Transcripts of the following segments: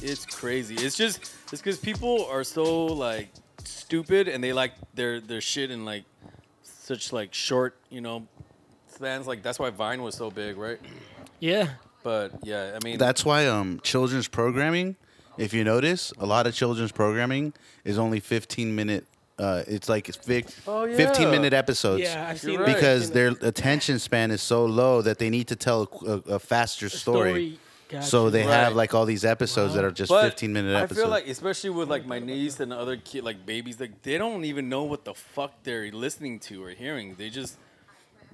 it's crazy. It's just it's because people are so like stupid and they like their their shit in like such like short you know stands. Like that's why Vine was so big, right? Yeah. But yeah, I mean That's why um, children's programming, if you notice, a lot of children's programming is only 15 minute. Uh, it's like it's fic- Oh, yeah. 15 minute episodes. Yeah, I've You're seen right. that. Because Seen their attention span is so low that they need to tell a, a, a faster that story. Gotcha. So they have Right. like all these episodes that are just But 15 minute episodes. I feel like, especially with like my niece and other kid, like babies, like they don't even know what the fuck they're listening to or hearing. They just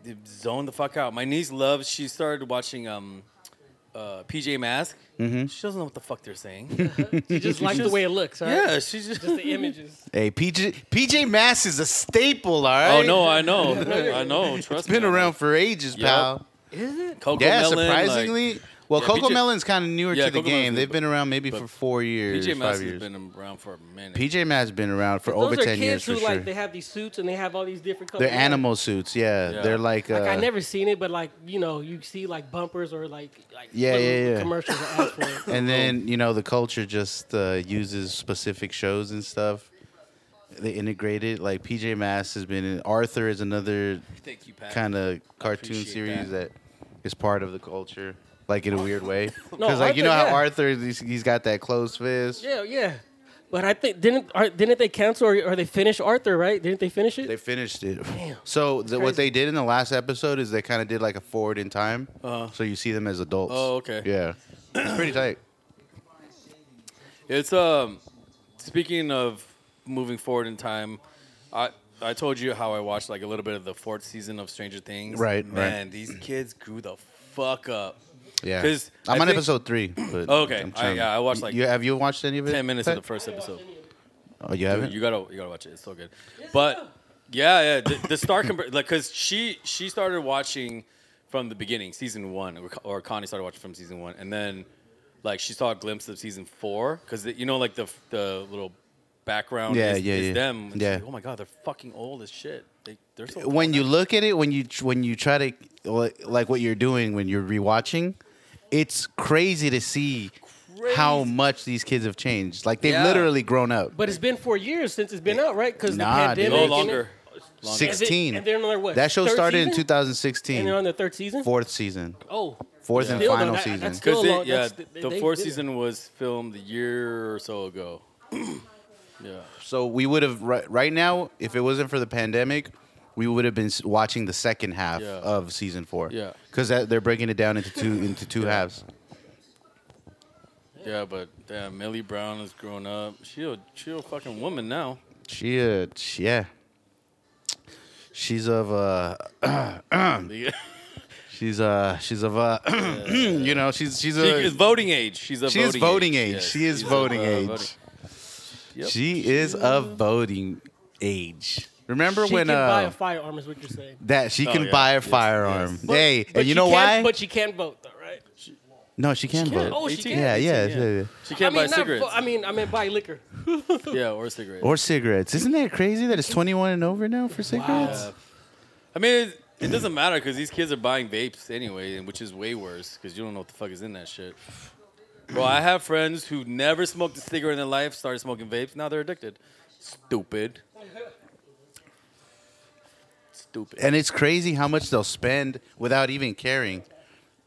they zone the fuck out. My niece loves. She started watching um, uh, PJ Mask. She doesn't know what the fuck they're saying. you just like the way it looks. All right? yeah, she's just. Just the images. hey, PJ, PJ Masks is a staple, all right? oh no, I know, I know. Trust It's been me. around for ages, Yep. pal. Coco Yeah, Melon, like, surprisingly. well, Yeah, Coco PJ Melon's kind of newer Yeah, to the Coco Melon's game. new, They've but- been around maybe for four years, PJ five Mask years. has been around for a minute. PJ Masks has been around for Those over are ten kids years who for sure. like they have these suits and they have all these different colors. They're animal suits, yeah. Yeah. They're like, uh, Like I never seen it, but like you know, you see like bumpers or like like Yeah, little yeah, yeah. commercials or ads for it. and then you know the culture just uh, uses specific shows and stuff. They integrate it. Like PJ Masks has been in Arthur is another Thank you, Pat. kind of cartoon appreciate series that. that is part of the culture, like in a weird way. Because No, like you Arthur, know how yeah. Arthur he's, he's got that closed fist. yeah, yeah. But I think didn't are, didn't they cancel or, or they finish Arthur right? Didn't they finish it? They finished it. Damn. So the, Crazy. what they did in the last episode is they kind of did like a forward in time, Uh-huh. so you see them as adults. Oh, okay. Yeah, it's pretty tight. It's um. Speaking of moving forward in time, I I told you how I watched like a little bit of the fourth season of Stranger Things. Right, right. Man, these kids grew the fuck up. Yeah, 'Cause I'm I on think- Oh, episode three. But Okay, I'm I- trying- yeah, I watched, like, you. Have you watched any of it? Ten minutes of the Pat? first episode. Oh, you haven't. You gotta you gotta watch it. It's so good. But yeah, yeah. The, the star compar- like because she she started watching from the beginning, season one, or, Con- or Connie started watching from season one, and then like she saw a glimpse of season four because you know like the the little background Yeah, is, yeah, is yeah. them. And she's Yeah. like, oh my god, they're fucking old as shit. They they're so when you look at it, when you when you try to li- like what you're doing when you're rewatching, it's crazy to see how Crazy. much these kids have changed. Like they've Yeah. literally grown up. but it's been four years since it's been out, right? Because Nah, the dude. pandemic. no and longer. longer. it- Sixteen. and they're on their what, That show third started in season? And they're on 2016, their third season. fourth season, Oh, fourth and Still, though, final that- season. that's still Because long- yeah, that's- they- the they fourth did it. season was filmed a year or so ago. yeah. So we would have right, right now, if it wasn't for the pandemic, we would have been s- watching the second half Yeah. of season four. Yeah. because they're breaking it down into two into two halves. Yeah, but damn, Millie Brown has grown up. She a she a fucking woman now. She, uh, she- yeah, she's of uh, she she's uh, she's of uh, you know, she's she's a is voting age. She's a she is voting voting age. Yes, She is she's voting of, uh, age. voting- Yep. She is of voting age. Remember she when can uh, buy a firearm, is what you're saying. that she Oh, can yeah. buy a Yes, firearm? yes. But- hey, but and you she know can't- why? But she can't vote, though, right? no, she can vote. Oh, she 18, can? yeah, yeah, 18, yeah, yeah. She can't buy not vo- cigarettes. I mean, I mean, buy liquor. yeah, or cigarettes. Or cigarettes. Isn't that crazy that it's 21 and over now for cigarettes? Yeah. I mean, it, it doesn't matter because these kids are buying vapes anyway, and which is way worse because you don't know what the fuck is in that shit. Bro, I have friends who never smoked a cigarette in their life, started smoking vapes, now they're addicted. Stupid. Stupid. And it's crazy how much they'll spend without even caring.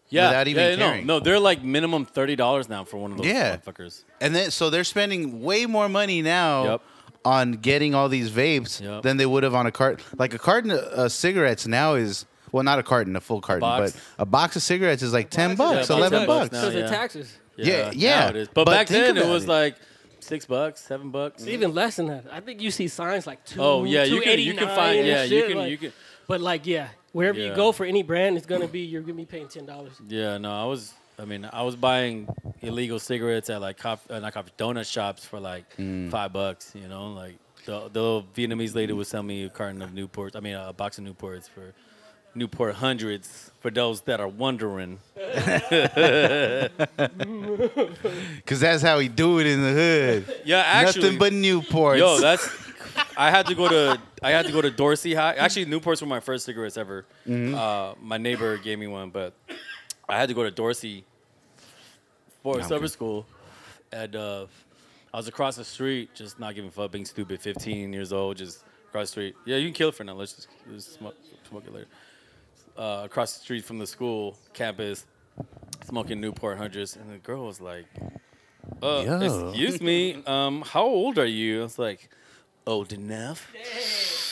Yeah, without even yeah, caring. No, no, they're like minimum thirty dollars now for one of those Yeah. motherfuckers. And then so they're spending way more money now Yep. on getting all these vapes Yep. than they would have on a cart. Like a carton of uh, cigarettes now is well, not a carton, a full carton, box. but a box of cigarettes is like 10 box of bucks, cigarettes. 11 Yeah, bucks. now, Because yeah. of taxes. Yeah, now yeah. it is. But, But back think then it about was it. like six bucks, seven bucks. It's even less than that. I think you see signs like two. Oh yeah, you can you can 289 find and yeah you shit, can like- you can But like, yeah, wherever Yeah. you go for any brand, it's gonna be you're gonna be paying ten dollars. yeah no I was I mean I was buying illegal cigarettes at like coffee, uh, not coffee donut shops for like Mm. five bucks you know like the the little Vietnamese lady would sell me a carton of Newports I mean a box of Newports for Newport hundreds for those that are wondering Because that's how we do it in the hood. yeah actually Nothing but Newports. Yo, that's. I had to go to I had to go to Dorsey High. Actually, Newports were my first cigarettes ever. Uh, my neighbor gave me one, but I had to go to Dorsey for summer school, at uh, I was across the street, just not giving a fuck, being stupid, 15 years old, just across the street. Yeah, you can kill it for now. Let's just, just smoke, smoke it later. Uh, across the street from the school campus, smoking Newport hundreds, and the girl was like, uh, Yo. "Excuse me, um, how old are you?" I was like, "Old enough."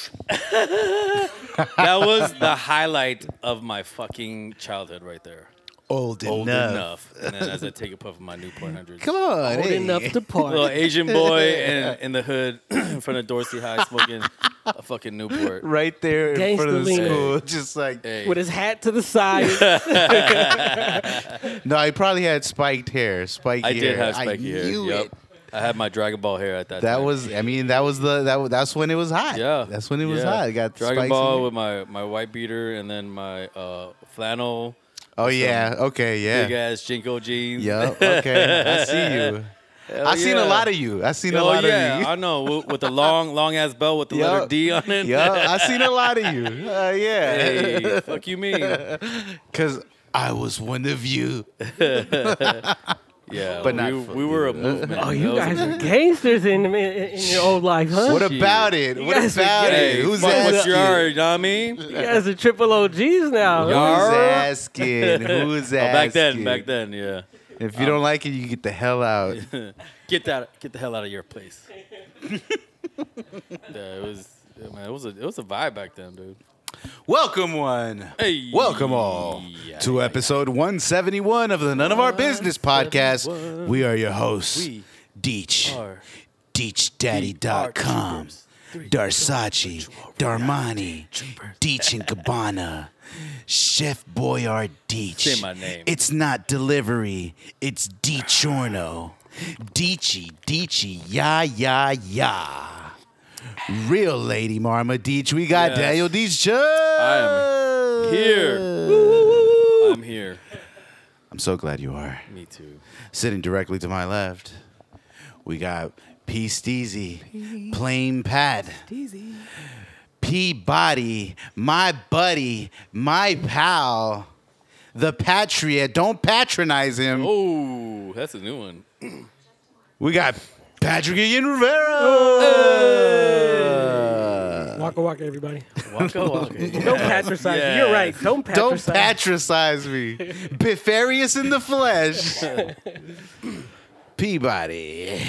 that was the highlight of my fucking childhood right there. Old, Old enough. enough. And then as I take a puff of my Newport 100. Come on. Old hey. enough to Little party. Asian boy in, in the hood in front of Dorsey High smoking a fucking Newport. Right there in front of the Gangsta leaning. school. Just like, Hey, With his hat to the side. no, I probably had spiked hair. Spiked I hair. did have spiky I hair. knew Yep. it. I had my Dragon Ball hair at that time. That was, I mean, that was the, that was, that's when it was hot. Yeah. That's when it was yeah. hot. It got spikes Dragon in Ball it. with my, my white beater and then my uh, flannel, Oh, yeah. Okay. big Yeah. ass Jinko jeans. Yep. Okay. I see you. I seen a yeah. lot of you. I seen a Oh, lot yeah. of you. I know. With, with the long, long ass belt with the letter Yup. D on it. yeah, I seen a lot of you. Uh, yeah. Hey, fuck you mean? Yeah, Because I was one of you. but But not we, for we were a movement. Oh, you That was guys a- are gangsters in, in, in your old life, huh? What a- about it? You What guys are about gay. it? Who's fuck what you asking? are, you know what I mean? Oh, you guys are triple OGs now. Y'all- huh? Who's Yarr. asking? Who's asking? Oh, back then, back then, yeah. If you don't like it, you get the hell out. Get that, get the hell out of your place. yeah, it was, yeah, man, it was a, it was a vibe back then, dude. Welcome, one. Hey, Welcome all Yeah, to episode 171 of the None of Our Business podcast. 171. We are your hosts, We Deech, are DeechDaddy.com, troopers. Three Darsachi, Darmani, Deech and Gabbana, Chef Boyard Deech. Say my name. It's not delivery, it's DeChorno. Deechy, Deechy, ya, ya, ya. Real Lady Marma Deech. We got Yes. Daniel Deech. I am here. I'm here. I'm so glad you are. Me too. Sitting directly to my left, we got P. Steezy, Plain Pat, P. Body, my buddy, my pal, the Patriot. Don't patronize him. Oh, that's a new one. We got Patrick Ian Rivera. Waka waka, everybody. Waka waka. Don't patricize. me. You're right. Don't Don't patricize. patricize me. Bifarious in the flesh. Peabody.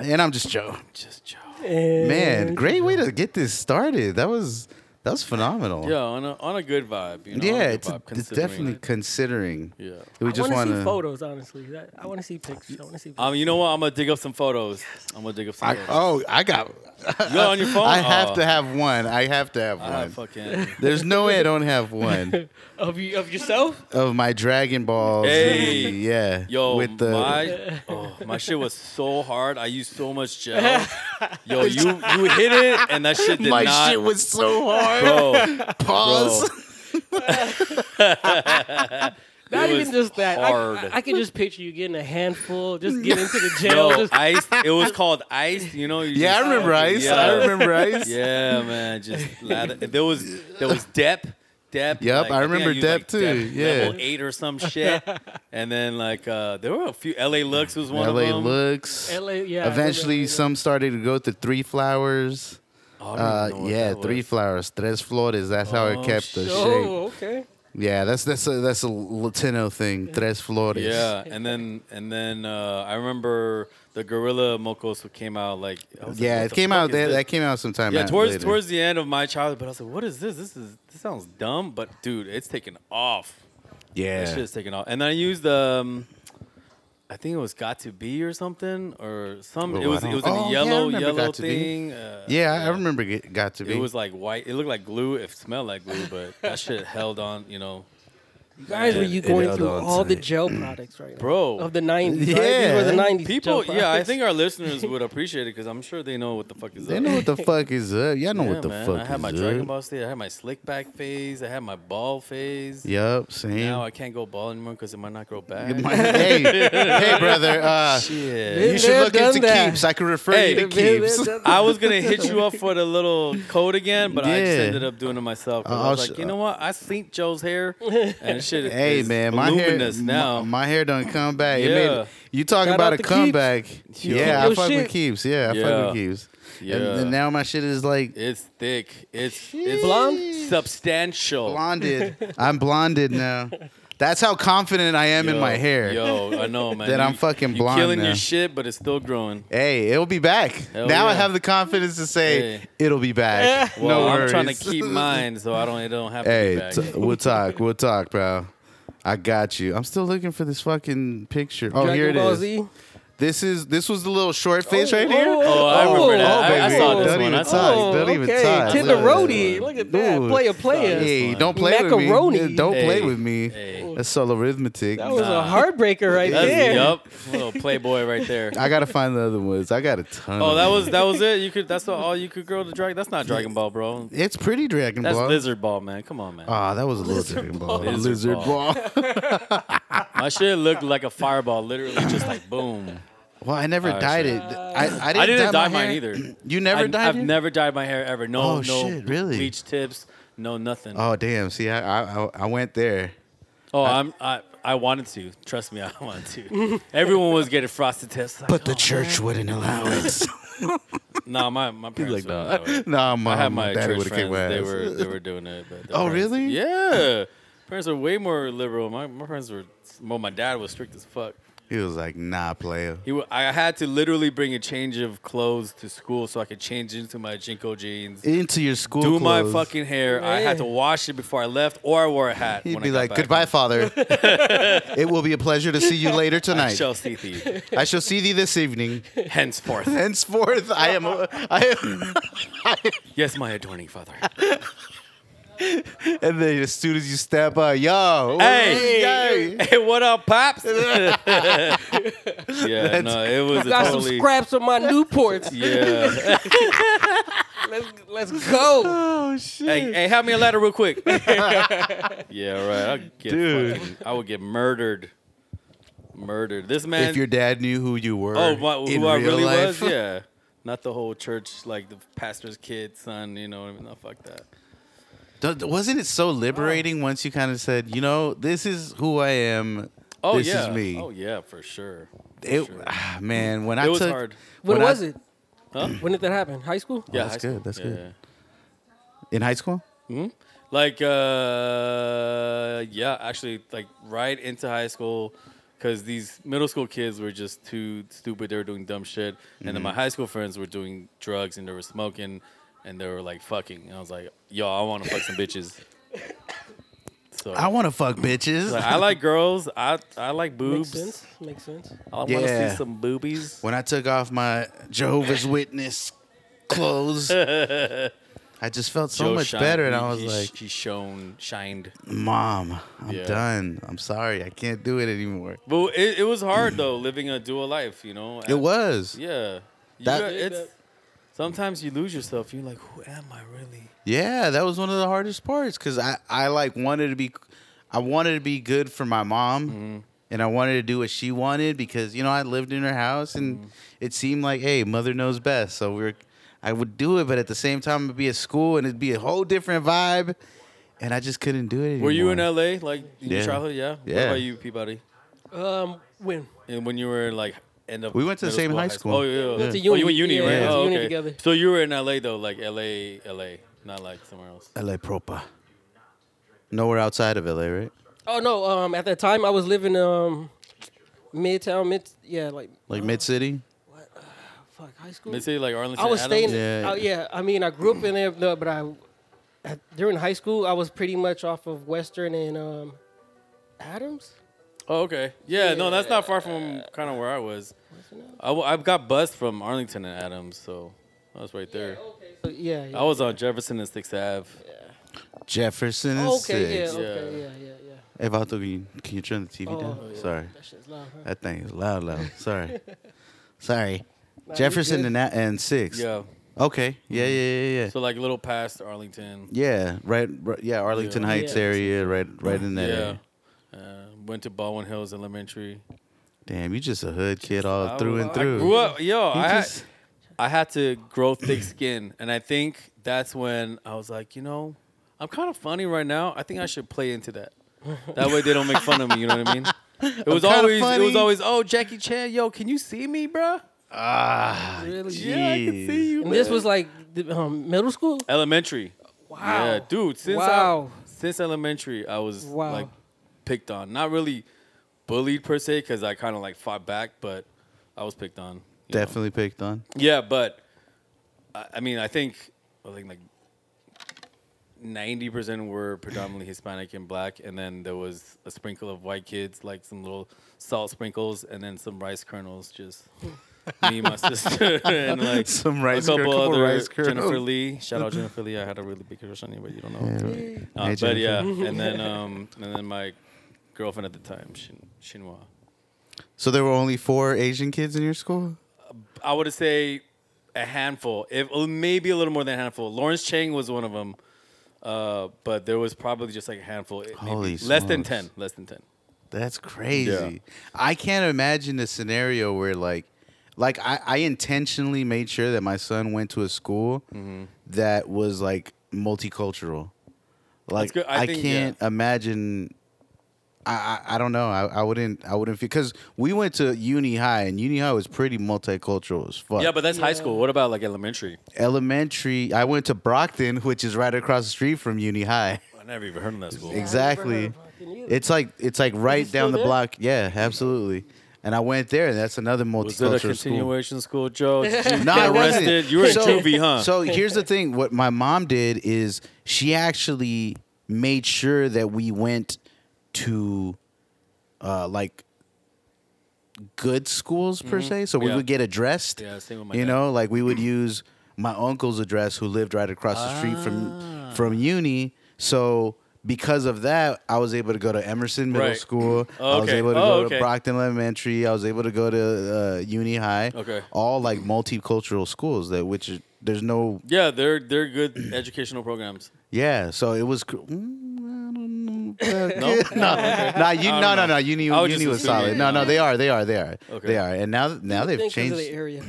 And I'm just Joe. Just joke. And- Man, great way to get this started. That was that was phenomenal. Yeah, on a on a good vibe. You know, on a yeah, good it's, vibe, it's considering- definitely considering. Yeah. We I just want to see want to. photos, honestly. That- I want to see pictures. I want to see pictures. Um, you know what? I'm gonna dig up some photos. I'm gonna dig up some. photos. Oh, I got. you got it on your phone? I have Oh, Ah, to have one. I have to have I one. fucking. There's no way I don't have one of, you, of yourself? of my Dragon Ball. Z, Hey. yeah. Yo, with the my oh, my shit was so hard. I used so much gel. Yo, you you hit it, and that shit did my not. shit was so hard. bro, Pause. Not It even was just that. I- hard. I, I can just picture you getting a handful, just get into the jail. yo, just, ice. It was called ice. You know. You Yeah, I just- remember ice. Yeah. I remember ice. Yeah, man. Just lather. there was there was Depp. Depp. Yep, I think remember used, Depp too, level yeah. eight or some shit. and then like uh, there were a few. L.A. Looks was one LA of them. looks. LA, yeah. I remember Eventually, LA. some started to go to three flowers. Oh, I Uh, don't even know what yeah, that three was. flowers, tres flores. That's how Oh, it kept the shape. Oh, okay. Yeah, that's that's a, that's a Latino thing. Tres flores. Yeah, and then and then uh, I remember the Gorilla Mocos came out like I was like, yeah. what It the came fuck is out that this? that came out sometime. yeah out towards later. towards the end of my childhood, but I was like, what is this? This is this sounds dumb, but dude, it's taken off. That yeah. shit's taken off. And then I used um, I think it was Got to Be or something or some. Oh, it was I it don't- was Oh, yeah, a I yellow remember yellow Got to Be. thing. Uh, Yeah, I- I remember it got to be. It was like white. It looked like glue. If smelled like glue, but that shit held on. You know, You guys were you It going held through on to all the it. gel products right now? Bro. Of the 90s. Yeah. These Yeah. were the 90s. people. gel Yeah, I products. think our listeners would appreciate it because I'm sure they know what the fuck is they up. know what the fuck is up. Y'all know Yeah, what the man. fuck I had is my up. Dragon Ball stage. I had my slick back phase. I had my ball phase. Yep, same. Now I can't go ball anymore because it might not grow back. It might- hey, hey, brother. Uh, Shit. Been you should there, look done into that. keeps. I can refer Hey, you to been there, keeps. done I was gonna hit you up for the little code again, but I just Yeah. ended up doing it myself. 'cause I I'll was sh- like, you know what? I seen Joe's hair, and shit. Hey is man, my hair voluminous now. My, my hair done come back. It Yeah. made- you talking Shout about out a to Keeps. comeback? Yo. Yeah, Yo, I fuck shit. with keeps. Yeah, I fuck Yeah. with keeps. Yeah. And, and now my shit is like it's thick. It's it's Blonde? substantial. blonded. I'm blonded now. That's how confident I am in Yo, my hair. Yo, I know, man. That I'm fucking blonde you killing now. your shit, but it's still growing. Hey, it'll be back. Hell now I yeah. have the confidence to say Hey. it'll be back. Well, no I'm worries. trying to keep mine so I don't. It don't have to be Hey, back. t- we'll talk. We'll talk, bro. I got you. I'm still looking for this fucking picture. Oh, Dragon here it Ball is. Z. This is this was the little short fish right oh, here. oh, I Oh, remember that. oh, I, I baby. saw this Don't one. even I saw. talk. it. Oh, don't even okay. touch. Tinder Look at that. Roadie. Look at that. Ooh. Player, player. Hey, fine. don't play Macaroni. with me. Don't play Hey. with me. Hey. That's logarithmic. That was Nah. a heartbreaker right That's, there. Yup, little playboy right there. I gotta find the other ones. I got a ton. Oh, of that them. was that was it. You could that's the, all you could grow the dragon. That's not Dragon Ball, bro. It's pretty Dragon That's Ball. Lizard Ball, man. Come on, man. Ah, that was a little Dragon Ball. Lizard Lizard ball. My shit looked like a fireball, literally, just like boom. well, I never Oh, dyed shit. it. I, I didn't, I didn't dye my mine hair. either. You never I, dyed I've your- never dyed my hair ever. No, Oh, no shit, really? bleach tips, no nothing. Oh damn! See, I I, I- I went there. oh, I'm I, I wanted to. Trust me, I wanted to. Everyone was getting frosted tips. Like, oh, church wouldn't allow it. nah, my my parents. like, were nah, that way. nah, mom, I had my Um, daddy church would have kicked friends. my ass. They were they were doing it. But their Oh, parents- really? Yeah. Parents are way more liberal. My my parents were. Well, my dad was strict as fuck. He was like, "Nah, player." He, wa- I had to literally bring a change of clothes to school so I could change into my jinko jeans. Into your school. do my clothes. fucking hair. I had to wash it before I left, or I wore a hat. He'd when be I got like, back. "Goodbye, father. it will be a pleasure to see you later I tonight. shall see thee I shall see thee this evening. henceforth. Henceforth, I am. I am. Yes, my adorning father. And then as soon as you step out, yo, Hey. hey. Hey, what up, pops? yeah, no, it was a Got totally. some scraps of my Newports. yeah. let's, let's go. oh shit, hey, hey, help me a letter real quick. yeah, right. I get Dude. fucking- I would get murdered. Murdered. This man. If your dad knew who you were, oh, my, who in I real really life, was? Yeah. Not the whole church, like the pastor's kid, son. You know what I mean? No, fuck that. Don't- Wasn't it so liberating once you kind of said, you know, this is who I am. Oh this yeah. is me. Oh, Oh yeah, for sure. it, sure. ah, man, when I It was took, hard. When, When I- was it? Huh? When did that happen? High school? Yeah, that's high school. good, that's Yeah, good. yeah. in high school. Like, uh, yeah, actually, like right into high school, because these middle school kids were just too stupid. They were doing dumb shit, and then my Mm-hmm. high school friends were doing drugs and they were smoking, and they were like fucking. And I was like, yo, I want to fuck some bitches. So I want to fuck bitches. like, I like girls. I I like Makes boobs. sense. Makes sense. I want to Yeah. see some boobies. when I took off my Jehovah's Witness clothes, I just felt so Joe much shined- better, and he- I was he sh- like, he shone, shined. "Mom, I'm Yeah. done. I'm sorry, I can't do it anymore." But it, it was hard though, living a dual life. You know, It was, yeah. Yeah. You That- got- it's sometimes you lose yourself. You're like, who am I really? that was one of the hardest parts because I, I like wanted to be, I wanted to be good for my mom, Mm-hmm. and I wanted to do what she wanted because you know I lived in her house, and Mm-hmm. it seemed like, hey, mother knows best, so we we're, I would do it, but at the same time, it'd be at school and it'd be a whole different vibe, and I just couldn't do it. Anymore. Were you in LA like in your Yeah. childhood? Yeah. What Yeah. about you, Peabody? Um, when? And when you were like end up We went to the middle same high school. Oh yeah. yeah. went to Oh, you went uni, uni. Yeah, right? yeah, Oh, uni okay. together. So you were in LA though, like LA, LA, not like somewhere else. LA proper. Nowhere outside of LA, right? Oh no. Um, at that time I was living um, midtown. Mid. Yeah, like Like mid city? fuck high school. They say like Arlington. I was Adams? staying. Yeah. Yeah. yeah. I mean, I grew up in there, no, but I at, during high school I was pretty much off of Western and um, Adams. Oh, okay. Yeah, no, that's not far from kind of where I was. I, w- I got bused from Arlington and Adams, so I was right there. So, yeah. yeah. I was on Jefferson and Sixth Ave. Jefferson and Oh, okay. Sixth. Yeah. Okay. Yeah. Yeah. Yeah. Yeah. Hey, Vato, can you, can you turn the TV Oh, down? oh, yeah. Sorry. That shit's loud. Huh? That thing is loud, loud. Sorry. Sorry. you Jefferson good. and, that- and Sixth. Yeah. Okay. Yeah, yeah, yeah, yeah. So like a little past Arlington. yeah, right, right. Yeah, Arlington Yeah. Heights Yeah. area, right, right in that. Yeah. Area. Uh, went to Baldwin Hills Elementary. Damn, you just a hood kid all I- Oh, through and I through. grew up, yo. You I had, just- I had to grow thick skin, and I think that's when I was like, you know, I'm kind of funny right now. I think I should play into that. That way they don't make fun of me. You know what I mean? It was kinda always it was funny. always oh Jackie Chan yo can you see me bro? Ah, Really? Yeah, I Jeez. can see you. And this man." was like the, um, middle school. elementary. Wow. Yeah, dude. Since Wow. I, since elementary, I was Wow. like picked on. Not really bullied per se, because I kind of like fought back, but I was picked on. you know. definitely picked on. Yeah, but I, I mean, I think I think like ninety percent were predominantly Hispanic and black, and then there was a sprinkle of white kids, like some little salt sprinkles, and then some rice kernels. Just me, my sister, and like Some rice a couple kernel- couple other rice kernels. Jennifer Lee. Shout out Jennifer Lee. I had a really big crush on you, but you don't know. Uh, Hey, but Jennifer. yeah, and then um, and then my girlfriend at the time, Shin- Shinwa. So there were only four Asian kids in your school. I would say a handful, if maybe a little more than a handful. Lawrence Chang was one of them, uh, but there was probably just like a handful, it- maybe Holy less than smokes. ten, less than ten. That's crazy. I can't imagine a scenario where like like I, I intentionally made sure that my son went to a school Mm-hmm. that was like multicultural. Like good. I I, think, yeah. can't imagine I, I, I don't know. I, I wouldn't I wouldn't feel because we went to uni high and uni high was pretty multicultural as fuck. Yeah, but that's Yeah. high school. What about like elementary? elementary I went to Brockton, which is right across the street from uni high. I never even heard of that school. Ex- Exactly. heard about them either. It's like it's like right it down still the there? block. Yeah, absolutely. And I went there, and that's another Was it a multicultural school. continuation school, Joe? Did you No, get it wasn't. arrested? You were in So- juvie, huh? So here's the thing: what my mom did is she actually made sure that we went to uh, like good schools per se. So we Mm-hmm. Yeah. would get addressed. Yeah, same with my You dad. know, like we would use my uncle's address, who lived right across the street Ah. from from uni. So. Because of that, I was able to go to Emerson Middle Right. School. Oh, I was okay. able to Oh, go to okay. Brockton Elementary. I was able to go to uh, Uni High Okay. all like multicultural schools that which is- there's no yeah, they're they're good educational programs. yeah so it was cr- Mm, I don't know about No, that. no no you I no don't know. no no uni I was uni just was assuming, solid you no know. no they are they are they are Okay. they are and now now I they've think 'cause of the changed area.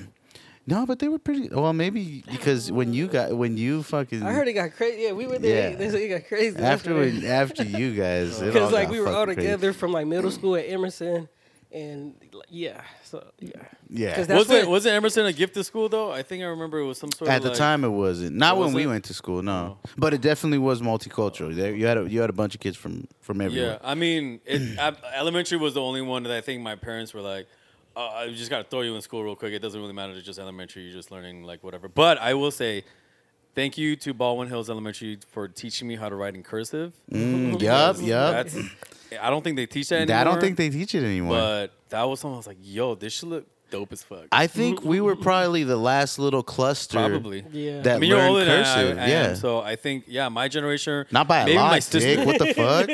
no but they were pretty well maybe because when you got when you fucking I heard it got crazy. Yeah, we were there. Yeah. They said It got crazy. after when, after you guys it all because like got we were all fucking crazy. together from like middle school at Emerson, and like, yeah, so yeah. 'Cause yeah That's Wasn't what- wasn't Emerson a gifted school though? I think I remember it was some sort at of the like- time it wasn't not It Oh. when we wasn't? went to school no but it definitely was multicultural there you had a, you had a bunch of kids from from everywhere Yeah, I mean, it, I, elementary was the only one that I think my parents were like, uh, "I just gotta throw you in school real quick. It doesn't really matter. It's just elementary. You're just learning like whatever." But I will say, thank you to Baldwin Hills Elementary for teaching me how to write in cursive. Mm, yup yup That's. I don't think they teach that anymore. I don't think they teach it anymore. But that was something I was like, "Yo, this should look dope as fuck." I think we were probably the last little cluster. Probably. Yeah. That I mean, you're learned older than I- cursive. I, yeah. am, so I think, yeah, my generation. Not by a maybe lot, my sister. Dick. What the fuck?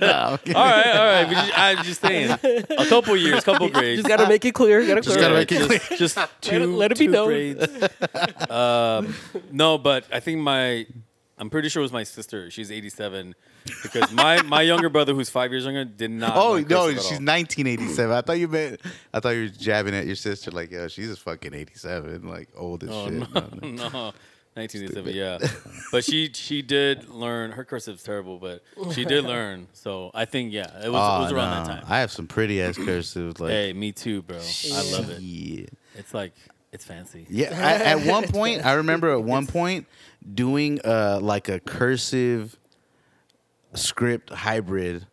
Nah, okay. All right, all right. But ju- I'm just saying, a couple years, couple grades. Just gotta make it clear. Gotta Just clear. gotta make it just, just two, it- let it be two known. grades. um, no, but I think my, I'm pretty sure it was my sister. She's 87 because my my younger brother, who's five years younger, did not. Oh learn no, cursive at she's all. 1987. I thought you meant. I thought you were jabbing at your sister like, yo, she's a fucking 87, like old as Oh, shit. no, No, no. no. 1987, yeah, but she she did learn. Her cursive's terrible, but she did learn. So I think yeah, it was, it was Oh, around no. that time. I have some pretty ass cursive. Like, hey, me too, bro. I love it. Yeah. It's like it's fancy. Yeah, I, at one point, I remember at one point doing uh, like a cursive script hybrid.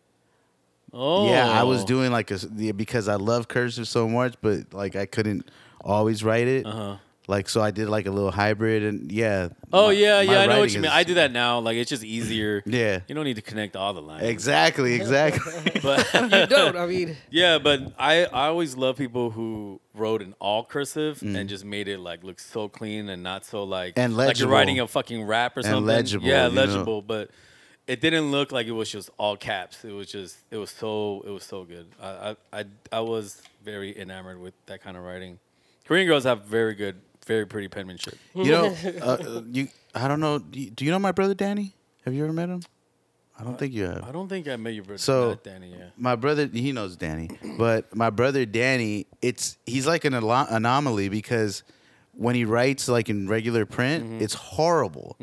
Oh, Yeah, I was doing like a s- yeah, because I love cursive so much, but like I couldn't always write it. Uh-huh. Like so, I did like a little hybrid, and yeah. Oh my- yeah, my yeah, I know what writing you mean. is- I do that now. Like it's just easier. Yeah. you don't need to connect all the lines. Exactly, exactly. But You don't. I mean, yeah, but I I always love people who wrote in all cursive and just made it like look so clean and not so like Mm. And Like you're legible. writing a fucking rap or something. legible, Yeah, you know. legible, but. It didn't look like it was just all caps. It was just, it was so, it was so good. I, I, I, I was very enamored with that kind of writing. Korean girls have very good, very pretty penmanship. you know, uh, you. I don't know. Do you, do you know my brother Danny? Have you ever met him? I don't think you have. I don't think I met your brother, So- not Danny. Yeah. my brother he knows danny but my brother danny it's he's like an alo- anomaly because when he Mm-hmm. Mm-hmm. writes like in regular print it's horrible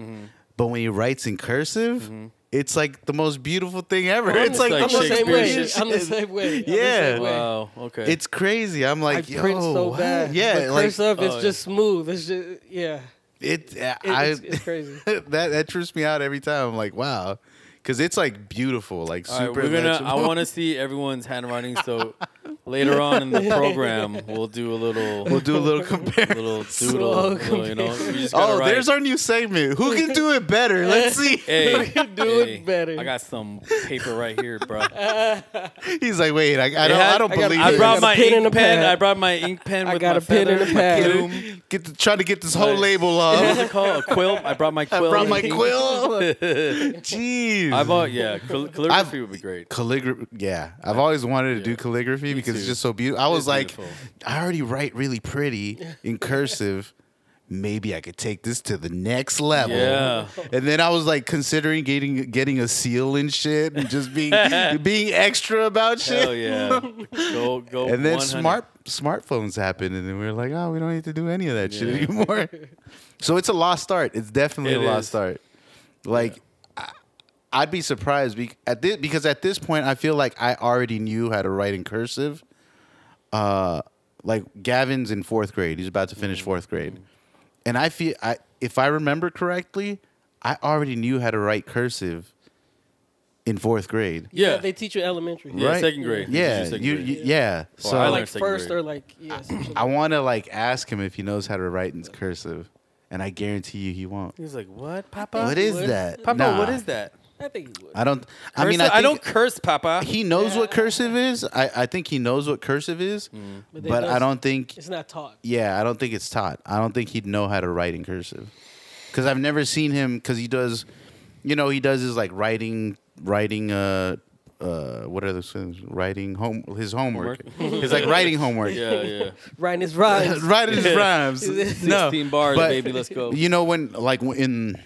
but when he writes in cursive it's like the most beautiful thing ever. I'm it's the like, same- the I'm the most same way. beautiful I'm the shit. same way. I'm the Yeah. same way. Wow. Oh, Okay. It's crazy. I'm I like, yo, print so what? bad. yeah, but like cursive, it's Oh, yeah. just smooth. It's just yeah. it. It- I, it's, it's crazy. that that trips me out every time. I'm like, wow, because it's like beautiful, like All right, super. we're gonna. I legible. want to see everyone's handwriting. So later on in the program, we'll do a little, We'll do a little compare. little doodle. Slow little, you know, compare. you just gotta oh, write, there's our new segment. Who can do it better? Let's see. Hey, can do it hey, better. I got some paper right here, bro. He's like, wait, I, I don't, had- I don't I got- believe I it. brought a my pen ink and a pen. pad. I brought my ink pen I with got my a pen and feather, a My pad. Get plume. it- Get the, trying to get this whole Like- label What's off. it called? A quill. I brought my I quill. brought and my ink. quill. Jeez. I bought yeah. cal- Calligraphy would be great. calligraphy. Yeah, I've always wanted to do Yeah. calligraphy because it's too. just so beautiful. I was is like, beautiful. I already write really pretty in cursive. Maybe I could take this to the next level. Yeah. And then I was like considering getting getting a seal and shit, and just being being extra about shit. Hell yeah. Go go. And then 100. smart smartphones happened, and then we were like, oh, we don't need to do any of that shit Yeah. anymore. so it's a lost art. It's definitely It a is. lost art. Like, I, I'd be surprised be, at this because at this point, I feel like I already knew how to write in cursive. Uh, like Gavin's in fourth grade; he's about to finish Mm-hmm. fourth grade, and I feel I, if I remember correctly, I already knew how to write cursive in fourth grade. Yeah. they teach you elementary. Yeah, second grade. It's Yeah, just second you, grade. you- yeah. Well, so I learned like second first grade. or like yeah. some shit. I want to like ask him if he knows how to write in cursive, and I guarantee you he won't. He's like, what, Papa? What is that? Papa? Nah. What is that? I think you would. I don't. I mean, Cursive? I, think don't curse, Papa. He knows what cursive is. I, I think he knows what cursive is, But but, they don't- I don't think. It's not taught. Yeah, I don't think it's taught. I don't think he'd know how to write in cursive, because I've never seen him. Because he does, you know, he does his like writing, writing. Uh, uh, what are those things? Writing home, his homework. He's like writing homework. yeah, yeah. Ryan is right. writing his rhymes. no, Sixteen bars, but- baby. Let's go. You know when like when- in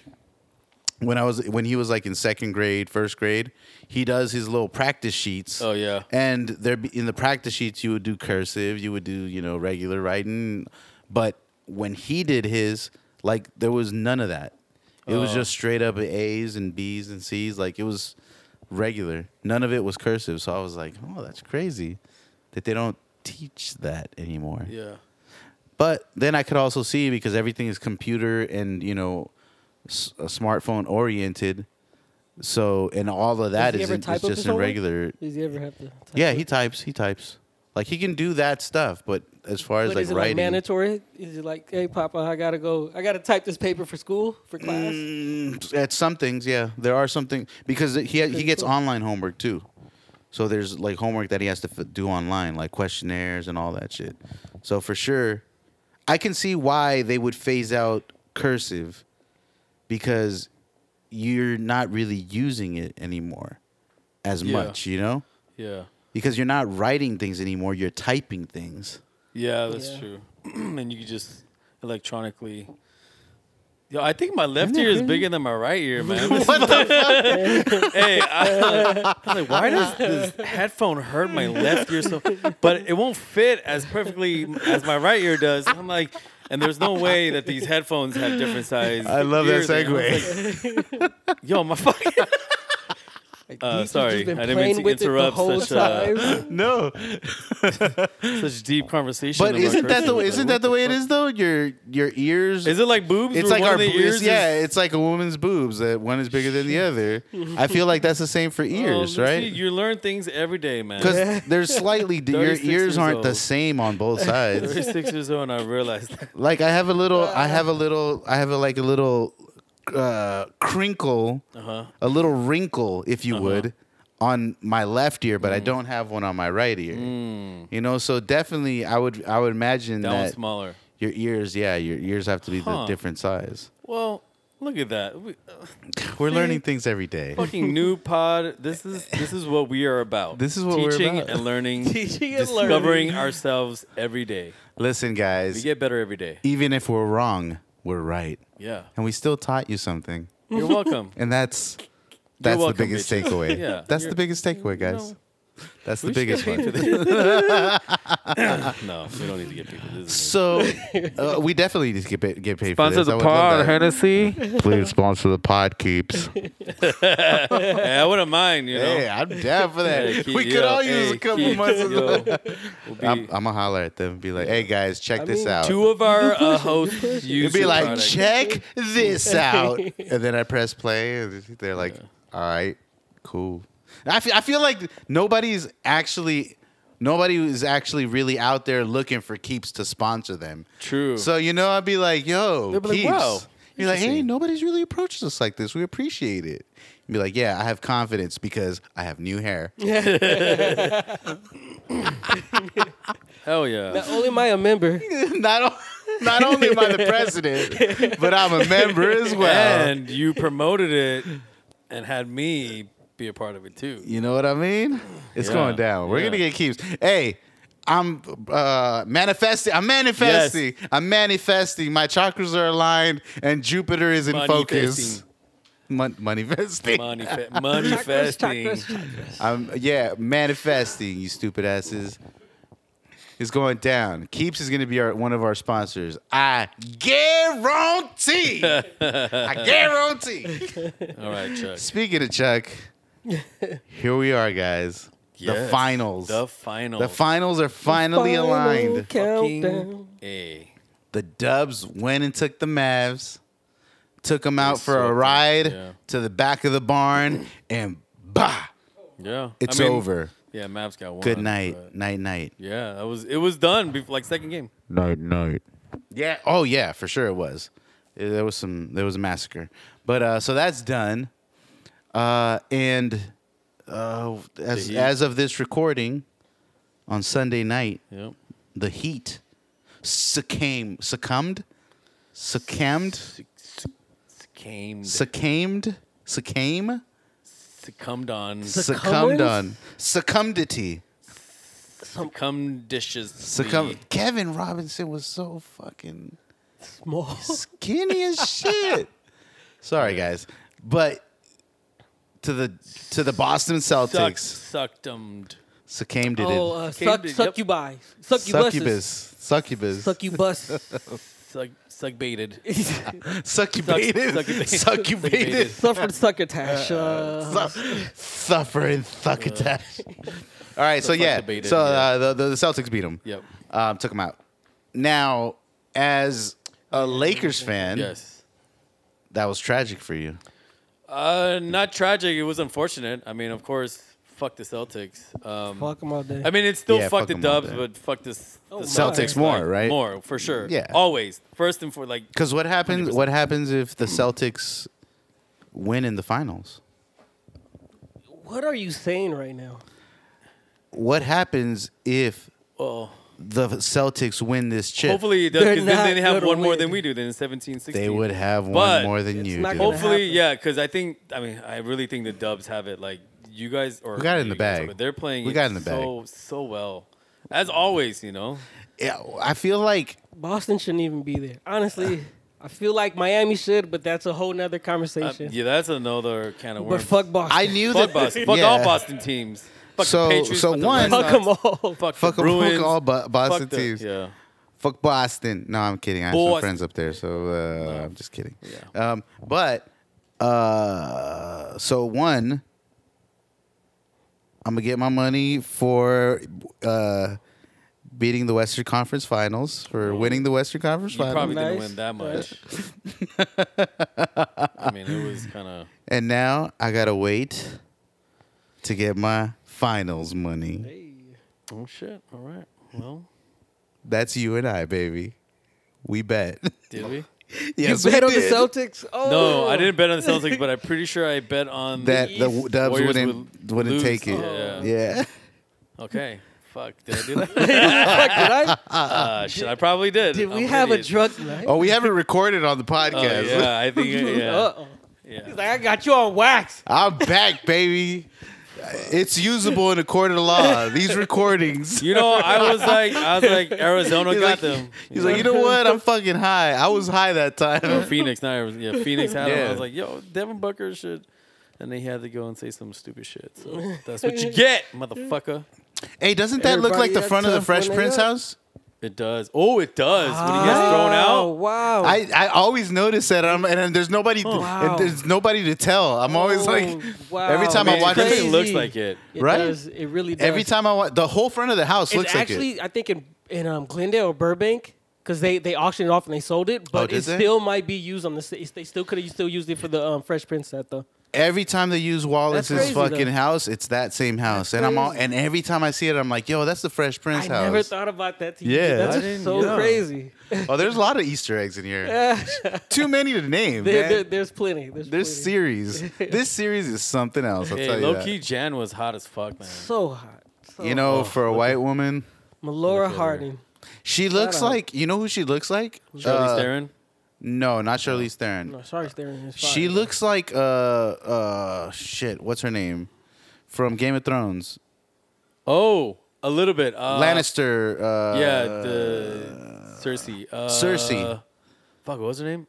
when I was when he was like in second grade, first grade, he does his little practice sheets. Oh, yeah. And there be- in the practice sheets you would do cursive, you would do, you know, regular writing, but when he did his, like there was none of that. It was Oh. just straight up A's and B's and C's, like it was regular. None of it was cursive, so I was like, "Oh, that's crazy that they don't teach that anymore." Yeah. But then I could also see because everything is computer and you know, s- uh, smartphone oriented. So and all of that he is ever in, type is up just his in homework? regular. Does he ever have to? Type Yeah, it? he types. He types. Like he can do that stuff, but as far as But like is it like writing, mandatory? Is it like, hey, Papa, I gotta go. I gotta type this paper for school for class. Mm, at some things, yeah, there are some things because he he gets Physical. online homework too. So there's like homework that he has to f- do online, like questionnaires and all that shit. So for sure, I can see why they would phase out cursive because you're not really using it anymore as Yeah. much, you know? Yeah. Because you're not writing things anymore, you're typing things. Yeah, that's Yeah. true. and you could just electronically. Yo, I think my left that ear is crazy? bigger than my right ear, man. what the fuck? hey, I, I was like, why does this headphone hurt my left ear so? But it won't fit as perfectly as my right ear does. And I'm like, and there's no way that these headphones have different size. I love that ears. And I was segue. like, Yo, my fucking. Like, Uh, these dudes sorry, just been I didn't mean playing to with it interrupt the whole such a- time. No. Such deep conversation. But about isn't that the cursive. isn't that the way it is though? Your your ears Is it like boobs? It's where like one our of the bo- ears it's- is- yeah, it's like a woman's boobs that one is bigger than the other. I feel like that's the same for Oh, ears, Lucy, right? You learn things every day, man. Because they're slightly your 36 ears years aren't the old. same on both sides. 36 years old, and I realized that. Like I have a little, I have a little, I have a, like a little uh, crinkle, Uh-huh. a little wrinkle, if you would, on my left ear, Mm. but I don't have one on my right ear. You know, so definitely, I would, I would imagine That one's that smaller. your ears, yeah, your ears have to be the Huh. different size. Well, look at that. We, uh, We're See? learning things every day. fucking new pod. This is this is what we are about. This is what we're teaching about. and learning, Teaching and learning. discovering ourselves every day. Listen, guys. We get better every day. even if we're wrong, we're right. Yeah. And we still taught you something. You're welcome. And that's that's the welcome, biggest bitches. takeaway. Yeah. That's the You're- biggest takeaway, You guys. know, That's the biggest one. No, we don't need to get people. This is So uh, we definitely need to get paid, get paid Sponsor for this. I the would love pod, that. Hennessy. Please sponsor the pod keeps. yeah, I wouldn't mind, you know. hey, I'm down for that. Yeah, keep- we could yo, all use hey, a couple keep- months. Of yo, the- we'll be- I'm, I'm gonna holler at them and be like, "Hey guys, check this mean, out." two of our uh, hosts It'd use be your like, product. "Check this out," and then I press play, and they're like, "All right, cool." I feel, I feel like nobody's actually nobody is actually really out there looking for keeps to sponsor them. True. So you know, I'd be like, "Yo, They'll be like, keeps." "Wow, You're like, "Hey, interesting." nobody's really approached us like this. We appreciate it." You'd be like, "Yeah, I have confidence because I have new hair." Hell yeah. Not only am I a member, not o- not only am I the president, but I'm a member as well. And you promoted it and had me be a part of it too. You know what I mean? It's Yeah. going down. We're Yeah. gonna get keeps. Hey, I'm uh, manifesting. I'm manifesting. I'm manifesting. My chakras are aligned, and Jupiter is in focus. Mon- money vesting. Manifesting. Manifesting. I'm yeah, manifesting. You stupid asses. It's going down. Keeps is going to be our, one of our sponsors. I guarantee. I guarantee. All right, Chuck. Speaking of Chuck, here we are, guys. The Yes. finals. The final. The finals are finally aligned. Countdown. Hey. The Dubs went and took the Mavs, took them out for swept a 'em, ride yeah. to the back of the barn, and bah, Yeah. I it's mean, over. Yeah, Mavs got one. Good night, but night, night. Yeah, that was it was done before, like second game. Night, night. Yeah. Oh yeah, for sure it was. Eh, There was some. There was a massacre. But uh, so that's done. Uh, and uh, as The Heat. as of this recording, on Sunday night, Yep. the Heat succumbed, succumbed, succumbed, Came succumbed, succumbed, succumbed on succumbed on, succumbedity, succumbed dishes. succumb. Kevin Robinson was so fucking. Small. skinny as shit. Sorry guys, but to the to the Boston sucked Celtics, succumbed. succumbed it. Oh, uh, Came suck, to- suck yep. you by. Suck you succubus, buses. succubus, Suck you bus. Suck, suck baited. suck- succubated, succubated, Suffered succotash. Uh, Su- suffer and succotash. All right, so yeah, Succubated, so uh, the, the the Celtics beat them. Yep. um, took them out. Now, as a Lakers fan, Yes. that was tragic for you. Uh, not tragic. It was unfortunate. I mean, of course, fuck the Celtics. Um, fuck them all day. I mean, it's still Yeah, fuck, fuck the 'em all Dubs, day. but fuck this. the my. Celtics more, like, right? More for sure. Yeah. Always first and for like. Because what happens? 100%. What happens if the Celtics win in the finals? what are you saying right now? What happens if Oh, the Celtics win this chip? hopefully it does. They're Because then they not have gonna one more win. than we do. Then it's 17, 16. they would have one But- more than you. not do. gonna Hopefully, happen. yeah, because I think I mean I really think the Dubs have it. Like you guys, or We got it in the you guys, bag. But they're playing. We it got it in the so so well, as always. You know, Yeah, I feel like Boston shouldn't even be there. Honestly, I feel like Miami should, but that's a whole nother Uh, conversation. yeah, that's another kind of But worms. fuck Boston. I knew Fuck that. Boston. Fuck all yeah. Boston teams. Fuck So- the Patriots. so fuck the one- Red fuck Sox, them all. Fuck, Fuck the 'em, fuck Bruins. all Bo- Boston fuck the- teams. Yeah. Fuck Boston. No, I'm kidding. I have some Boston. friends up there, so uh, I'm just kidding. Yeah. Um, but uh, so one, I'm gonna get my money for uh, beating the Western Conference Finals for winning the Western Conference Mm-hmm. You probably Finals, didn't Nice. win that much. I mean, it was kind of. and now I gotta wait to get my finals money. Oh shit! All right. Well, That's you and I, baby. We bet. did we? yes, you we bet on the did. Celtics? Oh. No, I didn't bet on the Celtics, but I'm pretty sure I bet on That the the w- Dubs Warriors wouldn't would wouldn't lose. Oh. take it. Yeah. yeah. Okay. Fuck. Did I do that? Fuck, did I? uh, shit, I probably did. Did I'm we an have a idiot. drug night? Oh, we haven't recorded on the Oh, podcast. yeah, I think. Yeah. Uh-oh. yeah. Like, I got you on wax. I'm back, baby. It's usable in a court of law. These recordings. You know, I was like, I was like, Arizona He's got like- them. He's like, you know what? I'm fucking high. I was high that Or time. "Oh, Phoenix, not Arizona. Yeah, Phoenix had them. Yeah. I was like, yo, Devin Booker should. and they had to go and say some stupid shit. So that's what you get, motherfucker. Hey, doesn't that look Everybody like the up front of the tough Fresh when they Prince up. house? It does. Oh, it does. when he gets Oh, thrown out, wow. I, I always notice that, I'm, and there's nobody Wow. and there's nobody to tell. I'm always Oh, like, wow, every time I man. it watch Crazy. definitely looks like it. It Right? does. It really does. every time I watch the whole front of the house it's looks actually like I think in in um, Glendale or Burbank because they they auctioned it off and they sold it, but Oh, did it they? still might be used on the. si- They still could have still used it for the um, Fresh Prince set though. it. Every time they use Wallace's crazy, fucking though. house, it's that same house, and I'm all, and every time I see it, I'm like, yo, that's the Fresh I Prince house. never thought about that. TV. Yeah. I that's didn't so know. crazy. oh, there's a lot of Easter eggs in here. Too many to name. There, man. there, there's plenty. There's, This plenty. series, this series is something else. I'll tell Hey, you low that. Uh, key, Oh, Jan was hot as fuck, man. so hot. So you know, for a white woman, Melora at her. Harding. she looks out. like you know who she looks like. Charlize Uh, Theron. No, not Charlize Theron. No, sorry, staring. Is fire, She but looks like uh uh shit. What's her name from Game of Thrones? Oh, a little bit. Uh, Lannister. Uh, Yeah, the Cersei. Uh, Cersei. Fuck, what was her name?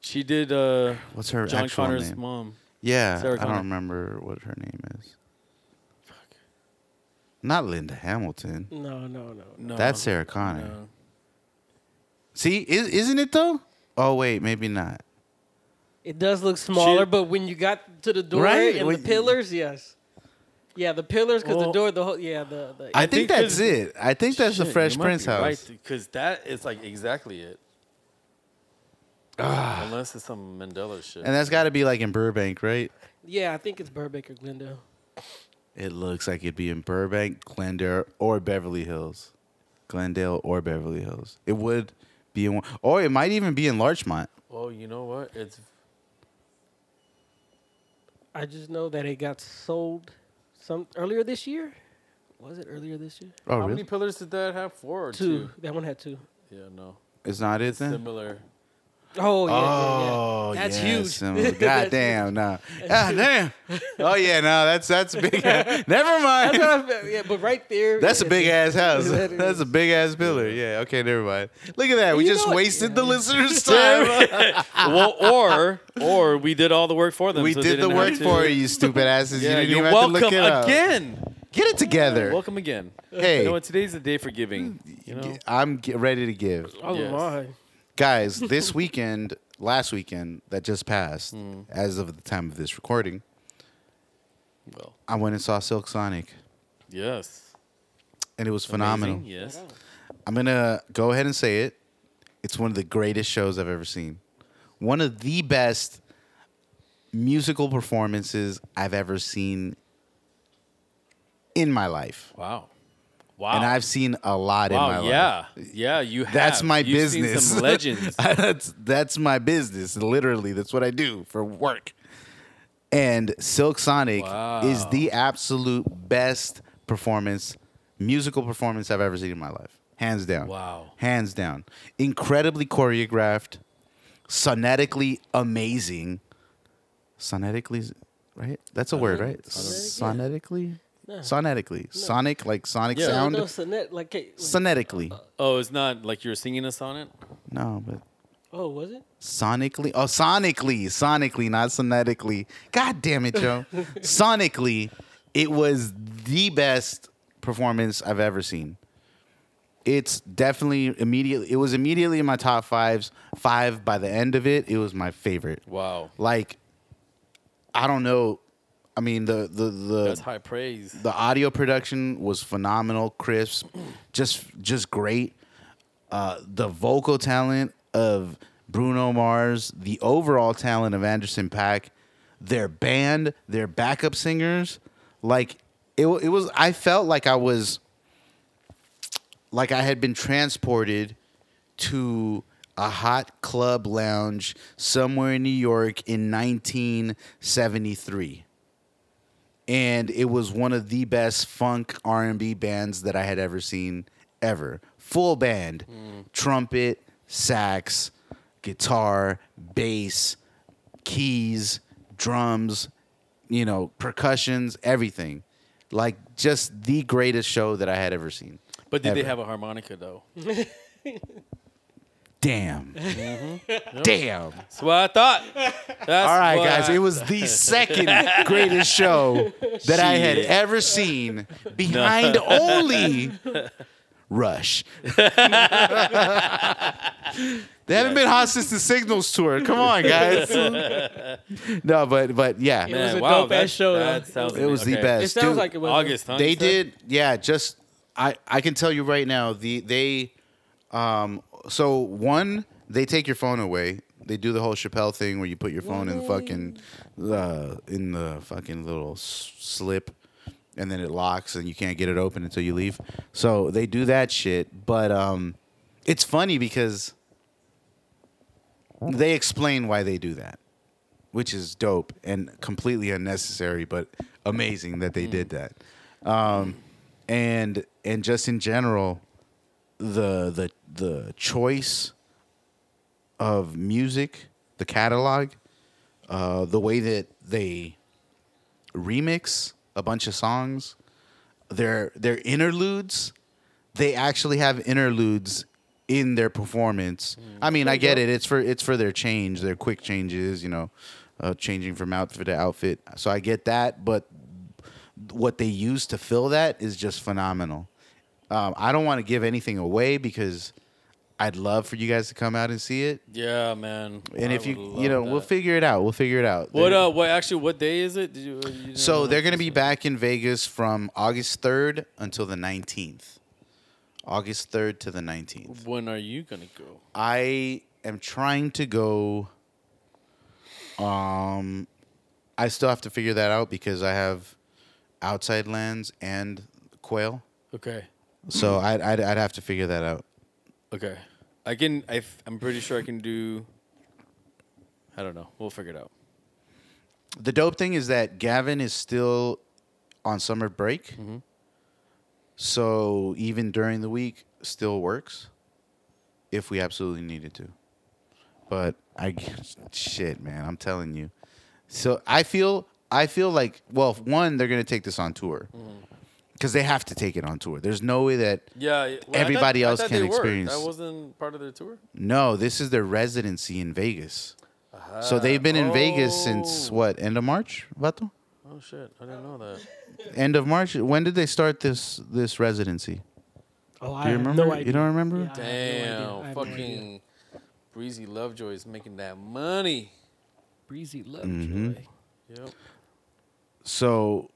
She did. Uh, What's her John actual Connor's name? mom. Yeah, Sarah I don't Connor. remember what her name is. Not Linda Hamilton. No, no, no. No, That's Sarah Connor. no. See, is, isn't it though? Oh wait, maybe not. It does look smaller, She- but when you got to the door Right, and when- the pillars, yes. Yeah, the pillars because the Well- door, the whole yeah, the, the I I, think think, that's it's- it. I think that's the Shit, Fresh you might Prince be house. because that is like exactly it. Unless it's some Mandela shit. Ah. And that's got to be like in Burbank, right? yeah, I think it's Burbank or Glendale. It looks like it'd be in Burbank, Glendale, or Beverly Hills. Glendale or Beverly Hills. It would be in one, or it might even be in Larchmont. well, you know what? It's I just know that it got sold some earlier this year. Was it earlier this year? Oh, how many pillars did that have? Four or Two. two? That one had two. Yeah, no. It's not it then. Similar. Oh yeah, Oh, yeah, yeah. that's yeah, similar. huge. God damn, no. God damn. Oh yeah, no. That's that's big. never That's mind. what I felt, yeah, but right there, That's a big ass house. That is. That's a big ass pillar. Yeah. Okay. Never mind. Look at that. We You just know it. wasted the listeners' time. well, or or we did all the work for them. we so they did the didn't work have to- for you, stupid asses. Yeah, you didn't you're even have to welcome look it up. again. Get it together. Welcome again. Hey. Mm, you know what? Today's the day for giving. You know, I'm g- ready to give. Oh Yes. my! Guys, this weekend, last weekend that just passed, Hmm. as of the time of this recording, well, I went and saw Silk Sonic, yes, and it was phenomenal. Amazing, Yes, I'm going to go ahead and say it. It's one of the greatest shows I've ever seen. One of the best musical performances I've ever seen in my life. wow, wow, And I've seen a lot in my wow, life. yeah, yeah. You have. That's my You've seen business. some legends. that's that's my business. Literally, that's what I do for work. And Silk Sonic Wow. is the absolute best performance, musical performance I've ever seen in my life, hands down. Wow. hands down. Incredibly choreographed, sonetically amazing. Sonetically, right? That's a word, right? Sonetically, sonetically, sonic like sonic Yeah. No, sound. No, Sonette, like, hey, Sonetically, oh, it's not like you were singing a sonnet. no, but oh, was it? Sonically, oh, sonically, sonically, not sonetically. God damn it, Joe. sonically, it was the best performance I've ever seen. It's definitely immediately. It was immediately in my top fives. Five by the end of it, it was my favorite. Wow, Like, I don't know. I mean, the the the that's high praise. the audio production was phenomenal, crisp, just just great. Uh, the vocal talent of Bruno Mars, the overall talent of Anderson Pack, their band, their backup singers, like it, wa- it was. I felt like I was, like I had been transported to a hot club lounge somewhere in New York in 1973 and it was one of the best funk R&B bands that I had ever seen ever. Full band, trumpet, sax, guitar, bass, keys, drums, you know, percussions, everything. Like just the greatest show that I had ever seen. But did Ever. they have a harmonica though? damn. Damn. That's what I thought. That's All right, what guys. I- It was the second greatest show that I had Shit. ever seen behind only Rush. they haven't been hot since the Signals tour. Come on, guys. no, but but yeah, It was a wow, dope-ass that's- show, though. That sounds it was the okay. best. It sounds Dude, like it was. August, huh? They You said? did, yeah. Just I, I can tell you right now. The they, um. So one, they take your phone away. They do the whole Chappelle thing where you put your phone in the fucking, uh, in the fucking little s- slip, and then it locks and you can't get it open until you leave. So they do that shit, but um, it's funny because they explain why they do that which is dope and completely unnecessary, but amazing that they Hmm. did that. Um, and and just in general, the the the choice of music, the catalog, uh, the way that they remix a bunch of songs, their their interludes, they actually have interludes in their performance. I mean, I get it. It's for it's for their change, their quick changes, you know, uh, changing from outfit to outfit. So I get that, but what they use to fill that is just phenomenal. Um, I don't want to give anything away because I'd love for you guys to come out and see it. Yeah, man. And I if you would you love know, we'll that. figure it out. We'll figure it out. What There- uh? What actually? What day is it? Did you, you didn't so know? they're going to be back in Vegas from August 3rd until the 19th. August 3rd to the 19th. When are you gonna go? I am trying to go. Um, I still have to figure that out because I have outside lands and quail. Okay. So I'd, I'd, I'd have to figure that out. Okay. I can. I, am pretty sure I can do. I don't know. We'll figure it out. The dope thing is that Gavin is still on summer break. So even during the week, still works if we absolutely needed to. But I, shit, man, I'm telling you. So I feel, I feel like, well, one, they're going to take this on tour because they have to take it on tour. There's no way that, Yeah. yeah. Well, I Everybody I else can they were. experience- That wasn't part of their tour. no, this is their residency in Vegas. So they've been in Vegas since Ah. Oh. what, end of March, Vato? Oh shit! I didn't know that. End of March. When did they start this this residency? Oh, I Do you have remember? No idea. You don't remember? Yeah, I have no idea. I Damn, have no idea. fucking Breezy Lovejoy is making that money. breezy love. Mm-hmm. joy. Yep. So,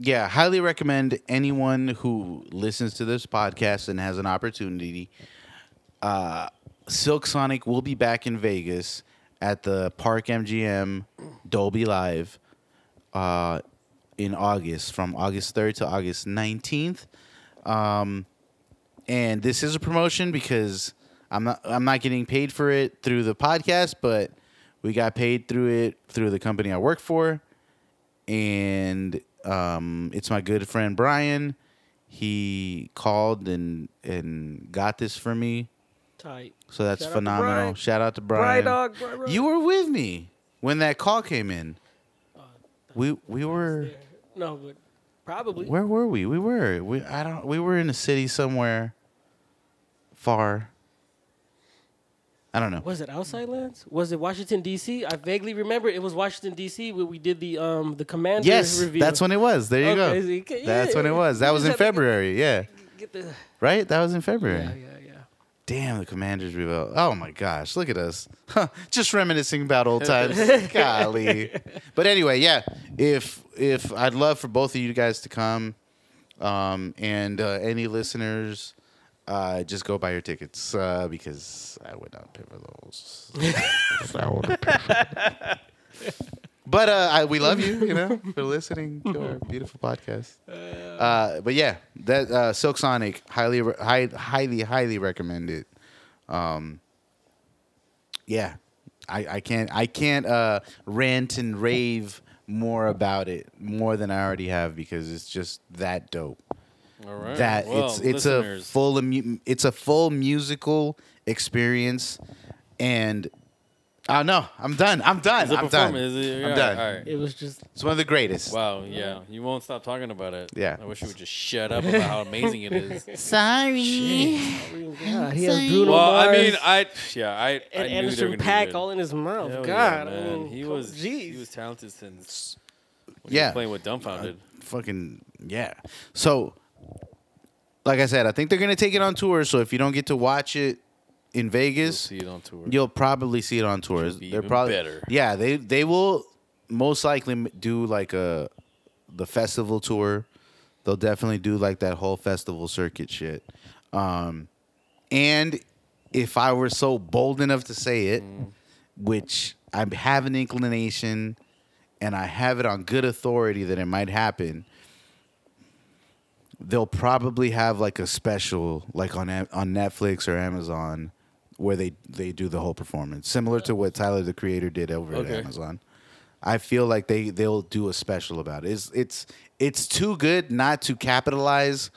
yeah, highly recommend anyone who listens to this podcast and has an opportunity. Uh, Silk Sonic will be back in Vegas at the Park MGM Dolby Live uh, in August, from August 3rd to August 19th. Um, and this is a promotion because I'm not I'm not getting paid for it through the podcast, but we got paid through it through the company I work for and um, it's my good friend Brian. He called and and got this for me, Tight. so that's Shout out to phenomenal. Brian. Shout out to Brian. Brian, dog. Brian, Brian. You were with me when that call came in. Oh, We we were No, but probably. where were we? We were we I don't we were in a city somewhere far. I don't know. Was it outside lands? Was it Washington D.C.? I vaguely remember it was Washington D.C. where we did the um the commander Yes, reveal. that's when it was. There you Okay, so you go. can- That's when it Oh, yeah, was. That you was just in have to get- February. Yeah, Get the, right. That was in February. yeah, yeah, yeah. Damn, the Commanders reveal. Oh my gosh, look at us. Huh, just reminiscing about old times. Golly. But anyway, yeah, if if I'd love for both of you guys to come um and uh, any listeners uh, just go buy your tickets uh, because I would not pay for those. I wouldn't pay for them. but uh, I, we love you, you know, for listening to our beautiful podcast. Uh, but yeah, that uh, Silk Sonic highly, re- high, highly, highly recommend it. Um, yeah, I, I can't, I can't uh, rant and rave more about it more than I already have because it's just that dope All right. that Well, it's it's a listeners, full amu- it's a full musical experience and Oh no, I'm done. I'm done. It's a I'm done. performance. Is it- I'm all done. right, all right. It was just It's one of the greatest. Wow, yeah. You won't stop talking about it. Yeah. I wish you would just shut up about how amazing it is. Sorry. God. He has Bruno well, I Mars mean, I yeah, I I and knew they were Anderson gonna do Pack good. all in his mouth. Hell God, yeah, I man. mean, he come- was Jeez. he was talented since when he Yeah. Uh, was playing with Dumbfounded. Fucking yeah. So, like I said, I think they're gonna take it on tour. So if you don't get to watch it in You'll Vegas, see it on tour. You'll probably see it on tours. be They're even probably better. Yeah, they they will most likely m- do like a the festival tour. They'll definitely do like that whole festival circuit shit. Um, and if I were so bold enough to say it, Mm-hmm. which I have an inclination, and I have it on good authority that it might happen. They'll probably have like a special, like on Am- on Netflix or Amazon, where they they do the whole performance, similar to what Tyler the Creator did over Okay. at Amazon. I feel like they they'll do a special about it. It's it's it's too good not to capitalize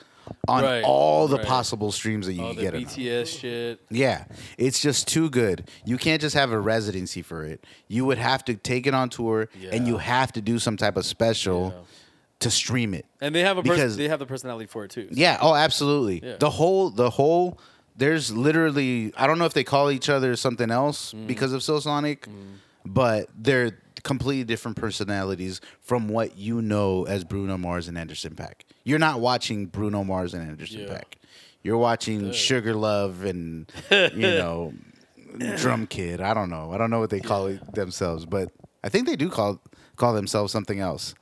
on Right, all the right. possible streams that you all can Oh, the get. it on. BTS shit. Yeah, it's just too good. You can't just have a residency for it. You would have to take it on tour, and you Yeah. have to do some type of special Yeah. to stream it. And they have a Because- person they have the personality for it too. Yeah. Oh, absolutely. Yeah. The whole the whole there's literally I don't know if they call each other something else Mm. because of Soul Sonic, but they're completely different personalities from what you know as Bruno Mars and Anderson Pack. You're not watching Bruno Mars and Anderson Yeah. Pack. You're watching Sugar Love and you know Drum Kid. I don't know. I don't know what they call it themselves, but I think they do call call themselves something else.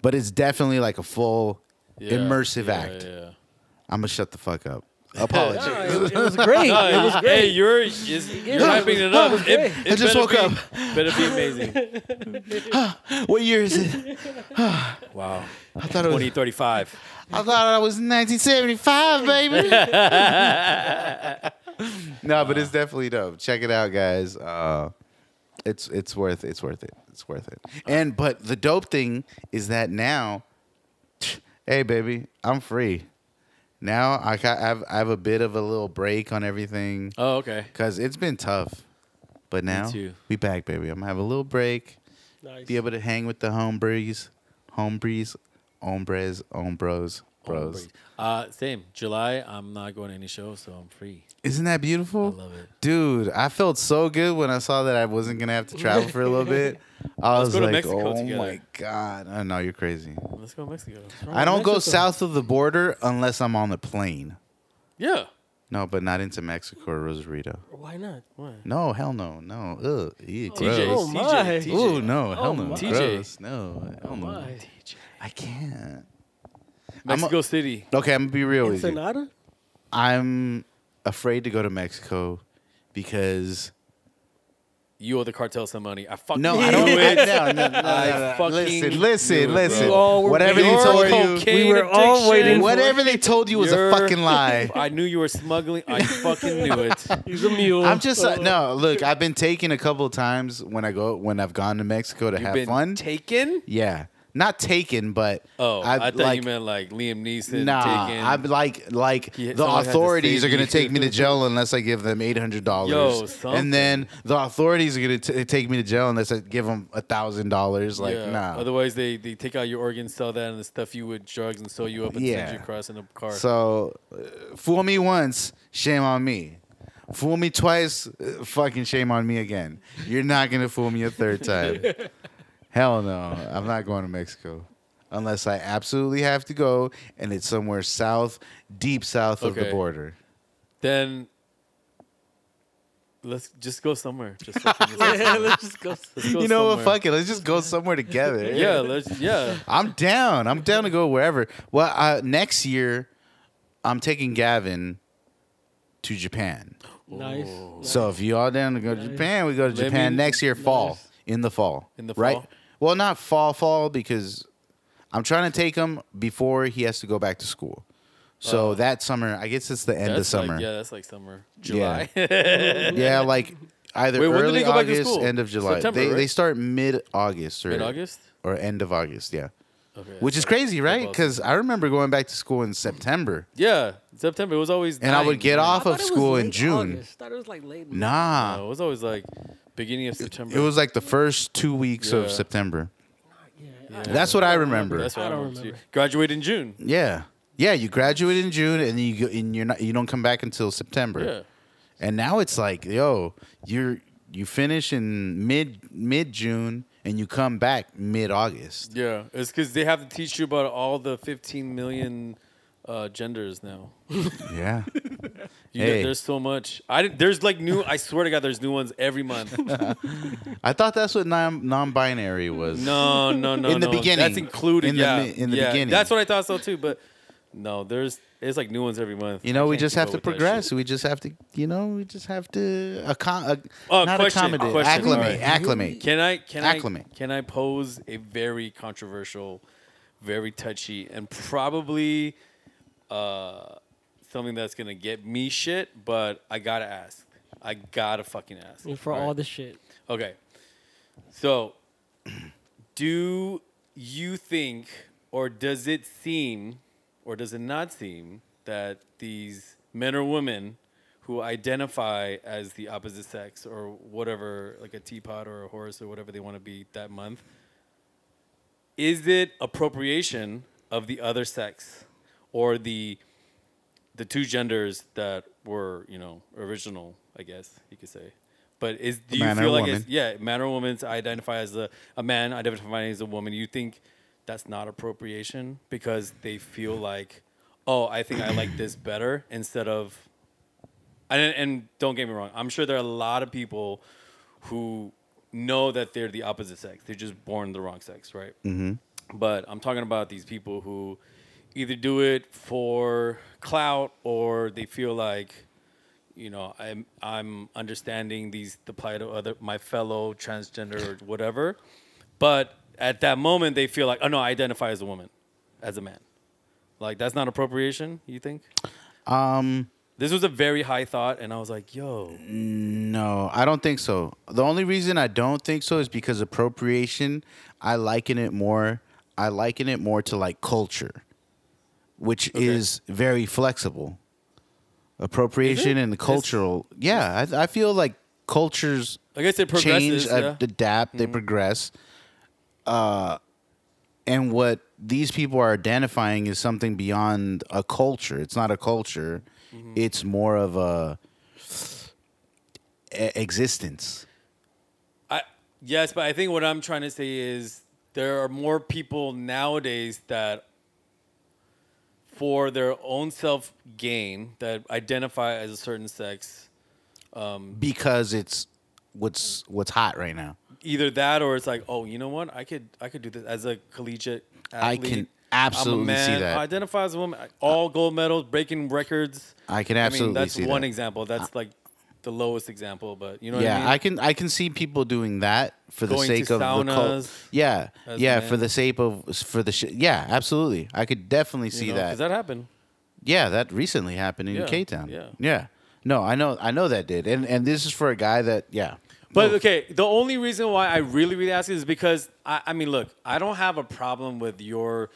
But it's definitely like a full Yeah, immersive yeah, act. Yeah. I'm gonna shut the fuck up. Apologies. No, it, it was great. No, it was hey, great. you're is- you're hyping it up. It, it I just better woke be- up. Better be amazing. what year is it? Wow. I thought it was. 2035. I thought I was 1975, baby. no, but it's definitely dope. Check it out, guys. Uh, it's it's worth it's worth it. It's worth it. And but the dope thing is that now, hey baby, I'm free. Now I ca- I have I have a bit of a little break on everything. Oh, okay. Cause it's been tough, but now too. we back, baby. I'm gonna have a little break, be able to hang with the hombres, hombres, hombres, hombros, bros. Uh, same. July, I'm not going to any shows, so I'm free. Isn't that beautiful? I love it. dude. I felt so good when I saw that I wasn't gonna have to travel for a little bit. I was go to like, Mexico oh together." my god, I know you're crazy. Let's go to Mexico. I don't go Mexico? south of the border unless I'm on the plane. Yeah. No, but not into Mexico or Rosarito. Why not? What? No, hell no, no. Ugh, ew, TJ, gross. Oh, my. TJ, TJ. Ooh, no, hell no, my. TJ. gross. No, hell no. Why? I can't. Mexico City. Okay, I'm gonna be real with you. Ensenada? I'm afraid to go to Mexico because You owe the cartel some money. I fucking no, knew I don't. I, it. no, no, no, I no, no. fucking listen, knew it, listen, bro. listen. You all Oh, were Whatever they waiting Your told for you, cocaine We were all addiction. waiting for- whatever they told you was a Your- fucking lie. I knew you were smuggling. I fucking knew it. He's a mule. I'm just uh, no. Look, I've been taken a couple of times when I go when I've gone to Mexico to You've have been fun. taken? yeah, not taken, but Oh, I, I've, thought like, you meant like Liam Neeson Nah, taken. I'm like like Yeah, the someone had to authorities save are gonna you. take me to jail unless I give them eight hundred Yo, dollars, something. and then the authorities are gonna t- take me to jail unless I give them a thousand dollars. Like Yeah. nah. Otherwise, they, they take out your organs, sell that, and the stuff you would drugs, and sew you up and Yeah. send you across in a car. So uh, fool me once, shame on me. Fool me twice, uh, fucking shame on me again. You're not gonna fool me a third time. Hell no, I'm not going to Mexico unless I absolutely have to go, and it's somewhere south, deep south of the Okay. border. then let's just go somewhere. Just fucking just go Yeah, somewhere. let's just go. Let's go You know what? somewhere. Fuck it. Let's just go somewhere together. Yeah, let's yeah. I'm down. I'm down to go wherever. Well, uh, next year, I'm taking Gavin to Japan. Nice. So if you all down to go to Nice. Japan, we go to Let Japan me- next year, fall Nice. in the fall. In the right? fall? Well, not fall, fall because I'm trying to take him before he has to go back to school. So that summer, I guess it's the end of Uh, That's like- summer. yeah, that's like summer. Yeah. July. Yeah. Yeah, like either Wait, when do early they go back to August, school? end of July. September, they right? they start mid August or Mid-August? or end of August. Yeah, Okay. which is crazy, right? Football Because I remember going back to school in September, Yeah, September. It was always and I would nine, get right? off of school in June. I thought it was like late. Nah, No, it was always like beginning of September. It was like the first two weeks Yeah. of September. Yeah, That's what I remember. That's what I I don't remember. remember. Graduated in June. yeah, yeah. You graduate in June, and then you go, and you're not you don't come back until September. Yeah. And now it's like, yo, you're you finish in mid mid June, and you come back mid August. Yeah, it's because they have to teach you about all the 15 million uh, genders now. Yeah. You Hey. there's so much. I didn't- there's like new. I swear to God, there's new ones every month. I thought that's what non non-binary was. No, no, no. In the no. beginning. that's included. In the yeah, mi- in the yeah. beginning. That's what I thought so too. But no, there's it's like new ones every month. You know, I we can't just keep have up to with that shit. progress. We just have to, you know, we just have to accom- ac- Uh, not question, accommodate, question, acclimate, alright. acclimate. Can I can Acclimate. I can I pose a very controversial, very touchy, and probably uh, something that's gonna get me shit? But I gotta ask. I gotta fucking ask. And for Alright. all the shit. Okay. So, do you think, or does it seem, or does it not seem that these men or women who identify as the opposite sex or whatever, like a teapot or a horse or whatever they want to be that month, is it appropriation of the other sex or the the two genders that were you know original i guess you could say but is do you Man or feel like woman. it's yeah man or woman to identify as a, a man identifying as a woman you think that's not appropriation because they feel like oh i think i like this better instead of and, and don't get me wrong i'm sure there are a lot of people who know that they're the opposite sex they're just born the wrong sex right Mm-hmm. but I'm talking about these people who either do it for clout or they feel like, you know, I'm I'm understanding these the plight of other my fellow transgender or whatever, but at that moment they feel like, oh no, I identify as a woman, as a man. Like that's not appropriation, you think? Um, This was a very high thought, and I was like, yo, no, I don't think so. The only reason I don't think so is because appropriation, I liken it more, I liken it more to like culture, which is very flexible. Appropriation and cultural, yeah, I, I feel like cultures I guess it change, progresses. yeah. Mm-hmm. ad- adapt, they progress. Uh, and what these people are identifying is something beyond a culture. It's not a culture. Mm-hmm. It's more of a, e- existence. I yes, but I think what I'm trying to say is there are more people nowadays that for their own self gain that identify as a certain sex. Because it's what's what's hot right now. Either that or it's like, oh, you know what? I could I could do this as a collegiate I athlete. can I'm absolutely see a man. that. I identify as a woman. I- All gold medals, breaking records. I can mean, absolutely that's see one that. example. That's like the lowest example, but you know yeah, what I mean? I can I can see people doing that for the Going to sake of the cult. saunas Yeah, as yeah, men. for the sake of for the sh- yeah, absolutely. I could definitely You see know, 'cause that. that happened. Yeah, that recently happened in Yeah, K Town. yeah. Yeah. No, I know I know that did. And and this is for a guy that yeah. But okay, the only reason why I really, really ask is because I, I mean, look, I don't have a problem with your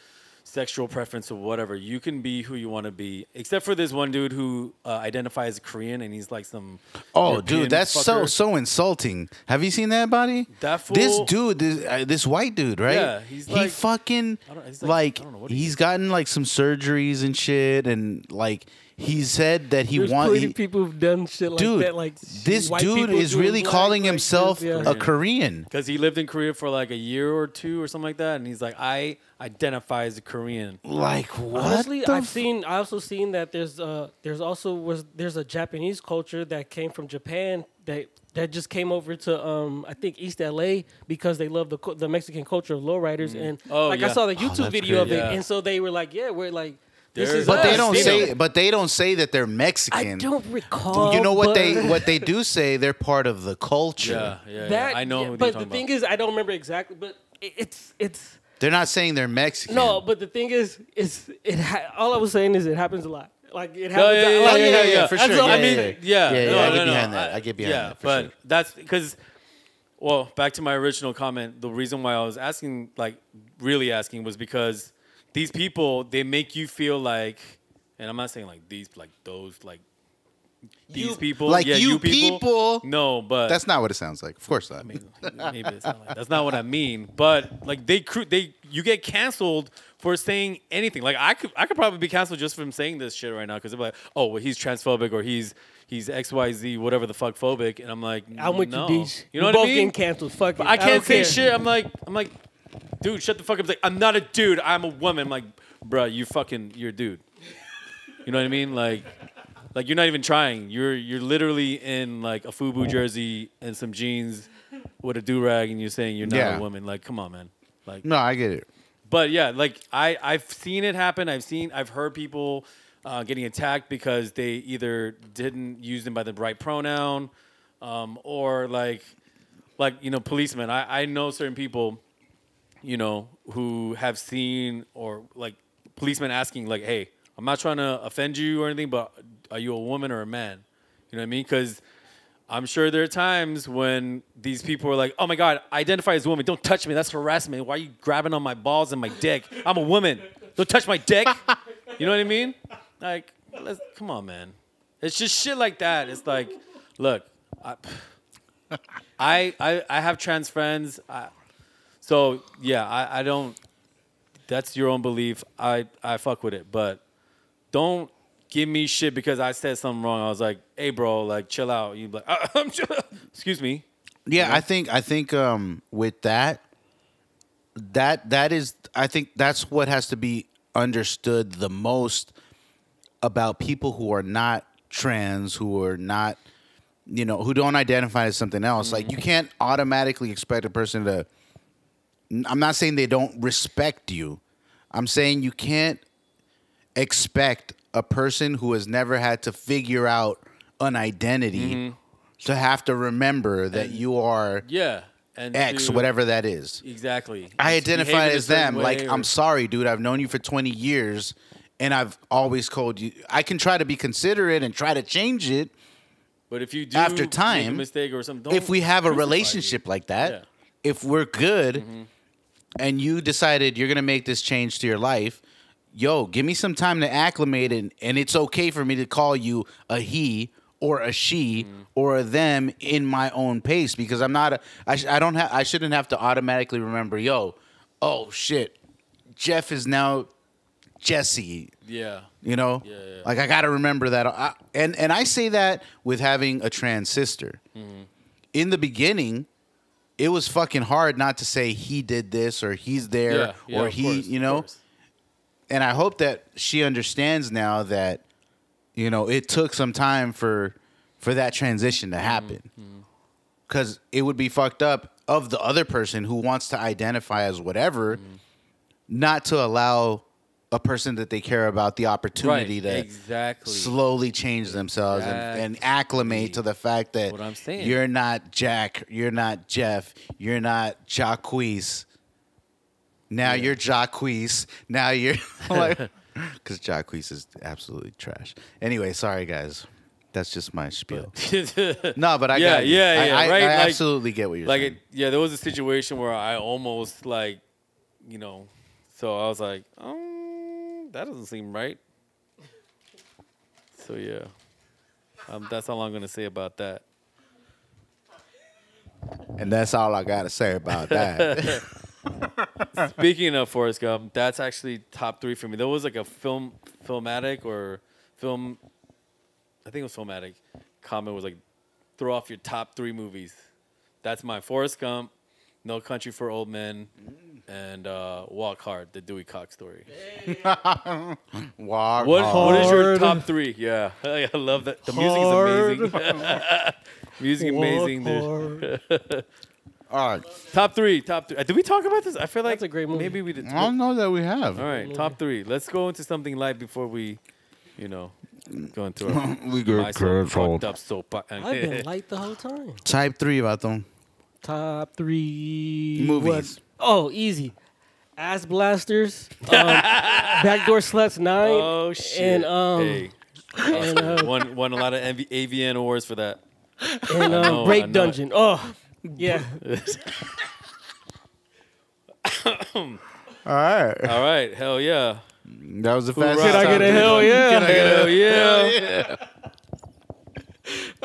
sexual preference or whatever. You can be who you want to be, except for this one dude who uh, identifies as Korean and he's like some. Oh, European dude, that's so fucker. so insulting. Have you seen that body? That This fool- dude, this uh, this white dude, right? Yeah, he's he like- fucking I don't- he's like- like, I don't know what he he's gotten like some surgeries and shit, and like he said that he There's wants. plenty people who've done shit like dude, that. Like this white dude people is doing really black, calling like, himself this, yeah. a Korean. Because he lived in Korea for like a year or two or something like that, and he's like, I identify as a Korean. Like what? Honestly, the I've f- seen. I also seen that there's uh there's also was there's a Japanese culture that came from Japan that that just came over to um I think East LA because they love the cu- the Mexican culture of lowriders and Oh, like I yeah. saw the Oh, YouTube that's video of great. it Yeah. and so they were like yeah we're like this There's is But they us. don't They say. don't- But they don't say that they're I Mexican. don't recall you know what but- they what they do say? They're part of the culture. Yeah, yeah, yeah. that I know. yeah, who but you're the talking thing about. is I don't remember exactly but it- it's it's They're not saying they're Mexican. No, but the thing is, is it? Ha- all I was saying is it happens a lot. Like it happens. No, yeah, a- yeah, like, yeah, yeah, yeah, for That's sure. all- I Yeah, mean, yeah, yeah. yeah, Yeah, yeah, no, I get no, no. behind that. I get behind yeah, that, for but sure. that's because, well, back to my original comment. The reason why I was asking, like, really asking, was because these people they make you feel like, and I'm not saying like these, like those, like these people, like yeah, you you people. people. No, but That's not what it sounds like. Of course not. I mean, maybe it's not like, that's not what I mean. But like they cru- they you get canceled for saying anything. Like I could I could probably be canceled just from saying this shit right now because they're like, oh, well, he's transphobic or he's he's X Y Z whatever the fuck phobic, and I'm like, I'm with no. you, Deej. You know We're what both I mean? getting canceled. Fuck it. I can't don't say care. shit. I'm like I'm like, dude, shut the fuck up. He's like I'm not a dude. I'm a woman. I'm like, bruh, you fucking you're a dude. You know what I mean? Like. Like you're not even trying. You're you're literally in like a FUBU jersey and some jeans with a do rag, and you're saying you're not Yeah. a woman. Like, come on, man. Like, No, I get it. but yeah, like I I've seen it happen. I've seen I've heard people uh, getting attacked because they either didn't use them by the right pronoun, um, or like like you know policemen. I I know certain people, you know, who have seen or like policemen asking like, hey, I'm not trying to offend you or anything, but are you a woman or a man? You know what I mean? Because I'm sure there are times when these people are like, "Oh my God, I identify as a woman. Don't touch me. That's harassment. Why are you grabbing on my balls and my dick? I'm a woman. Don't touch my dick." You know what I mean? Like, let's, come on, man. It's just shit like that. It's like, look, I, I, I, I have trans friends. I, so yeah, I, I don't. That's your own belief. I, I fuck with it, but don't give me shit because I said something wrong. I was like, hey, bro, like, chill out. You like, I'm chill. excuse me. Yeah, I think I think um with that that that is I think that's what has to be understood the most about people who are not trans, who are not you know, who don't identify as something else. Like you can't automatically expect a person to I'm not saying they don't respect you. I'm saying you can't expect a person who has never had to figure out an identity to have to remember that you are Yeah. And X, to- whatever that is. Exactly. I It's identify behaving a as certain them. Like, way or- I'm sorry, dude. I've known you for 20 years and I've always called you. I can try to be considerate and try to change it But if you do after make a time, mistake or something, if don't we have a crucify me. relationship like that, Yeah. Mm-hmm. if we're good and you decided you're going to make this change to your life, yo, give me some time to acclimate and, and it's okay for me to call you a he or a she Mm-hmm. or a them in my own pace because I'm not a, I, sh- I don't have I shouldn't have to automatically remember, yo, oh shit. Jeff is now Jesse Yeah. you know yeah. like i gotta remember that I, and and i say that with having a trans sister Mm-hmm. in the beginning it was fucking hard not to say he did this or he's there Yeah, yeah, or of he course, you of know course. and i hope that she understands now that you know it took some time for for that transition to happen because it would be fucked up of the other person who wants to identify as whatever not to allow a person that they care about the opportunity Right, to exactly. slowly change themselves and, and acclimate to the fact that What I'm saying. you're not Jack, you're not Jeff, you're not Jacquees. Now you're Jacquees. Now you're like, because Jacquees is absolutely trash. Anyway, sorry guys, that's just my spiel. no, but I Yeah, got you. yeah, I- yeah, I, right, I like- absolutely get what you're like saying. it, yeah, there was a situation where I almost like, you know, so I was like, um, that doesn't seem right. So yeah, um, that's all I'm gonna say about that. and that's all I gotta say about that. Speaking of Forrest Gump, that's actually top three for me. There was like a film, filmatic or film, I think it was filmatic. Comment was like, throw off your top three movies. That's my Forrest Gump, No Country for Old Men, and uh, Walk Hard, the Dewey Cox story. Walk What, hard. what is your Hard. top three? Yeah, I love that. The music is amazing. music amazing. There's- Or- All right. Top three, top three. Uh, Did we talk about this? I feel like That's a great movie. Maybe we did. I don't know that we have. All right, top three. Let's go into something light before we, you know, go into our my We get so controlled. fucked up soap. I've been light the whole time. Type three about them. Top three Movies. what- Oh, easy. Ass blasters. Um, backdoor sluts nine. oh shit! And um hey, and, uh, won won a lot of MV, AVN awards for that. and um, know, I break know. dungeon. Oh, yeah. All right. All right, hell yeah, That was the Hoorah. fastest. Can I get time. a hell yeah? hell yeah.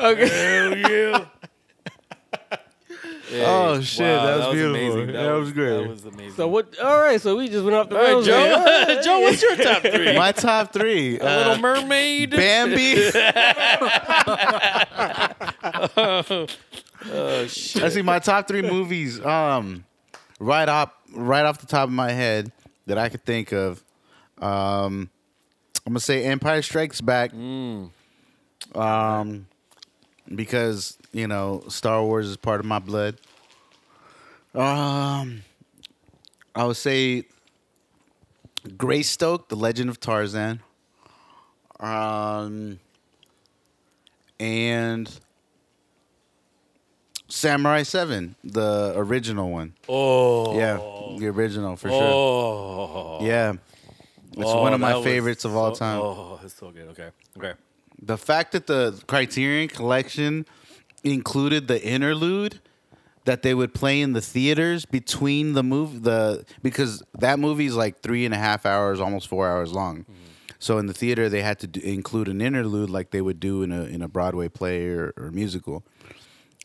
yeah. Okay. Hey, Oh, shit, that was beautiful. amazing. That was great. That was amazing. so what? All right. So we just went off the All right, rails. Joe. there. Joe, what's your top three? My top three. uh, Little Mermaid. Bambi. Oh shit. I see my top three movies. Um, right up, right off the top of my head that I could think of. Um, I'm gonna say Empire Strikes Back. Mm. Um, because you know Star Wars is part of my blood. Um, I would say Greystoke, The Legend of Tarzan. Um, and Samurai Seven, the original one. Oh. Yeah, the original for sure. Oh. Yeah, it's Oh, one of that my was favorites of all so- time. Oh, it's so good. Okay. Okay. The fact that the Criterion Collection included the interlude that they would play in the theaters between the movie, the because that movie is like three and a half hours, almost four hours long. Mm-hmm. So in the theater, they had to do, include an interlude like they would do in a in a Broadway play or, or musical.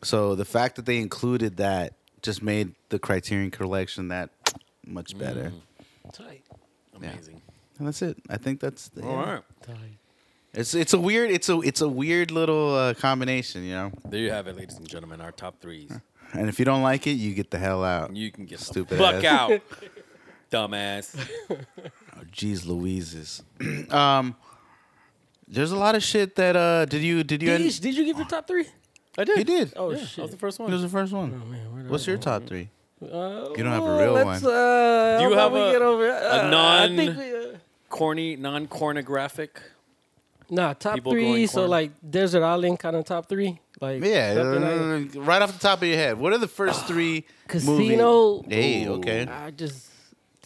So the fact that they included that just made the Criterion Collection that much better. Mm-hmm. Tight, Amazing. And that's it. I think that's the, All right. tight. It's it's a weird it's a it's a weird little uh, combination, you know. There you have it, ladies and gentlemen. Our top threes. And if you don't like it, you get the hell out. You can get Stupid the fuck ass. out, dumbass. Oh, Jeez, Louises. um, there's a lot of shit that uh, did you did you? Did you, did you give your top three? I did. you did. Oh Yeah, that shit. was the first It was one. the first one. What's your top three? Uh, You don't have a well, real let's, one. Uh, Do you how have about we a- get over, uh, non- I think we, uh, Corny, non-cornographic. nah, top people three. going So corn? like Desert Island kind of top three. Like Yeah, something like- uh, right off the top of your head, what are the first three? Casino. Movie? Hey, okay. I just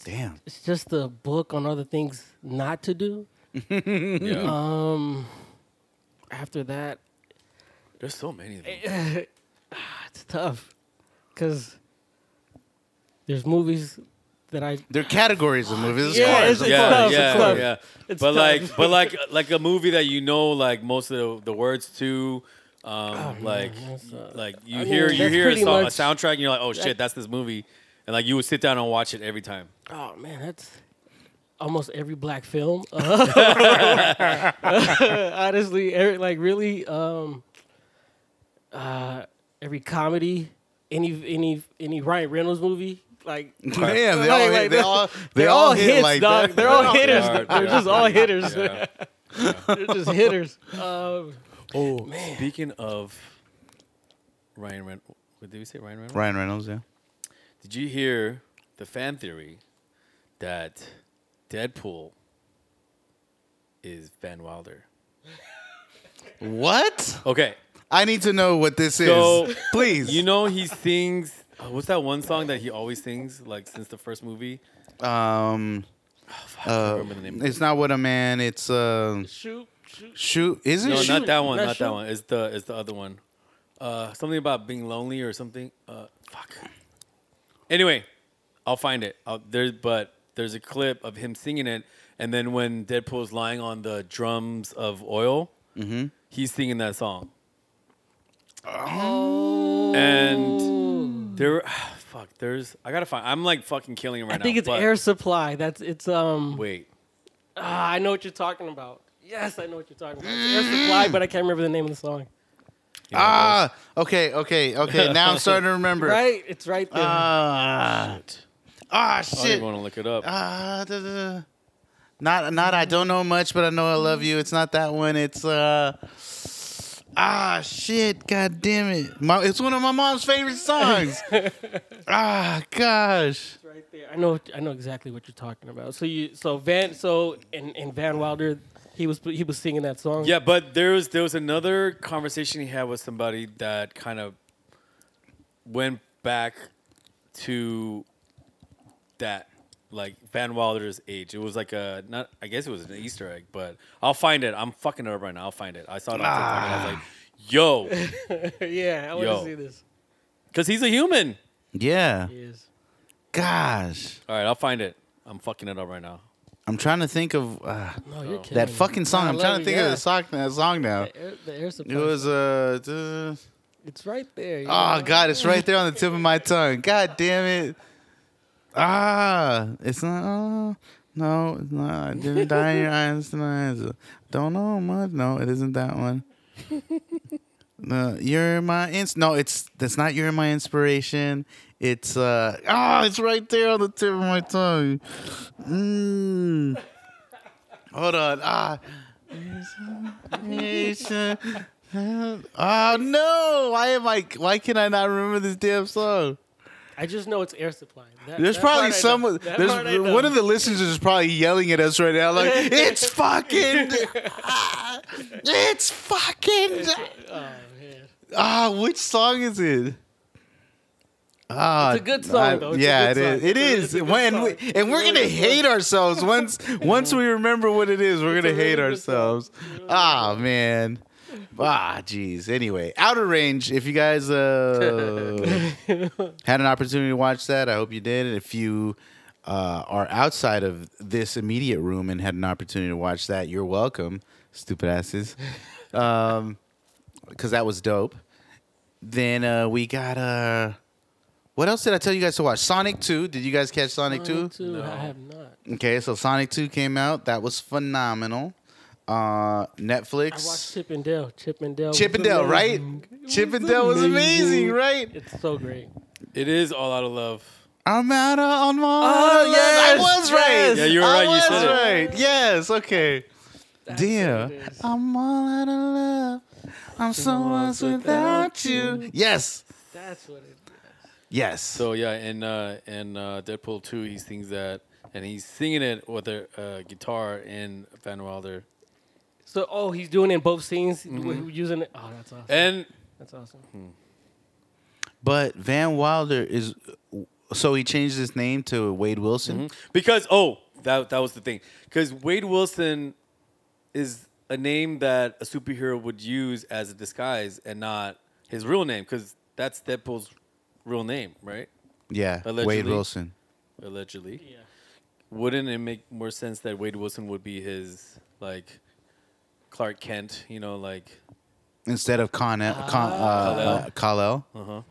Damn. it's just a book on other things not to do. Yeah. Uh, Um, after that, There's so many of them. ah, it's tough because there's movies that I They're categories of movies. It's Yeah, cards, it's- of it's yeah, course. tough, yeah, tough. yeah. It's but tough. like, but like, like a movie that you know, like most of the, the words to, um, like, Oh, that's, uh, like you I hear mean, you that's hear a, pretty song, a much- soundtrack, and you're like, oh shit, that's this movie, and like you would sit down and watch it every time. oh man, that's almost every black film. Uh, honestly, every, like really, um, uh, every comedy, any any any Ryan Reynolds movie. Like Damn, they all like- hit- like they all- they they're all all hit hits, like dog. that. They're all They hitters. are- They're, they just are. all hitters. Yeah. They're just hitters. Um, Oh man. Speaking of Ryan Reynolds, did we say Ryan Reynolds? Ryan Reynolds. Yeah. Did you hear the fan theory that Deadpool is Van Wilder? What? Okay, I need to know what this So, is, please. you know he sings. oh, what's that one song that he always sings? Like since the first movie. um. I can't Uh, remember the name. It's not what a man. It's uh, shoot, shoot. shoot. Is it? no, shoot? not that one. Not Not, Shoot. that one. It's the it's the other one. Uh, something about being lonely or something. Uh, fuck. Anyway, I'll find it. I'll, there, but there's a clip of him singing it, and then when Deadpool's lying on the drums of oil, he's singing that song. Oh. And there, fuck. There's. I gotta find. I'm like fucking killing him right I now. think it's but- Air Supply. That's it's um. Wait. Ah, I know what you're talking about. Yes, I know what you're talking about. It's Air Supply, but I can't remember the name of the song. Ah, okay, okay, okay. Now I'm starting to remember. Right? It's right there. Ah, I ah, don't shit. even want to Oh, look it up. Ah, da, da, da. not, not. I don't know much, but I know I love you. It's not that one. It's uh. Ah, shit. God damn it. My, it's one of my mom's favorite songs. ah, gosh. It's right there. I know. I know exactly what you're talking about. So you, so Van, so and and Van Wilder, he was he was singing that song. Yeah, but there was there was another conversation he had with somebody that kind of went back to that like Van Wilder's age. It was like a not I guess it was an Easter egg, but I'll find it. I'm fucking it up right now. I'll find it. I saw it on TikTok and I was Ah. like, yo, yeah. I want Yo. to see this. because he's a human. Yeah. He is. Gosh. All right, I'll find it. I'm fucking it up right now. I'm trying to think of uh, No, you're kidding. that me. fucking song. I I'm love trying to it, think of yeah. the song, that song now. The air, the air supply. It was uh, duh. it's right there. you oh know? god, it's right there on the tip of my tongue. God damn it! Ah, it's not. Oh, no, it's not. I didn't die in your eyes tonight. Don't know much. No, it isn't that one. No, you're my ins. No, it's that's not. You're my inspiration. It's uh. Ah, it's right there on the tip of my tongue. Mm. Hold on. Ah. Oh no! Why am I? Why can I not remember this damn song? I just know it's air supply. That, There's that probably part I know. someone. That There's part I know. one of the listeners is probably yelling at us right now, like it's fucking, ah, it's fucking. Oh man. Ah, which song is it? Ah, It's a good song, though. It's a yeah, good it song. is. It's a- It is. it's a good when song. we, and we're gonna hate ourselves once once we remember what it is. We're It's a gonna really hate good song. ourselves. Ah, man. Ah, jeez. Anyway, Outer Range. If you guys uh, had an opportunity to watch that, I hope you did. And if you uh, are outside of this immediate room and had an opportunity to watch that, you're welcome, stupid asses. Um, because that was dope. Then uh, we got uh, what else did I tell you guys to watch? Sonic Two. Did you guys catch Sonic Two? Sonic Two, I have not. Okay, so Sonic Two came out. That was phenomenal. Uh, I watched Netflix. Chip and Dale. Chip and Dale. was Chippendale, right? amazing. Chippendale was amazing, amazing. right? It's so great. It is all out of love. I'm out on my. Oh, yes, yes, I was yes. right. Yeah, you were I right, you was said it. right. Yes, okay. Dear, what it is. I'm all out of love. I'm so lost without you. Yes, That's what it is. yes. So yeah, and uh, and uh, Deadpool two, he sings that, and he's singing it with a uh, guitar in Van Wilder, So, oh, he's doing it in both scenes Mm-hmm. w- using it. Oh, that's awesome. and That's awesome. But Van Wilder is so he changed his name to Wade Mm-hmm. Wilson. because oh that that was the thing because Wade Wilson is a name that a superhero would use as a disguise and not his real name because that's Deadpool's real name, right? Yeah, Wade Allegedly. Wilson. Allegedly. Yeah. Wouldn't it make more sense that Wade Wilson would be his like Clark Kent? You know, like Instead of Con, Ah, Con uh, Kal-El. uh huh.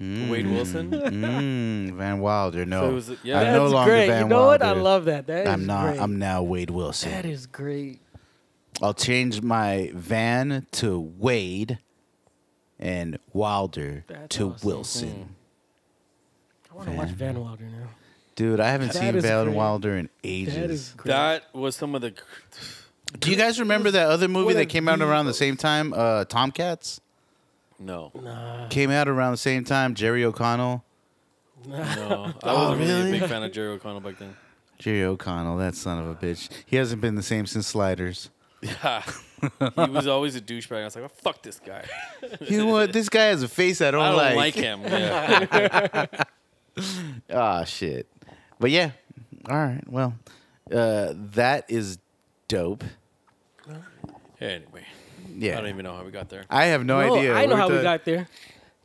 Wade Wilson. Mm, Van Wilder. No, So it was- yeah. I'm That's no longer great. Van you know what? Wilder. I love that. That is I'm not. Great. I'm now Wade Wilson. That is great. I'll change my Van to Wade, and Wilder That's to awesome. Mm. Wilson. I want to watch Van Wilder now. Dude, I haven't That seen is Van great. Wilder in ages. That is great. that was some of the. Do you guys remember that other movie what that a came out around the same time? Uh, Tomcats. No, no. came out around the same time. Jerry O'Connell. I wasn't Oh, really? really? a big fan of Jerry O'Connell back then. Jerry O'Connell, that son of a bitch. He hasn't been the same since Sliders. Yeah, he was always a douchebag. I was like, oh, fuck this guy. You know what? This guy has a face I don't, I don't like, like. him. Yeah. Ah, shit. But yeah. All right. Well, uh, that is dope. anyway, Yeah. I don't even know how we got there. I have no, No, idea. I know We're how we done. got there.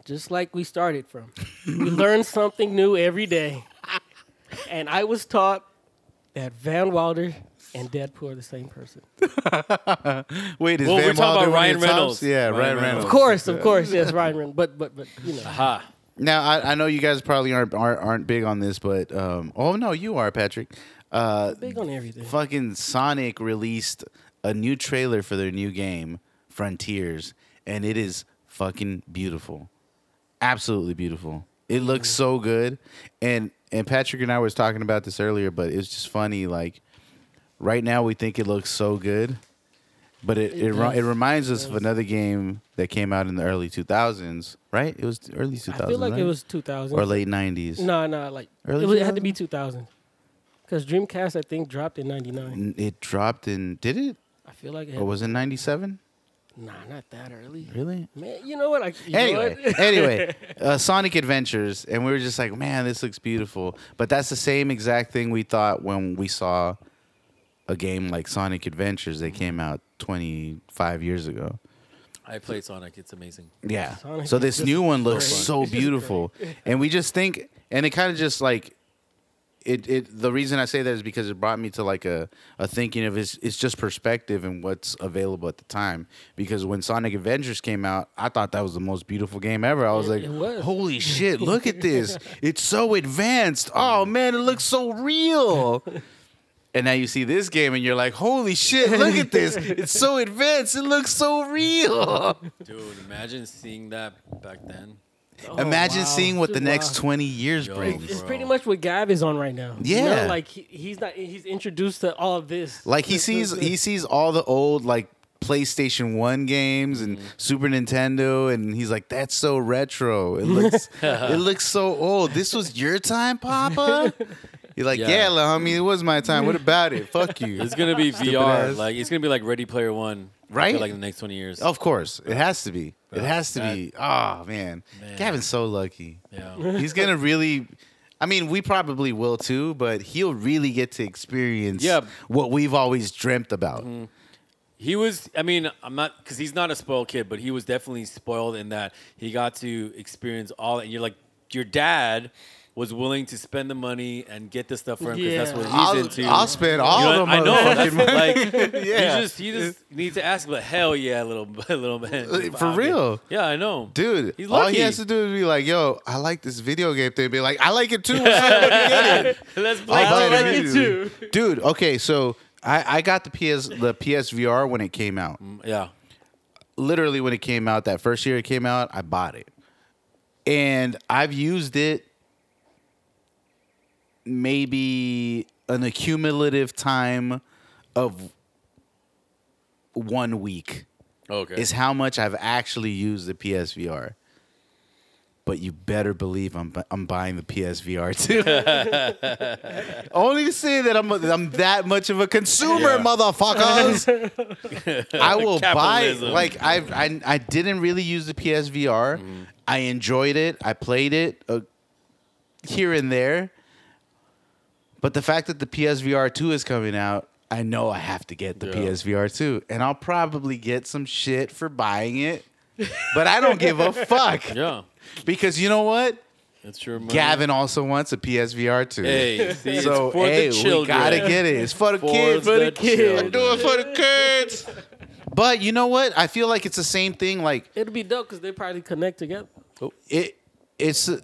Just like we started from. we learn something new every day. And I was taught that Van Wilder and Deadpool are the same person. Wait, is Well, Van we're talking about Wilder one of Ryan the tops? Reynolds. Yeah, Ryan, Ryan Reynolds. Reynolds. Of course, of course, yes, Ryan Reynolds. But but but you know. Ha. Now, I, I know you guys probably aren't aren't, aren't big on this, but um, oh no, you are, Patrick. Uh, Big on everything. fucking Sonic released a new trailer for their new game, Frontiers, and it is fucking beautiful. Absolutely beautiful. It looks so good. And and Patrick and I was talking about this earlier, but it's just funny like right now we think it looks so good, but it it, It re- does. it reminds us of does. another game that came out in the early 2000s, right? It was the early 2000s. I feel like right? it was two thousand. or late 90s. No, no, like Early it, was, it had to be two thousand. Because Dreamcast I think dropped in ninety nine. N- It dropped in did it? I feel like it had, Or was it 97? nah, not that early. Really? Man, you know what? I, you know anyway, what? anyway, uh, Sonic Adventures, and we were just like, man, this looks beautiful. But that's the same exact thing we thought when we saw a game like Sonic Adventures that came out 25 years ago. I played Sonic. It's amazing. Yeah. Sonic so is this just new one looks great. so It's just beautiful, and we just think, and it kind of just like it, it the reason I say that is because it brought me to like a, a thinking of it's, it's just perspective and what's available at the time. Because when Sonic Adventures came out, I thought that was the most beautiful game ever. I was like, it was. holy shit, look at this. It's so advanced. Oh man, it looks so real. And now you see this game and you're like, holy shit, look at this. It's so advanced. It looks so real. Dude, imagine seeing that back then. Oh, Imagine wow. seeing what the Dude, next wow. 20 years Yo. brings. It's Bro. pretty much what Gav is on right now. You know, Yeah. like he, he's not. He's introduced to all of this. Like he sees he sees all the old like PlayStation 1 games and Mm-hmm. Super Nintendo and he's like that's so retro. It looks it looks so old. This was your time, papa? You're like, Yeah. yeah, little homie, it was my time. What about it? Fuck you. It's gonna be VR. ass. Like it's gonna be like Ready Player One. I feel Right? Like in the next twenty years. Of course. It has to be. It has to be. Oh man. Man. Gavin's so lucky. Yeah. He's gonna really I mean, we probably will too, but he'll really get to experience Yeah. Mm-hmm. what we've always dreamt about. He was. I mean, I'm not because he's not a spoiled kid, but he was definitely spoiled in that he got to experience all. And you're like, your dad was willing to spend the money and get this stuff for him because that's Yeah. what he's I'll, into. I'll spend all You know, the I know. motherfucking That's, money. like, Yeah. he just he just needs to ask. But hell yeah, little little man. Uh, For real. Yeah, I know, Dude, He's all lucky. he has to do is be like, "Yo, I like this video game thing." Be like, "I like it too." What's up? Get it. Let's play. I'll buy I like it too. dude. Okay, so I, I got the PS the PSVR when it came out. Mm, Yeah. Literally, when it came out that first year it came out, I bought it, and I've used it maybe an accumulative time of one week. Okay. is how much I've actually used the PSVR. But you better believe I'm bu- I'm buying the PSVR too. Only to say that I'm I'm that much of a consumer, Yeah. motherfuckers. I will buy Capitalism. like I I I didn't really use the PSVR. Mm-hmm. I enjoyed it. I played it uh, here and there. But the fact that the PSVR 2 is coming out, I know I have to get the Yeah. PSVR 2. And I'll probably get some shit for buying it. But I don't give a fuck. yeah. Because you know what? That's your money. Gavin also wants a PSVR 2. Hey, see, so, it's for hey, the we children. gotta get it. It's for the For kids. the I'm doing it for the kids. But you know what? I feel like it's the same thing. Like, It'll be dope because they probably connect together. it, it's. uh,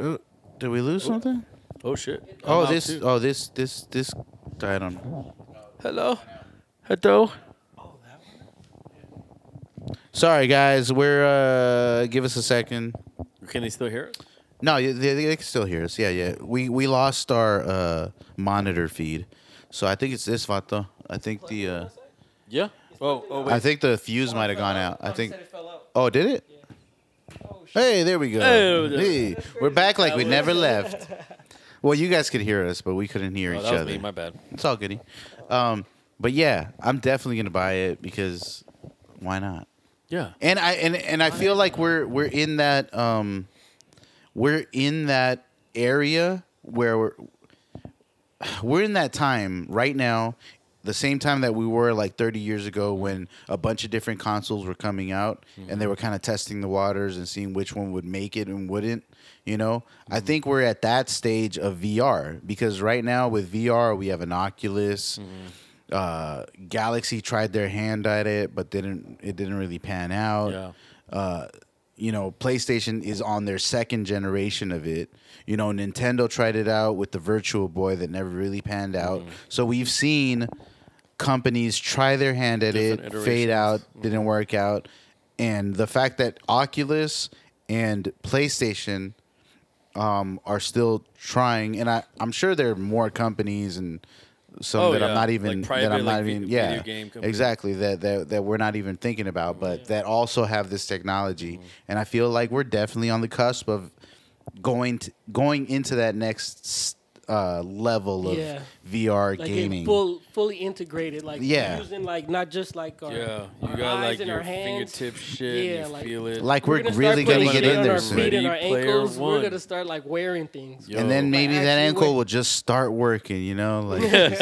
uh, did we lose something? Oh shit. Oh, I'm out this. too. Oh, this. This. This died on. Hello. Hello. Sorry, guys. We're uh, give us a second. Can they still hear it? No, y- they, they can still hear us. Yeah, yeah. We we lost our uh, monitor feed, so I think it's this Vato. I think the uh, Yeah. Oh, oh I think the fuse might have gone out. I think. Oh, did it? Oh, shit. Hey, there we go. Hey, there- Hey, we're back like we never left. Well, you guys could hear us, but we couldn't hear Oh, each that was other. me. My bad. It's all goody. Um, but yeah, I'm definitely gonna buy it because why not? Yeah. and I and and I feel like we're we're in that um we're in that area where we're we're in that time right now the same time that we were like 30 years ago when a bunch of different consoles were coming out and they were kind of testing the waters and seeing which one would make it and wouldn't you know i think we're at that stage of vr because right now with vr we have an oculus uh, Galaxy tried their hand at it, but didn't it didn't really pan out. Yeah. Uh, you know, PlayStation is on their second generation of it. You know, Nintendo tried it out with the Virtual Boy that never really panned out. Mm-hmm. So we've seen companies try their hand at it, Different iterations. fade Mm-hmm. out, didn't work out, and the fact that Oculus and PlayStation um, are still trying, and I, I'm sure there are more companies and some Oh, that I'm yeah. not Like even private, that I'm like, not even vid- yeah video game companies. exactly that, that that we're not even thinking about, but that also have this technology, Mm-hmm. and I feel like we're definitely on the cusp of going to, going into that next s- uh, level of Yeah. VR Like gaming. it's full, fully integrated. Like Yeah. using like not just like our, Yeah. You our got eyes like and your our hands. fingertip shit. Yeah, Yeah, you like- feel it. like we're, gonna start really gonna putting shit get in on there our soon. feet and our Ready, player ankles. We're one. gonna start like wearing things. Yo. and then Like, maybe that actually ankle when- will just start working, you know, like just,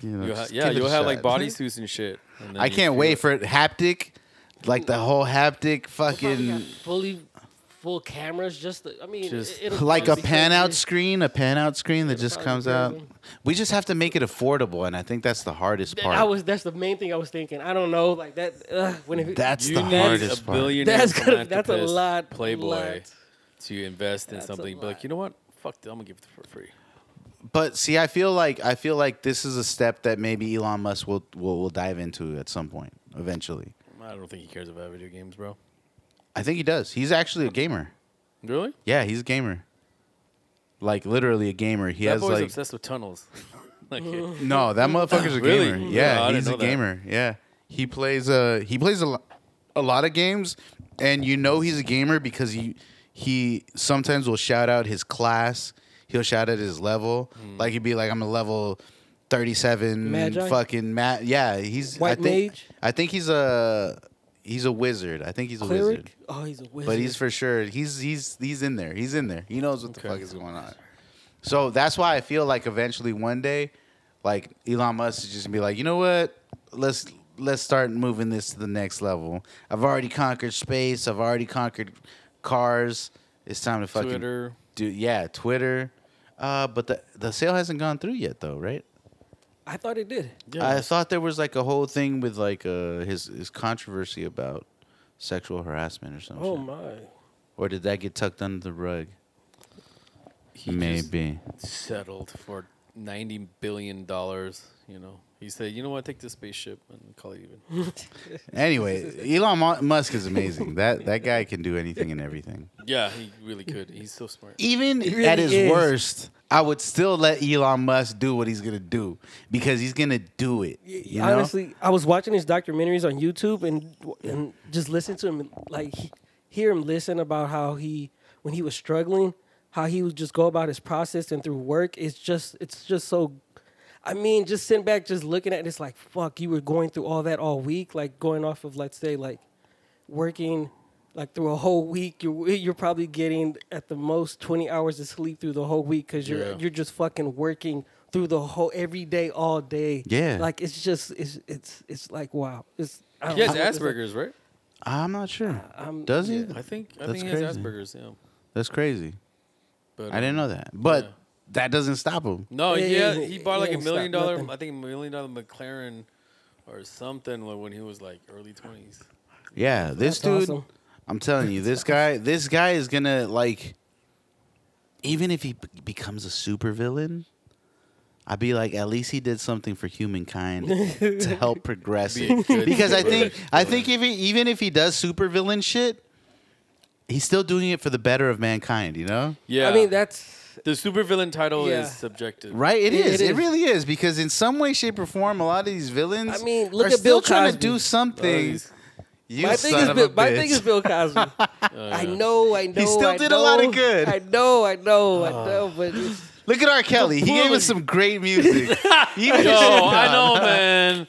you know, You'll ha- just yeah, give it a you'll have like shot. bodysuits and shit. and then I you can't feel wait it. for it haptic, like the whole Probably haptic got fucking fully full cameras. Just the, I mean, Just it, it'll like a probably be pan out crazy. screen, a pan out screen that just probably comes be out. crazy. We just have to make it affordable, and I think that's the hardest That- part. I was that's the main thing I was thinking. I don't know, like that. ugh, when it, that's you the need hardest a part. billionaire. That's to gonna- not to that's a piss lot- Playboy lot. to invest in That's a something. But like, lot. you know what? Fuck, it, I'm gonna give it for free. But see, I feel like I feel like this is a step that maybe Elon Musk will will, will dive into at some point eventually. I don't think he cares about video games, bro. I think he does. He's actually a gamer. Really? Yeah, he's a gamer. Like literally a gamer. He that has boy's like obsessed with tunnels. like, no, that motherfucker's a Really? gamer. Yeah, I Yeah, didn't he's a know that. gamer. Yeah, he plays uh he plays a, lo- a lot of games, and you know he's a gamer because he he sometimes will shout out his class. He'll shout at his level. Hmm. Like he'd be like, "I'm a level." 37 Magi? fucking mat yeah he's White I think mage? I think he's a he's a wizard I think he's a wizard cleric. Oh, he's a wizard. but he's for sure he's he's he's in there. He's in there. He knows what Okay. the fuck is going on. So that's why I feel like eventually one day, like Elon Musk is just gonna be like, you know what? Let's let's start moving this to the next level. I've already conquered space. I've already conquered cars. It's time to fucking Twitter. do yeah Twitter. Uh, but the the sale hasn't gone through yet though, right? I thought it did. I thought there was like a whole thing with like uh, his his controversy about sexual harassment or something. Oh my. Or did that get tucked under the rug? he Maybe. just settled for ninety billion dollars. You know, he said, "You know what? Take this spaceship and call it even." Anyway, Elon Mu- Musk is amazing. That that guy can do anything and everything. yeah, he really could. He's so smart. Even really at his is. worst, I would still let Elon Musk do what he's gonna do because he's gonna do it. You know? Honestly, I was watching his documentaries on YouTube and and just listen to him like he, hear him listen about how he when he was struggling, how he would just go about his process and through work. It's just it's just so. I mean, just sitting back, just looking at it, it's like fuck. You were going through all that all week, like going off of let's say like working like through a whole week. You're you're probably getting at the most twenty hours of sleep through the whole week because you're Yeah. you're just fucking working through the whole every day, all day. Yeah. Like it's just it's it's it's like wow. It's I He has don't know. It's like- Asperger's, right? I'm not sure. I'm- Does he? I think I That's think he has crazy. Asperger's. Yeah, That's crazy. but I didn't know that, but Yeah. that doesn't stop him. No, Yeah, yeah, yeah, yeah, he bought yeah, like a it's not million dollar. nothing. I think a million dollar McLaren or something like, when he was like early twenties. Yeah, That's this dude. awesome. I'm telling you, this guy, this guy is gonna like. Even if he b- becomes a supervillain, I'd be like, at least he did something for humankind to help progress Be a it. good Because I think, supervillain. I think if he, even if he does supervillain shit, he's still doing it for the better of mankind. You know, Yeah, I mean that's the supervillain title Yeah. is subjective, right? It It- is. it It, is. really is. Because in some way, shape, or form, a lot of these villains, I mean, look are at Bill still trying to Cosby. Oh, do Uh, something. Always. You my son thing is of Bill, a bitch. my thing is Bill Cosby. uh, I know, I know. still I did a lot of know, good. Oh. I know, I know, I know. But it's, Look at R. Kelly. He gave bully. us some great music. He was- Yo, I know, man.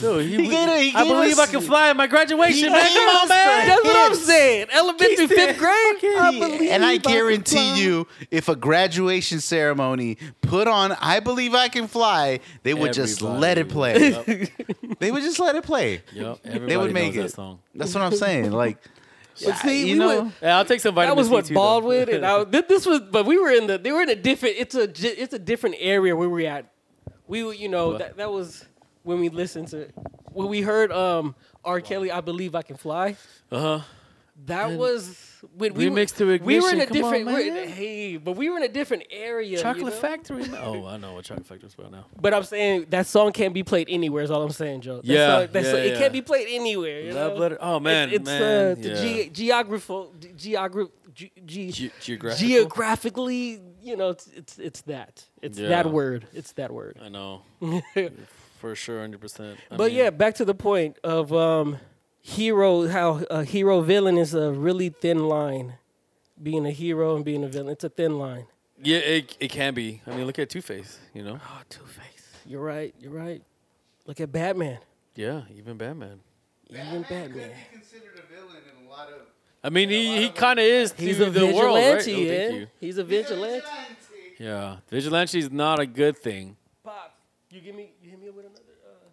Dude, he, He gave, he gave I believe us, I can fly at my graduation, He man. Come gave on, us man. the- that's what I'm Kids. saying. Elementary fifth grade. I he- believe. and I can fly. guarantee you, if a graduation ceremony put on "I Believe I Can Fly," they would just let it play. Everybody. Yep, They would just let it play. yep, everybody They would make knows it. That song. That's what I'm saying. Like, But see, you we know, went- Yeah, I'll take some vitamin that was C what too, though. Baldwin and I. thi- This was, but we were in the. They were in a different. It's a. j- It's a different area where we at. We, were, you know, What? that that was when we listened to when we heard um R. Kelly. I believe I can fly. Uh-huh. That was when we Remix were, to We were in Ignition, a come on, different. we're in- man. hey, but we were in a different area. you Chocolate know? Factory. man. Oh, I know what Chocolate Factory is about now. But I'm saying that song can't be played anywhere. Is all I'm saying, Joe. That Yeah, song- that yeah, song- yeah. It can't be played anywhere. you Love know? letter. Oh man, it's man. uh, the yeah. ge- geographical, geograph, ge- ge- Ge- geographical? geographically. You know, it's it's, it's that. It's Yeah. that word. It's that word. I know. For sure, hundred percent. but yeah, back to the point of um, hero. How a hero villain is a really thin line. Being a hero and being a villain, it's a thin line. yeah, it, it can be. I mean, look at Two Face. You know, Oh, Two Face. You're right. You're right. Look at Batman. yeah, even Batman. Even Batman. I mean, he, he kind of is to He's the a world, right? vigilante. Oh, eh? thank yeah. you. He's a vigilante. Yeah, vigilante is not a good thing. Pop, you give me you hit me up with another. Uh,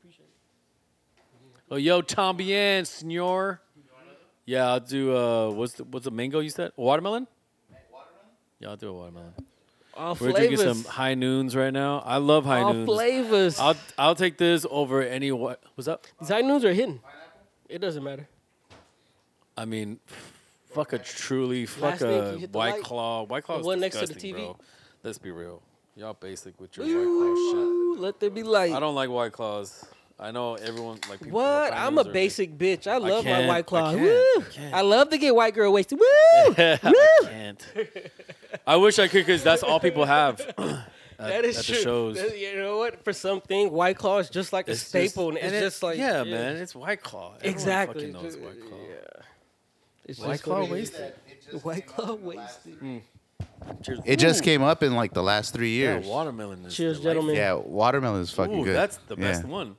appreciate it. Oh, yo, Tom Bien, senor. Yeah, I'll do. Uh, what's the, what's a mango? You said watermelon. Watermelon. Yeah, I'll do a watermelon. All We're flavors. drinking some high noons right now. I love high All noons. flavors. I'll I'll take this over any what. What's up? These high noons are hidden. It doesn't matter. I mean, fuck a truly, fuck Last thing, you a hit the white light. claw. White claw The is one next to the disgusting, TV. bro. Let's be real. Y'all basic with your white claw shit. Ooh, let there be light. I don't like White Claws. I know everyone like people. what? White I'm a Claws are- basic bitch. I love my can't, I white claw. can't, Woo! I can't. I love to get white girl wasted. Woo! I can't. I wish I could because that's all people have. that is at the true. shows. That- you know what? For something, white claw is just like a It's staple. and and it's it- just like yeah, man, it's White Claw. Everyone fucking Exactly. knows White Claw. It's White just what Claw it is. wasted. White claw wasted. Cheers. It just came up in like the last three Yeah, years. watermelon. Is Cheers, delightful. gentlemen. Yeah, watermelon is fucking Ooh, good. that's the best Yeah. one.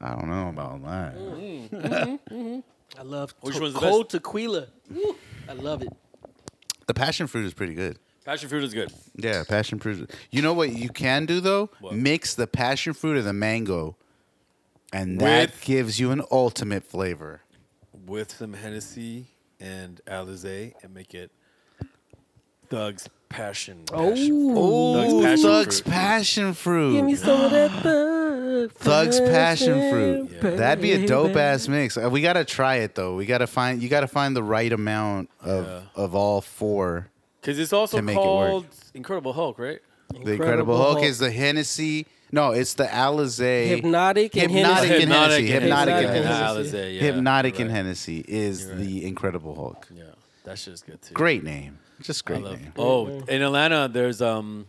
I don't know about that. I love Which to- one's the cold tequila. Woo! I love it. The passion fruit is pretty good. Passion fruit is good. Yeah, passion fruit. You know what you can do though? What? Mix the passion fruit and the mango, and that With- gives you an ultimate flavor. with some Hennessy and Alizé and make it Thug's passion. passion fruit. Oh, Thug's passion Thug's fruit. passion fruit. Give me some of that thug. Thug's passion fruit. Yeah. That'd be a dope baby. ass mix. Uh, We gotta try it though. We gotta find. You gotta find the right amount of of all four. Because it's also To make it work. called Incredible Hulk, right? The Incredible Hulk, is the Hennessy. No, it's the Alizé. Hypnotic and Hypnotic Hennessy. and Hennessy. Hypnotic and Hypnotic and Hennessy. Hennessy. Alizé, yeah, Hypnotic you're and right. Hennessy is You're right. the Incredible Hulk. Yeah, that shit's good too. Great name. Just I great love. name. Oh, in Atlanta, there's um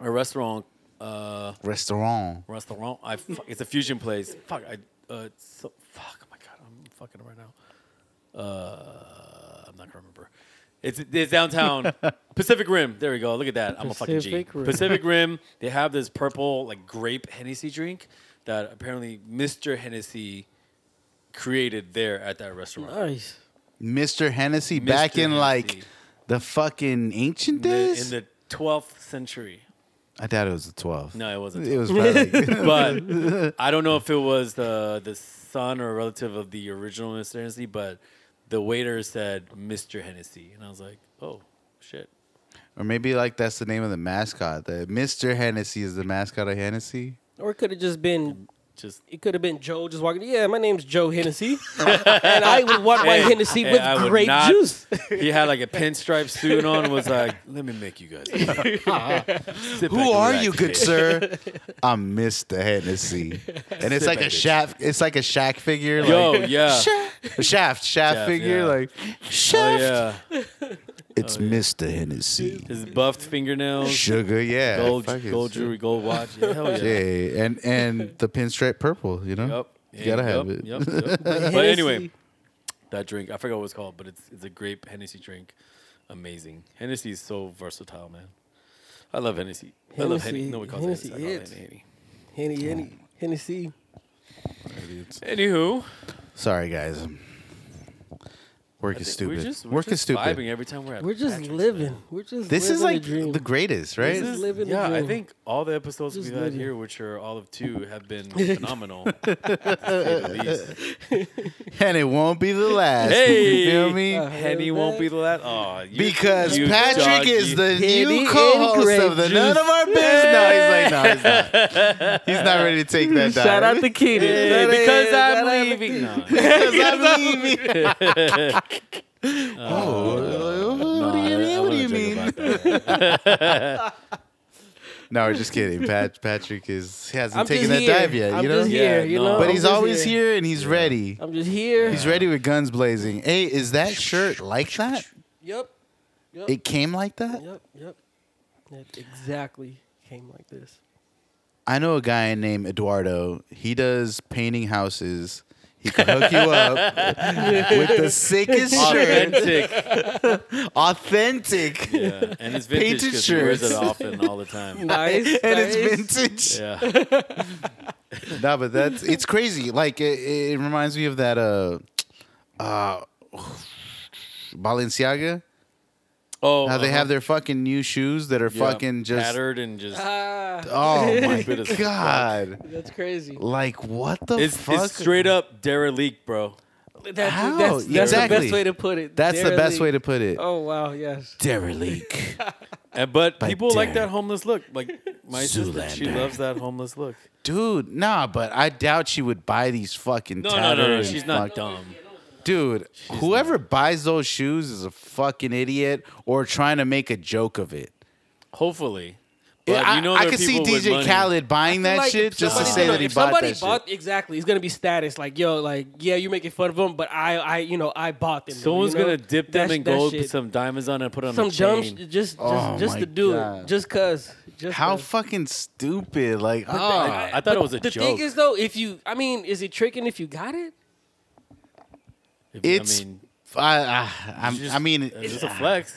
a restaurant. Uh, Restaurant. restaurant. I fuck, it's a fusion place. Fuck. I uh, it's so, fuck. Oh my god, I'm fucking it right now. Uh, I'm not gonna remember. It's it's downtown Pacific Rim. There we go. Look at that. I'm a fucking G. Pacific Rim. Pacific Rim. They have this purple like grape Hennessy drink that apparently Mr. Hennessy created there at that restaurant. Nice. Mr. Hennessy back in like Hennessy. the fucking ancient In the, days. in the 12th century. I doubt it was the 12. No, it wasn't. It was probably but I don't know if it was the the son or relative of the original Mr. Hennessy, but the waiter said Mr. Hennessy, and I was like, oh shit. or maybe like that's the name of the mascot. The Mr. Hennessy is the mascot of Hennessy. Or it could have just been. Just It could have been Joe just walking. Yeah, my name's Joe Hennessy, and I would want my Hey, Hennessy hey, with I would grape not- juice. He had like a pinstripe suit on. and Was like, let me make you guys. Who are you, good sir? I'm Mr. Hennessy, and it's Sit like back, bitch. a shaft. It's like a Shaq figure. Yo, like, yeah. Shaft, shaft, shaft figure. yeah. Like Oh shaft. yeah. It's Mr. Hennessy. His buffed fingernails, Sugar, yeah. gold, Fuck it. gold jewelry, gold watch. Yeah, hell yeah. Yeah, and and the pinstripe purple. You know. Yep. You gotta have Yep, it. Yep, yep. but anyway, that drink I forgot what it's called, but it's it's a grape Hennessy drink. Amazing. Hennessy is so versatile, man. I love Hennessy. I love Hennessy. Hennessy- No one calls Hennessy Hennessy. I call it hits. Henny. Henny, Henny, Hennessy. Anywho, Sorry, guys. Work is we're stupid. just, we're Work just is stupid. Vibing every time we're at We're just Patrick's. living. We're just. This living is like the dream. the greatest, right? This Just is- living the yeah, I dream. think all the episodes Just we've had living. here, which are all of two, have been phenomenal. to say the least. and it won't be the last. Hey! You feel me? Uh, Henny won't be the last. Oh, you, because you Patrick doggy. is the Kitty new and co-host grape of the juice. None of Our Business. No, he's like, no, he's not. He's not ready to take that. Shout out to Keenan. Hey, because I'm leaving. No. Oh, what No, I- do you I mean? What do wouldn't you joke mean? about that. No, we're just kidding. Pat, Patrick is he hasn't I'm taken just that here. dive yet. I'm you know, just Yeah, here. You no. know, but I'm he's just always here and he's ready. I'm just here. He's ready with guns blazing. Hey, is that shirt like that? Yep. It came like that? Yep. Yep. That exactly came like this. I know a guy named Eduardo. He does painting houses. He can hook you up with the sickest shirt, Authentic. authentic, Yeah, and it's vintage Painted because he wears it shirts. often all the time. Nice. and it's nice. vintage. Yeah, No, but that's it's crazy. Like it, it reminds me of that uh, uh, Balenciaga. Oh, How they uh-huh. have their fucking new shoes that are Yeah, fucking just tattered and just. Ah, oh my Stupid as fuck. god! that's crazy. Like what the It's, fuck? it's straight up derelict, bro. That's, How? That's, that's the Exactly. best way to put it. That's the best way Derelict. to put it. Oh wow, yes. Derelick. And, but By people like Darren that homeless look. Like my sister, she Zoolander. loves that homeless look. Dude, nah, but I doubt she would buy these fucking No, no, tattered no, no. and She's not fucked- dumb. Dude, whoever buys those shoes is a fucking idiot or trying to make a joke of it. Hopefully, Yeah, but I, you know I there are could see people with DJ money. Khaled buying that Like, shit if just to somebody's say gonna- that he if bought somebody that bought, shit. Exactly, it's gonna be status. Like yo, like yeah, you're making fun of them, but I, I, you know, I bought them. though, Someone's you know? gonna dip them That- in that gold, shit. put some diamonds on, it, and put it on some a dumb, chain. sh- just, just, Oh, just my to do God. it, just cause. Just How 'cause. fucking stupid. Like, oh, I thought it was a the joke. thing is though, if you, I mean, is it tricking if you got it? If- it's. I mean, I, I, I'm, just- I mean, ah, uh, it's a flex.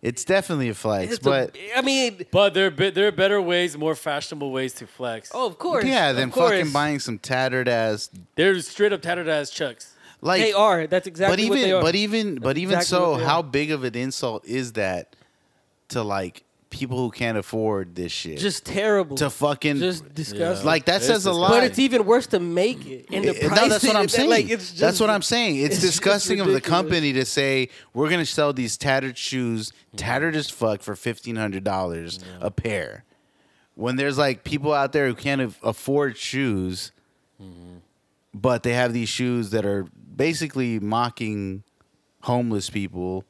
it's definitely a flex, It's a- but I mean, But there, are bit there are better ways, more fashionable ways to flex. oh, of course. yeah, of then course. fucking buying some tattered ass they're straight up tattered ass chucks. like They are. That's exactly but even what they are. but even but even exactly so what they how are. big of an insult is that to like people who can't afford this shit just terrible. e- to fucking just disgusting. Like, that It's says a lot. But lie. it's even worse to make it and the It- Eh, no, price. that's what it- I'm that- saying. Like, it's just, that's what I'm saying. It's, it's just disgusting of the ridiculous. company to say we're gonna sell these tattered shoes, tattered as fuck, for fifteen hundred dollars a pair. When there's like people out there who can't af- afford shoes, Mm-hmm. but they have these shoes that are basically mocking homeless people,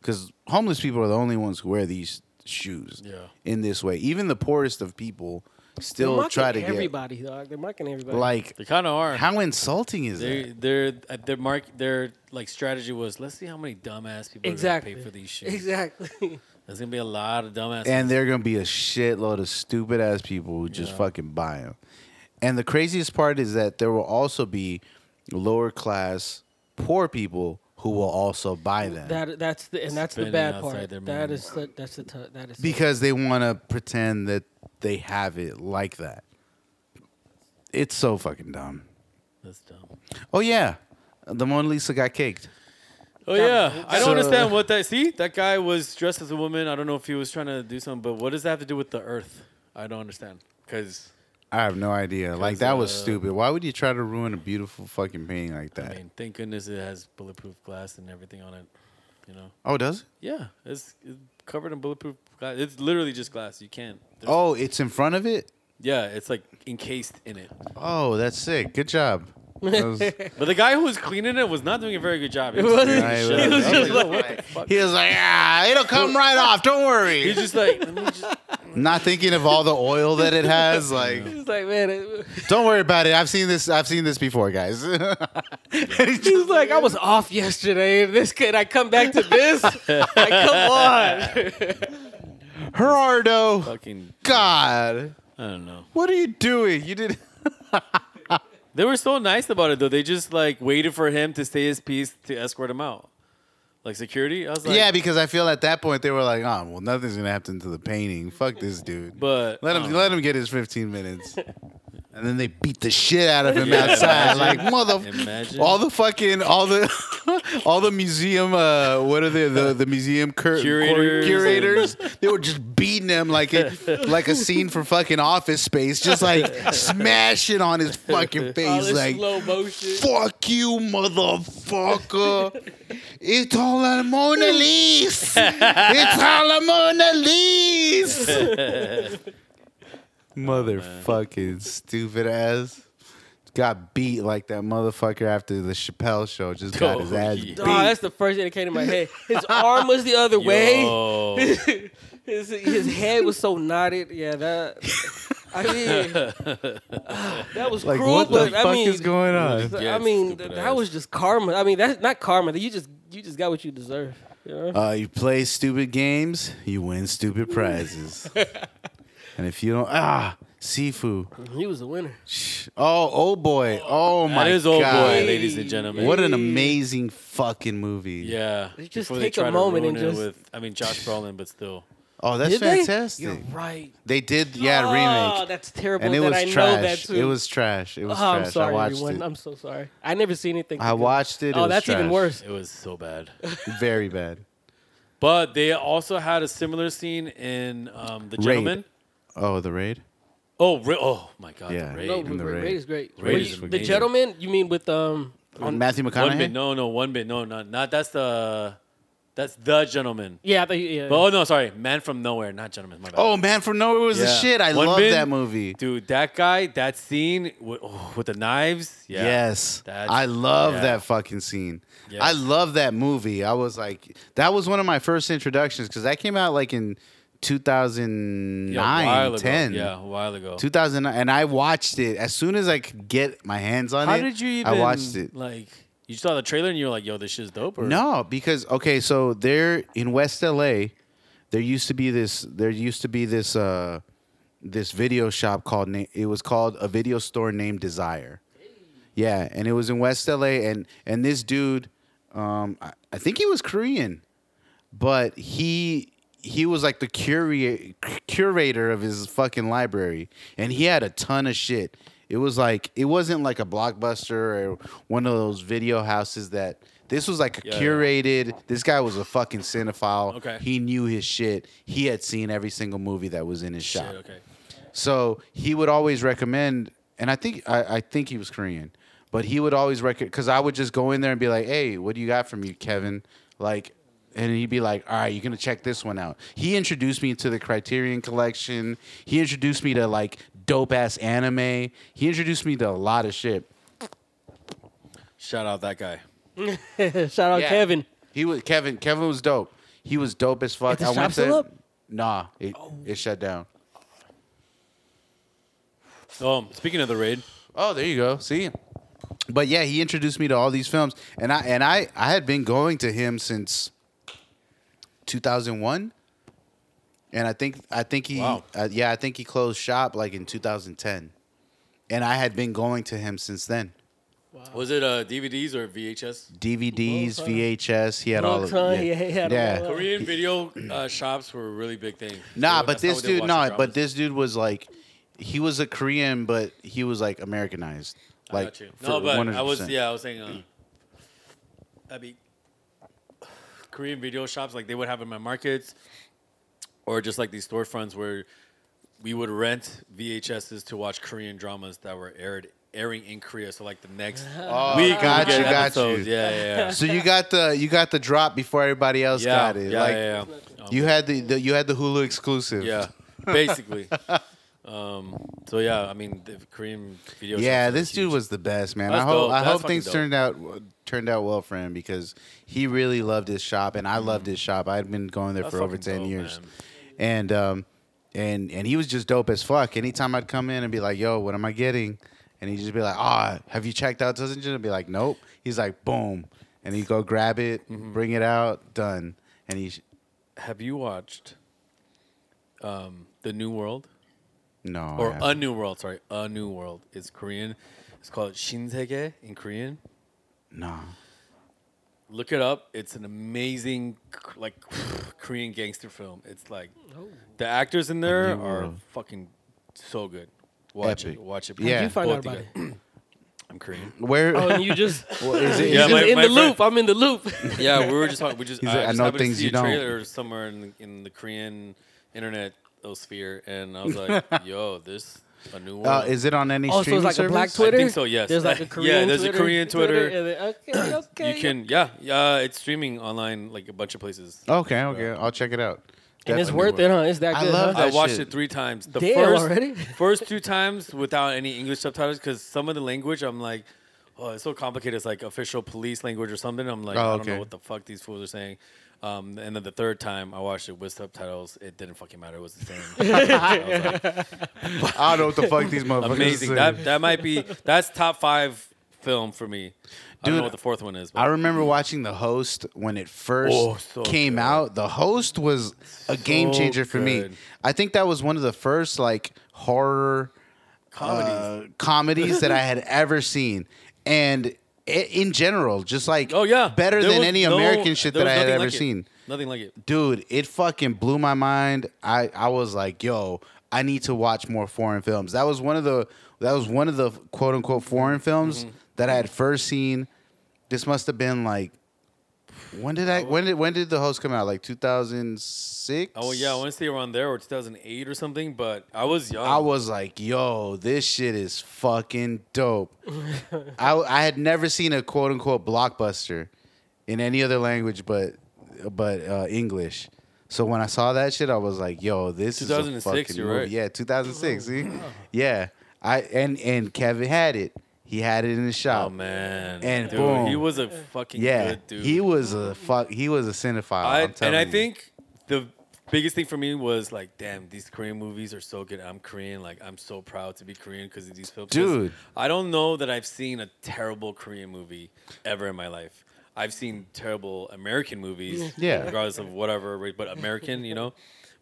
because homeless people are the only ones who wear these shoes Yeah. in this way. Even the poorest of people They're still mocking try to get everybody, dog. They're mocking everybody. like. They kind of are. How insulting is that? They, their their mark their like strategy was let's see how many dumbass people exactly. are gonna pay for these shoes. Exactly. There's gonna be a lot of dumbass. and they're gonna be a shitload of stupid ass people who just Yeah. fucking buy them. And the craziest part is that there will also be lower class poor people who will also buy them that that's the and that's the Spending bad outside part. their That means. is su- that's the t- that is because they want to pretend that they have it like that. It's so fucking dumb. That's dumb. Oh yeah, the Mona Lisa got caked. Oh Dumb. yeah, I don't So- understand what that. See, that guy was dressed as a woman. I don't know if he was trying to do something, but what does that have to do with the Earth? I don't understand. Because I have no idea. Like that was uh, stupid. Why would you try to ruin a beautiful fucking painting like that? I mean, thank goodness it has bulletproof glass and everything on it. You know. oh, does it? Yeah, it's, it's covered in bulletproof glass. It's literally just glass. You can't. there's- Oh, it's in front of it. Yeah, it's like encased in it. Oh, that's sick. Good job. That was- But the guy who was cleaning it was not doing a very good job. He It was, wasn't- cleaning the Right, right, shit right. up. I was He was like, what the fuck? He was like, ah, it'll come right off. Don't worry. He's just like, let me just. not thinking of all the oil that it has. Like, It's like man, it, don't worry about it. I've seen this. I've seen this before, guys. he was like, I was off yesterday. And this kid, I come back to this. like, come on. Gerardo, Fucking, God, I don't know. what are you doing? You did. They were so nice about it though. They just like waited for him to say his piece to escort him out, like security. I was like, yeah, because I feel at that point they were like, oh, well, nothing's gonna happen to the painting. Fuck this dude. but oh, let him I don't know. let him get his 15 minutes. And then they beat the shit out of him Yeah, outside, imagine. like mother. Imagine. All the fucking all the all the museum. Uh, what are they? The the museum cur- Curators. curators. They were just beating him like it like a scene from fucking Office Space, just like smashing on his fucking All face, this like slow motion. fuck you, motherfucker. It's all a Mona Lisa. It's all a Mona Lisa. Motherfucking stupid ass. Got beat like that motherfucker after the Chappelle show. Just got his Oh, ass yeah. beat. Oh, that's the first thing that came to my head. His arm was the other way. Yo. His, his head was so knotted. Yeah, that. I mean, that was Like, cruel. what the but fuck I mean, is going on? Yeah, I mean, stupid that ass. was just karma. I mean, that's not karma. You just you just got what you deserve. You know? Uh, you play stupid games, you win stupid prizes. and if you don't, ah, Sifu. he was a winner. Shh. Oh, oh boy. Oh my that is old God. boy, ladies and gentlemen. What an amazing fucking movie. Yeah. They just Before take a try to moment ruin and it just- With, I mean, Josh Brolin, but still. Oh, that's Did they? fantastic. You're right. They did, yeah, Oh, remake. that's terrible. and it that was I know that trash. too. It was trash. It was Oh, trash. I'm sorry, I watched everyone. it. I'm so sorry. I never seen anything. I watched it. It Oh, was that's even trash. worse. It was so bad. Very bad. But they also had a similar scene in um, The Gentleman. Oh, the raid. Oh, Ra- oh my God. Yeah. The Raid. No, in The Raid. Raid. is great. Raid is the amazing. gentleman, you mean with um With Matthew McConaughey. One bit. No, no, one bit. No, not not. That's the that's the gentleman. Yeah, I thought you- yeah. But, oh no, sorry, Man from Nowhere, not gentleman. My bad. Oh man, from nowhere was the Yeah. shit. I One love Bit, that movie. dude. That guy, that scene with, oh, with the knives. Yeah. Yes, That's- I love yeah. that fucking scene. Yes. I love that movie. I was like, that was one of my first introductions because that came out like in Yeah, a 2009, while 10. Ago. Yeah, a while ago. 2009, and I watched it as soon as I could get my hands on How it. did you even? I watched it. Like you saw the trailer and you were like, "Yo, this shit's dope." Or No, because okay, so there in West LA, there used to be this. There used to be this. uh This video shop called. na- It was called a video store named Desire. Yeah, and it was in West LA, and and this dude, um, I, I think he was Korean, but he he was like the cura- curator of his fucking library, and he had a ton of shit. It was like it wasn't like a blockbuster or one of those video houses that. This was like a Yeah, yeah. curated. This guy was a fucking cinephile. Okay. He knew his shit. He had seen every single movie that was in his Shit, shop. okay. So he would always recommend, and I think I, I think he was Korean, but he would always recommend because I would just go in there and be like, "Hey, what do you got for me, Kevin?" Like, and he'd be like, "All right, you're gonna check this one out." He introduced me to the Criterion Collection. He introduced me to like dope ass anime. He introduced me to a lot of shit. Shout out that guy. Shout out Yeah. Uh, Kevin. He was Kevin. Kevin was dope. He was dope as fuck. the I shop went still up? to Oh. nah, it, it shut down. Um, speaking of the raid, Oh, there you go. See. But yeah, he introduced me to all these films, and I and I I had been going to him since 2001, and I think I think he Wow. uh, yeah I think he closed shop like in 2010, and I had been going to him since then. was it uh, DVDs or VHS? DVDs, Long time. VHS, he had all Long of time, it. yeah, he had all of it. Korean video uh, shops were a really big thing. Nah, They- but that's how this they watched dude, the no, dramas. but this dude was like, he was a Korean, but he was like Americanized. I got Like, you. for no, but I was 100%. yeah, I was saying, uh, I mean, Korean video shops like they would have in my markets, or just like these storefronts where we would rent VHSs to watch Korean dramas that were aired airing in Korea. So like the next Oh, week, we would got get you, got you. episodes. Yeah, yeah, yeah. So you got the you got the drop before everybody else yeah, got it. Yeah, like yeah, yeah. Um, you had the, the you had the Hulu exclusive. yeah, basically. Um, so yeah, I mean, the Korean video. Yeah, shops are this dude huge. was the best, man. That's I hope dope. I That's hope fucking things dope. turned out turned out well for him because he really loved his shop and I loved his shop. I had been going there Mm-hmm. That's for over fucking 10 dope, years. man. And um and and he was just dope as fuck. Anytime I'd come in and be like, "Yo, what am I getting?" and he'd just be like, "Ah, have you checked out this engine?" I'd be like, "Nope." He's like, "Boom." And he'd go grab it, Mm-hmm. bring it out, done. And he Have you watched um, the New World no. Oh, I or haven't. a New World? Sorry, a New World. It's Korean. It's called Shinsegae in Korean. no. Look it up. It's an amazing, like Korean gangster film. It's like the actors in there New are World. fucking so good. Watch Epic. it. Watch it. Yeah. How'd you find Both out you about guys. I'm Korean. Where Oh, and you just is it- Yeah, yeah, my- in my friend- the loop. I'm in the loop. Oh, Yeah, we were just talking. We just, He's I, like, just "I know happened things to see you a don't." trailer somewhere in, in the Korean internet sphere, and I was like, "Yo, this a new world." Uh, is it on any Oh, so streaming it's like service? a black Twitter. so, yes. There's like Yeah, a Korean. there's a Twitter, Korean Twitter. and then- okay, okay. you can, yeah, yeah. It's streaming online, like a bunch of places. Okay, okay, I'll check it out. And it's Definitely worth will. it, huh? It's that I good. love huh? I that watched shit. it three times. The Damn, first, already? first two times without any English subtitles, because some of the language I'm like, oh, it's so complicated. It's like official police language or something. I'm like, Oh, I don't okay. know what the fuck these fools are saying. Um, and then the third time I watched it with subtitles, it didn't fucking matter. It was the same. I was like, I don't know what the fuck these motherfuckers. Amazing. say. That that might be that's top five film for me. I don't Dude, know what the fourth one is. I But remember watching The Host when it first Oh, so came good. out. The Host was a game So changer for me. good. I think that was one of the first like horror comedies. uh, comedies that I had ever seen, and i in general, just like oh yeah, better There than was any no- American shit there that I was had nothing ever like it. seen. Nothing like it. dude it fucking blew my mind i i was like yo i need to watch more foreign films that was one of the that was one of the Mm-hmm. quote unquote foreign films that i had first seen this must have been like When did I? When did when did the host come out? Like 2006. Oh yeah, I want to say around there or 2008 or something. But I was young. I was like, yo, this shit is fucking dope. I, I had never seen a quote unquote blockbuster in any other language but but uh, English. So when I saw that shit, I was like, yo, this is a 2006, fucking you're movie. right. Yeah, 2006. See? Yeah. I and and Kevin had it. He had it in the shop. Oh man, And dude, boom. he was a fucking Yeah, good dude. he was a fuck. He was a cinephile. I, I'm and telling I you. think the biggest thing for me was like, damn, these Korean movies are so good. I'm Korean. Like, I'm so proud to be Korean because of these films. 'Cause Dude. I don't know that I've seen a terrible Korean movie ever in my life. I've seen terrible American movies, Yeah. regardless of whatever, ra- but American, you know.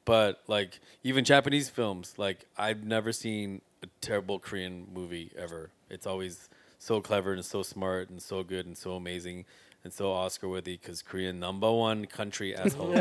But like even Japanese films, like I've never seen a terrible Korean movie ever. It's always so clever and so smart and so good and so amazing and so Oscar worthy because Korea number one country asshole.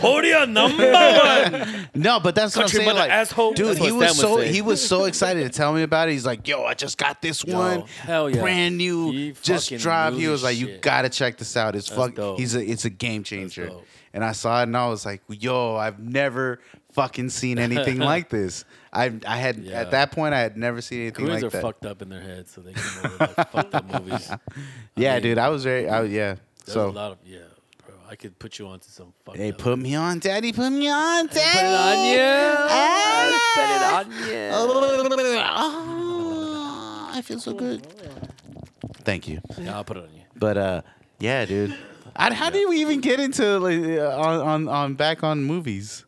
Korea number one. No, but that's Country what I'm saying. mother Like, asshole. dude, That's he what was Stan so would say. he was so excited to tell me about it. He's like, "Yo, I just got this one, hell yeah. brand new, He just fucking dropped." knew He his was like, "You shit. gotta check this out. It's fuck. dope. He's a it's a game changer." dope. And I saw it, and I was like, "Yo, I've never fucking seen anything like this. I I had Yeah. at that point, I had never seen anything Koreans like are that. fucked up in their heads, so they come up with like, fucked up movies. yeah, mean, dude, I was very, I, yeah. There's So a lot of yeah, bro. I could put you onto some fucked They up. put me on, Daddy. Put me on, Daddy. put it on you. Ah. I put it on you. Oh, I feel so good. Thank you. Yeah, I'll put it on you. But uh, yeah, dude. I, how did we even get into like, uh, on, on on back on movies?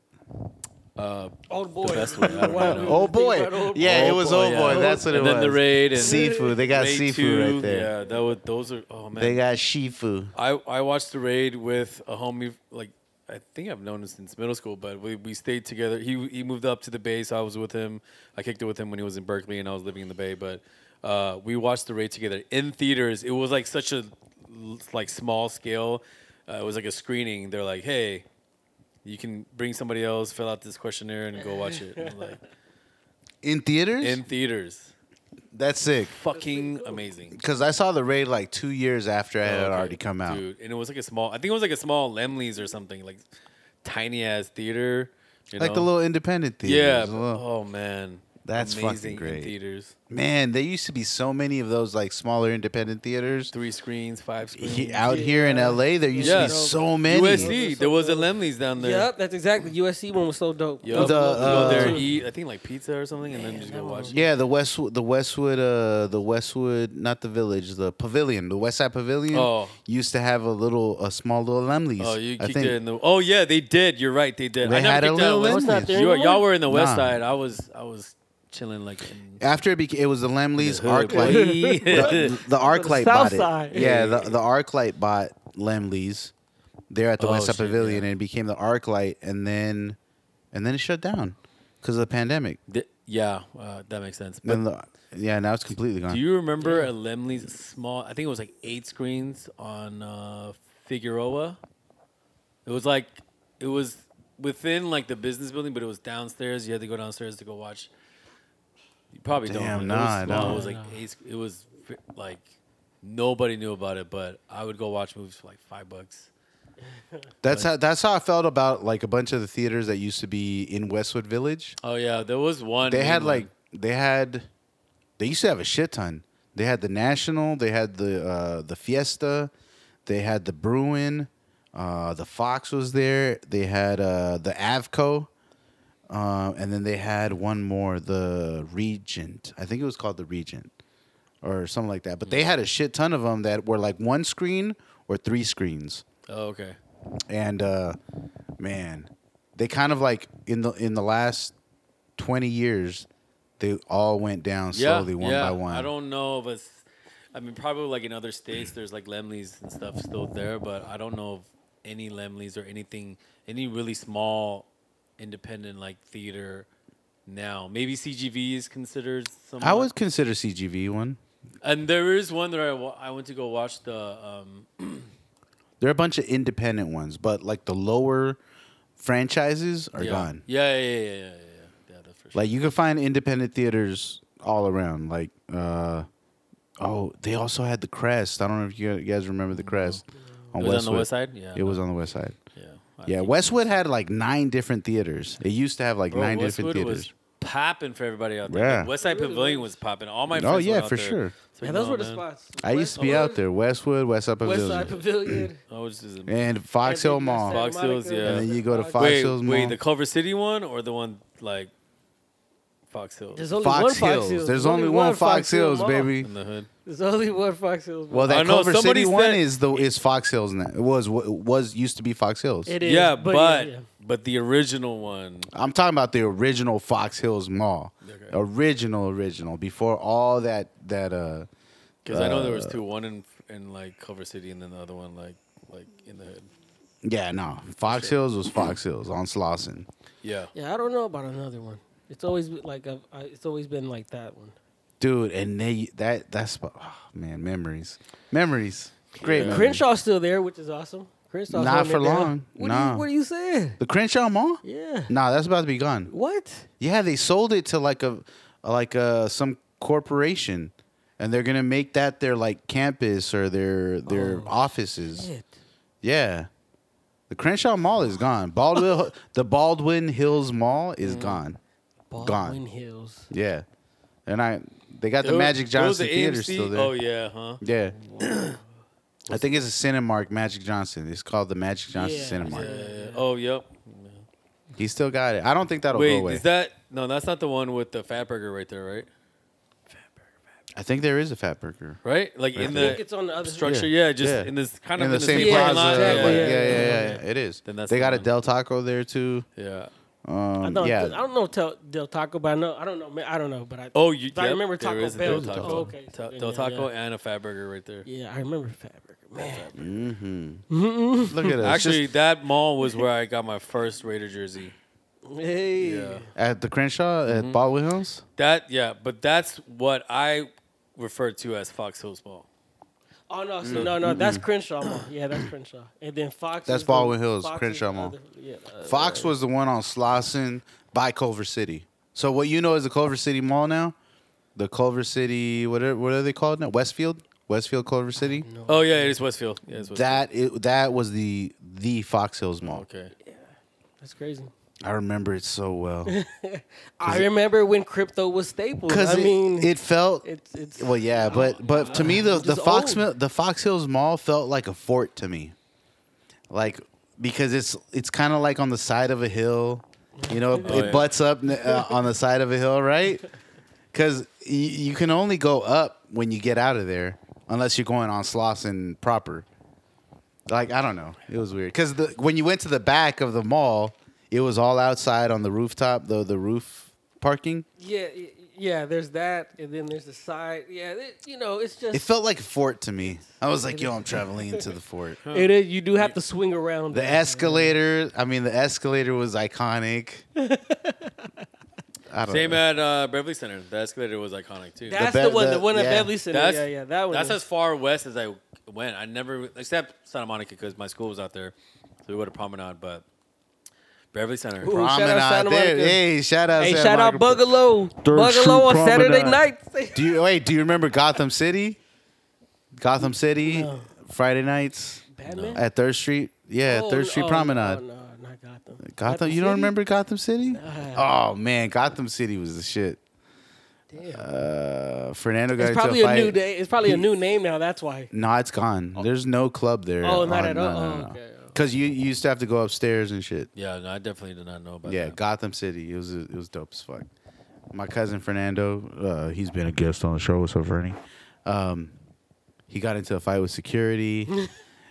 Uh, Old boy. the best one. I don't Wow. know. Oh, Oh boy, about Old yeah, Boy. it was Oh, old yeah. boy. That's what it and was. then the raid and seafood. They got Raid seafood 2, right there. Yeah, that was those are. Oh man, They got shifu. I, I watched the raid with a homie like I think I've known him since middle school, but we, we stayed together. He he moved up to the Bay, so I was with him. I kicked it with him when he was in Berkeley and I was living in the Bay, but uh, we watched the raid together in theaters. It was like such a l- like small scale. Uh, it was like a screening. They're like, "Hey, you can bring somebody else, fill out this questionnaire, and go watch it." And I'm like In theaters? in theaters, That's sick. fucking amazing. Because I saw the raid like two years after I had Okay, already come out. Dude, and it was like a small. I think it was like a small Lemley's or something, like tiny ass theater. you Like know? the little independent theaters. Yeah. the but- little- Oh man, That's fucking Amazing in great. theaters, Man, there used to be so many of those like smaller independent theaters. three screens, five screens. He, out here in Yeah. LA, there used Yeah. to be so many. USC. There was a Lemley's down there. Yep, that's exactly. USC one was so dope. Yup. The, You go there, uh, eat. I think like pizza or something, and then just go watch. it. Yeah, the Westwood, the Westwood, uh, the Westwood, not the village, the pavilion, the Westside Pavilion. Oh. used to have a little, a small little Lemleys. Oh, you I kicked think. it in the. Oh yeah, they did. You're right. They did. They I never had a kicked out little Lemley's. It's not there You were, y'all anymore? were in the West Nah. Side. I was. I was chilling like. In After it, beca- it was the Lemleys the hood, Arc Light. boy. the, the arc light South bought it. side. Yeah, the, the arc light bought Lemley's. They're at the Oh, West Side shit, Pavilion, yeah. and it became the arc light, and then, and then it shut down because of the pandemic. Th- yeah, uh, that makes sense. But Then the, yeah, now it's completely gone. Do you remember a Lemley's small? I think it was like eight screens on uh, Figueroa. It was like it was within like the business building, but it was downstairs. You had to go downstairs to go watch. You probably Damn, don't. remember. nah, I it was, small. don't. It was like eight. sc- It was fi- like nobody knew about it, but I would go watch movies for like five bucks. That's how that's how I felt about like a bunch of the theaters that used to be in Westwood Village. Oh yeah, there was one. They main had one. like they had they used to have a shit ton. They had the National, they had the uh, the Fiesta, they had the Bruin, uh, the Fox was there, they had uh, the Avco, uh, and then they had one more, the Regent. I think it was called the Regent or something like that. But they had a shit ton of them that were like one screen or three screens Oh okay. and uh man they kind of like in the in the last 20 years they all went down slowly one by one I don't know if it's. I mean, probably like in other states, there's like Lemleys and stuff still there, but I don't know of any Lemleys or anything, any really small independent like theater now. Maybe CGV is considered some. I would consider cgv one And there is one that I, wa- I went to go watch the. Um, there are a bunch of independent ones but like the lower franchises are yeah. gone Yeah, yeah, yeah, yeah, yeah, yeah. yeah that's for sure. like you can find independent theaters all around like uh oh they also had the crest i don't know if you guys remember the crest on It was on the Westwood. west side? Yeah, It was on the west side. Yeah. I Yeah, think- Westwood had like nine different theaters. It used to have like Bro, nine Westwood different was theaters. popping for everybody out Yeah. there. Like, Westside Pavilion was popping. All my Oh, friends were yeah, out for there. sure. It's like, Yeah, those no, were the man. spots. I used to be out there. Westwood, West Upper West Side Village, Pavilion. Oh, it's just- and Fox Hill Mall. Fox Hills, yeah. And then you go to Fox wait, Hills wait, Mall. the Culver City one or the one like Fox Hills There's only one Fox Fox Hills. Hills. There's only one Fox Hills, Mall. baby. in the hood? There's only one Fox Hills. Mall. Well, that I know, Culver City somebody one said- is the is Fox Hills now. It was it was used to be Fox Hills. it is. Yeah, but, but yeah, yeah. but the original one. I'm talking about the original Fox Hills Mall, Okay. original, original before all that that uh Because I know there was two, one in in like Culver City, and then the other one like like in the hood. yeah no Fox Hills was Fox Hills on Slauson. Yeah, Yeah, I don't know about another one. It's always been like a, I, it's always been like that one. dude, and they that that's oh, man memories, memories, great. Yeah. memories. Crenshaw's still there, which is awesome. Crenshaw's Not holding for it down. long. What, are Nah. you, what are you saying? the Crenshaw Mall. Yeah. Nah, that's about to be gone. What? Yeah, they sold it to like a like a some corporation, and they're gonna make that their like campus or their their Oh. offices. Shit. Yeah, the Crenshaw Mall is gone. Baldwin, the Baldwin Hills Mall is gone. Baldwin Hills. Yeah, and I they It got the was- Magic it was Johnson the Theater AMC still there. Oh yeah, Oh, huh? Yeah. I think it's a Cinemark Magic Johnson. It's called the Magic Johnson Yeah. Cinemark. Yeah, yeah. Oh yep. He still got it. I don't think that'll go Wait, away. is that no? That's not the one with the fat burger right there, right? I think there is a Fat Burger. Right, like in I think the it's on the other structure. Yeah, just Yeah. in this kind In, of the same same parking plaza. lot. like, exactly, yeah, yeah, yeah, yeah, yeah, yeah. It is. Then that's they the got a one. Del Taco there too. Yeah. I Um, don't, yeah. I don't know Tel, Del Taco, but I know I don't know. man, I don't know, but I Oh, you. I yep, remember there Taco is a Bell. Del Taco. Oh, okay. So Ta- then, Del yeah, Taco yeah. and a fat burger right there. yeah, I remember Fatburger. Man, Mm-hmm. Look at us. Actually, Just that mall was where I got my first Raider jersey. hey, Yeah. at the Crenshaw at Mm-hmm. Baldwin Hills. That yeah, but that's what I refer to as Fox Hills Mall. oh no, so, no, no, that's Crenshaw Mall. Yeah, that's Crenshaw, and then Fox. Mm. That's is the- Baldwin Hills, Fox is Crenshaw the Mall. other- yeah, uh, Fox was the one on Slauson by Culver City. So what you know is the Culver City Mall now. The Culver City, what are, what are they called now? Westfield, Westfield Culver City. Oh yeah, it is Westfield. Yeah, it's Westfield. That it, that was the the Fox Hills Mall. okay. that's crazy. I remember it so well I remember when crypto was staple. I because mean, it, it felt it's it's well, yeah, but but to me the the Oh. Just Fox old. Mill, the Fox Hills Mall felt like a fort to me, like because it's it's kind of like on the side of a hill, you know, it, Oh, it yeah. butts up uh, on the side of a hill, right? Because you can only go up when you get out of there, unless you're going on Slauson proper. Like I don't know, it was weird because the when you went to the back of the mall, it was all outside on the rooftop, the the roof parking. yeah y- yeah. There's that, and then there's the side. Yeah, it, you know, it's just It felt like a fort to me. I was like, yo, I'm traveling into the fort. it is. You do have to swing around. The escalator, I mean, the escalator was iconic. I don't Same know. at uh, Beverly Center. The escalator was iconic too. That's the the, be- one, the, the- one at yeah. Beverly Center. yeah, yeah, that one. That's is- as far west as I went. I never except Santa Monica because my school was out there, so we went to Promenade. But Beverly Center. Ooh, shout out Santa there. Monica. Hey, shout out. Hey, Santa shout out Monica. Bungalow. Third Bungalow on Street Saturday Promenade. night. Do you wait? Do you remember Gotham City? Gotham City, No. Friday nights Batman? at Third Street. Yeah, Oh, Third Street oh, No, Promenade. no, not Gotham. Gotham, you don't City? remember Gotham City? Nah. oh man, Gotham City was the shit. Damn. Uh, Fernando got it's into probably a a fight. new day. It's probably a new name now. That's why. No, it's gone. There's no club there. Oh, not on- at all? Oh, okay. Because you, you used to have to go upstairs and shit. Yeah, no, I definitely did not know about yeah, that. Gotham City. It was it was dope as fuck. My cousin Fernando, uh, he's been a guest on the show. What's up, Fernie? Um, he got into a fight with security.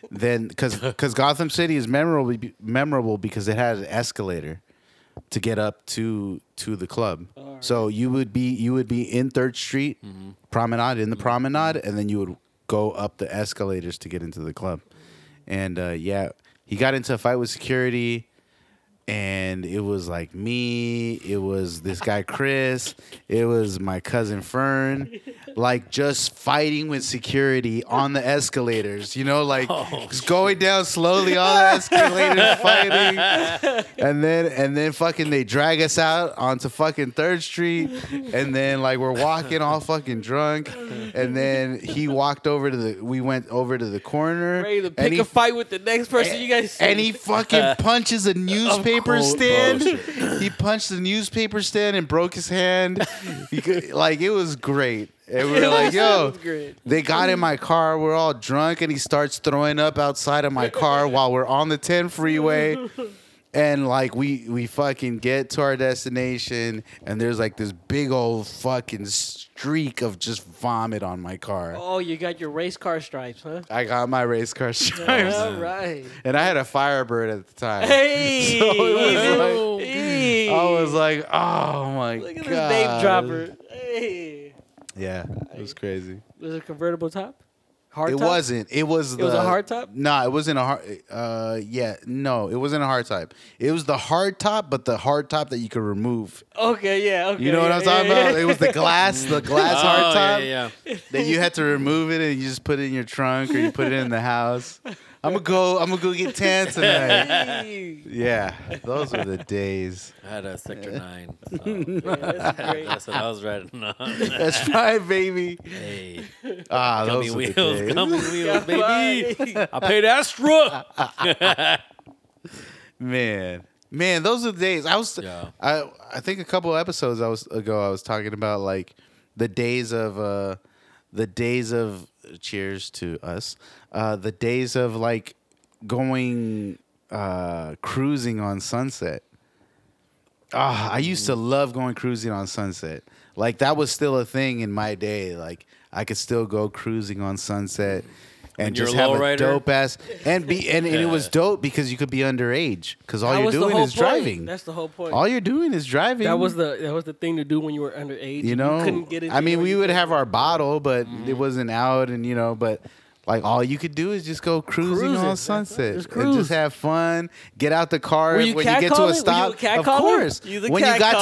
then, because Gotham City is memorable memorable because it had an escalator to get up to to the club. So you would be you would be in Third Street Mm-hmm. Promenade in the Promenade, and then you would go up the escalators to get into the club. And uh, yeah, he got into a fight with security, and it was like me, it was this guy Chris, it was my cousin Fern. like just fighting with security on the escalators. You know, like Oh, just going down slowly on the escalator, fighting, and then and then fucking they drag us out onto fucking Third Street, and then like we're walking all fucking drunk, and then he walked over to the. We went over to the corner, Ready to and pick he a fight with the next person you guys see. and he fucking punches a newspaper course. stand. he punched the newspaper stand and broke his hand. He could- like it was great. And we were like, was- yo, it was great. they got in my car. We're all drunk, and he starts throwing up outside of my car while we're on the 10 freeway. And like we we fucking get to our destination, and there's like this big old fucking streak of just vomit on my car. oh, you got your race car stripes, huh? I got my race car stripes, All right. and I had a Firebird at the time. Hey, So it was easy. like- Hey. I was like, oh my god. look at this name dropper. Hey, Yeah, it was crazy. was it a convertible top? Hard it top? wasn't. It was. The, was a hard top? No, it wasn't a hard. Uh, yeah, no, it wasn't a hard top. It was the hard top, but the hard top that you could remove. Okay, yeah. Okay, You know what yeah, I'm talking yeah, yeah. about? It was the glass, the glass hard top Oh, yeah, yeah. that you had to remove it and you just put it in your trunk or you put it in the house. I'm gonna go. I'm gonna go get tan tonight. Hey. Yeah, those were the days. I had a sector nine. So Yeah, that's great. that's what I was riding on. That's right, baby. Hey, Ah, gummy those were the wheels, days. gummy wheels, baby. Bye. I paid extra. Man, man, those are the days. I was, Yeah. I, I think a couple of episodes I was ago, I was talking about like the days of, uh, the days of cheers to us, uh, the days of like going uh, cruising on Sunset. Ah, I used to Mm. love going cruising on Sunset. Like that was still a thing in my day. Like I could still go cruising on Sunset and you're just a have a lowrider? dope ass and be and, and it was Yeah. dope because you could be underage because all That you're was the doing whole is point. driving. That's the whole point. all you're doing is driving. that was the that was the thing to do when you were underage. you know. couldn't get it. I mean, we would have our bottle, but it Mm-hmm. wasn't out, and you know, but. Like all you could do is just go cruising, Cruising, on that's it. sunset Just and just cruise. have fun. Get out the car Were you when you get to catcalling? Were a you stop. a of catcaller? course, You the when you got to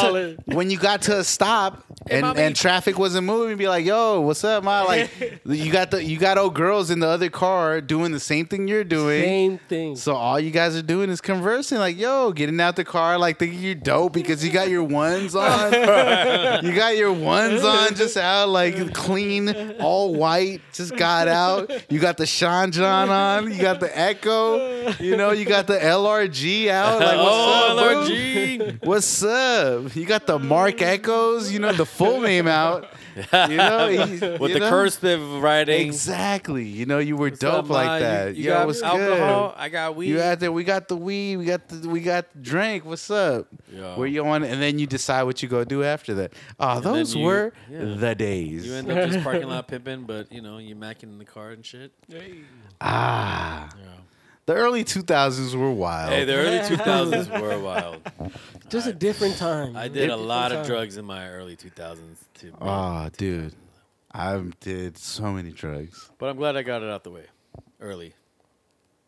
catcaller. when you got to a stop and, mommy. and traffic wasn't moving, be like, "Yo, what's up, ma?" Like you got the you got old girls in the other car doing the same thing you're doing. same thing. So all you guys are doing is conversing, like, yo, getting out the car, like thinking you're dope because you got your ones on. you got your ones on, just out, like clean, all white, just got out. You got the Sean John on, you got the Echo, you know, you got the LRG out. Like, what's oh, up, bro? LRG. What's up? You got the Mark Echoes, you know, the full name out. You know, he- With you the know? cursive writing. Exactly. You know, you were dope Something like uh, that. You, you Yo, got what's alcohol. good? I got weed. You out there? We got the weed. We got the we got the drink. What's up? Yeah. Where you on? And then you decide what you go do after that. Oh. Oh, then those you- were yeah. the days. You end up just parking lot pimping, but you know you macking in the car and shit. ah, Yeah. the early two thousands were wild. Hey, the early two thousands were wild. Just a different time. I did a lot of time. drugs in my early two thousands too, oh, dude, I did so many drugs. but I'm glad I got it out the way early.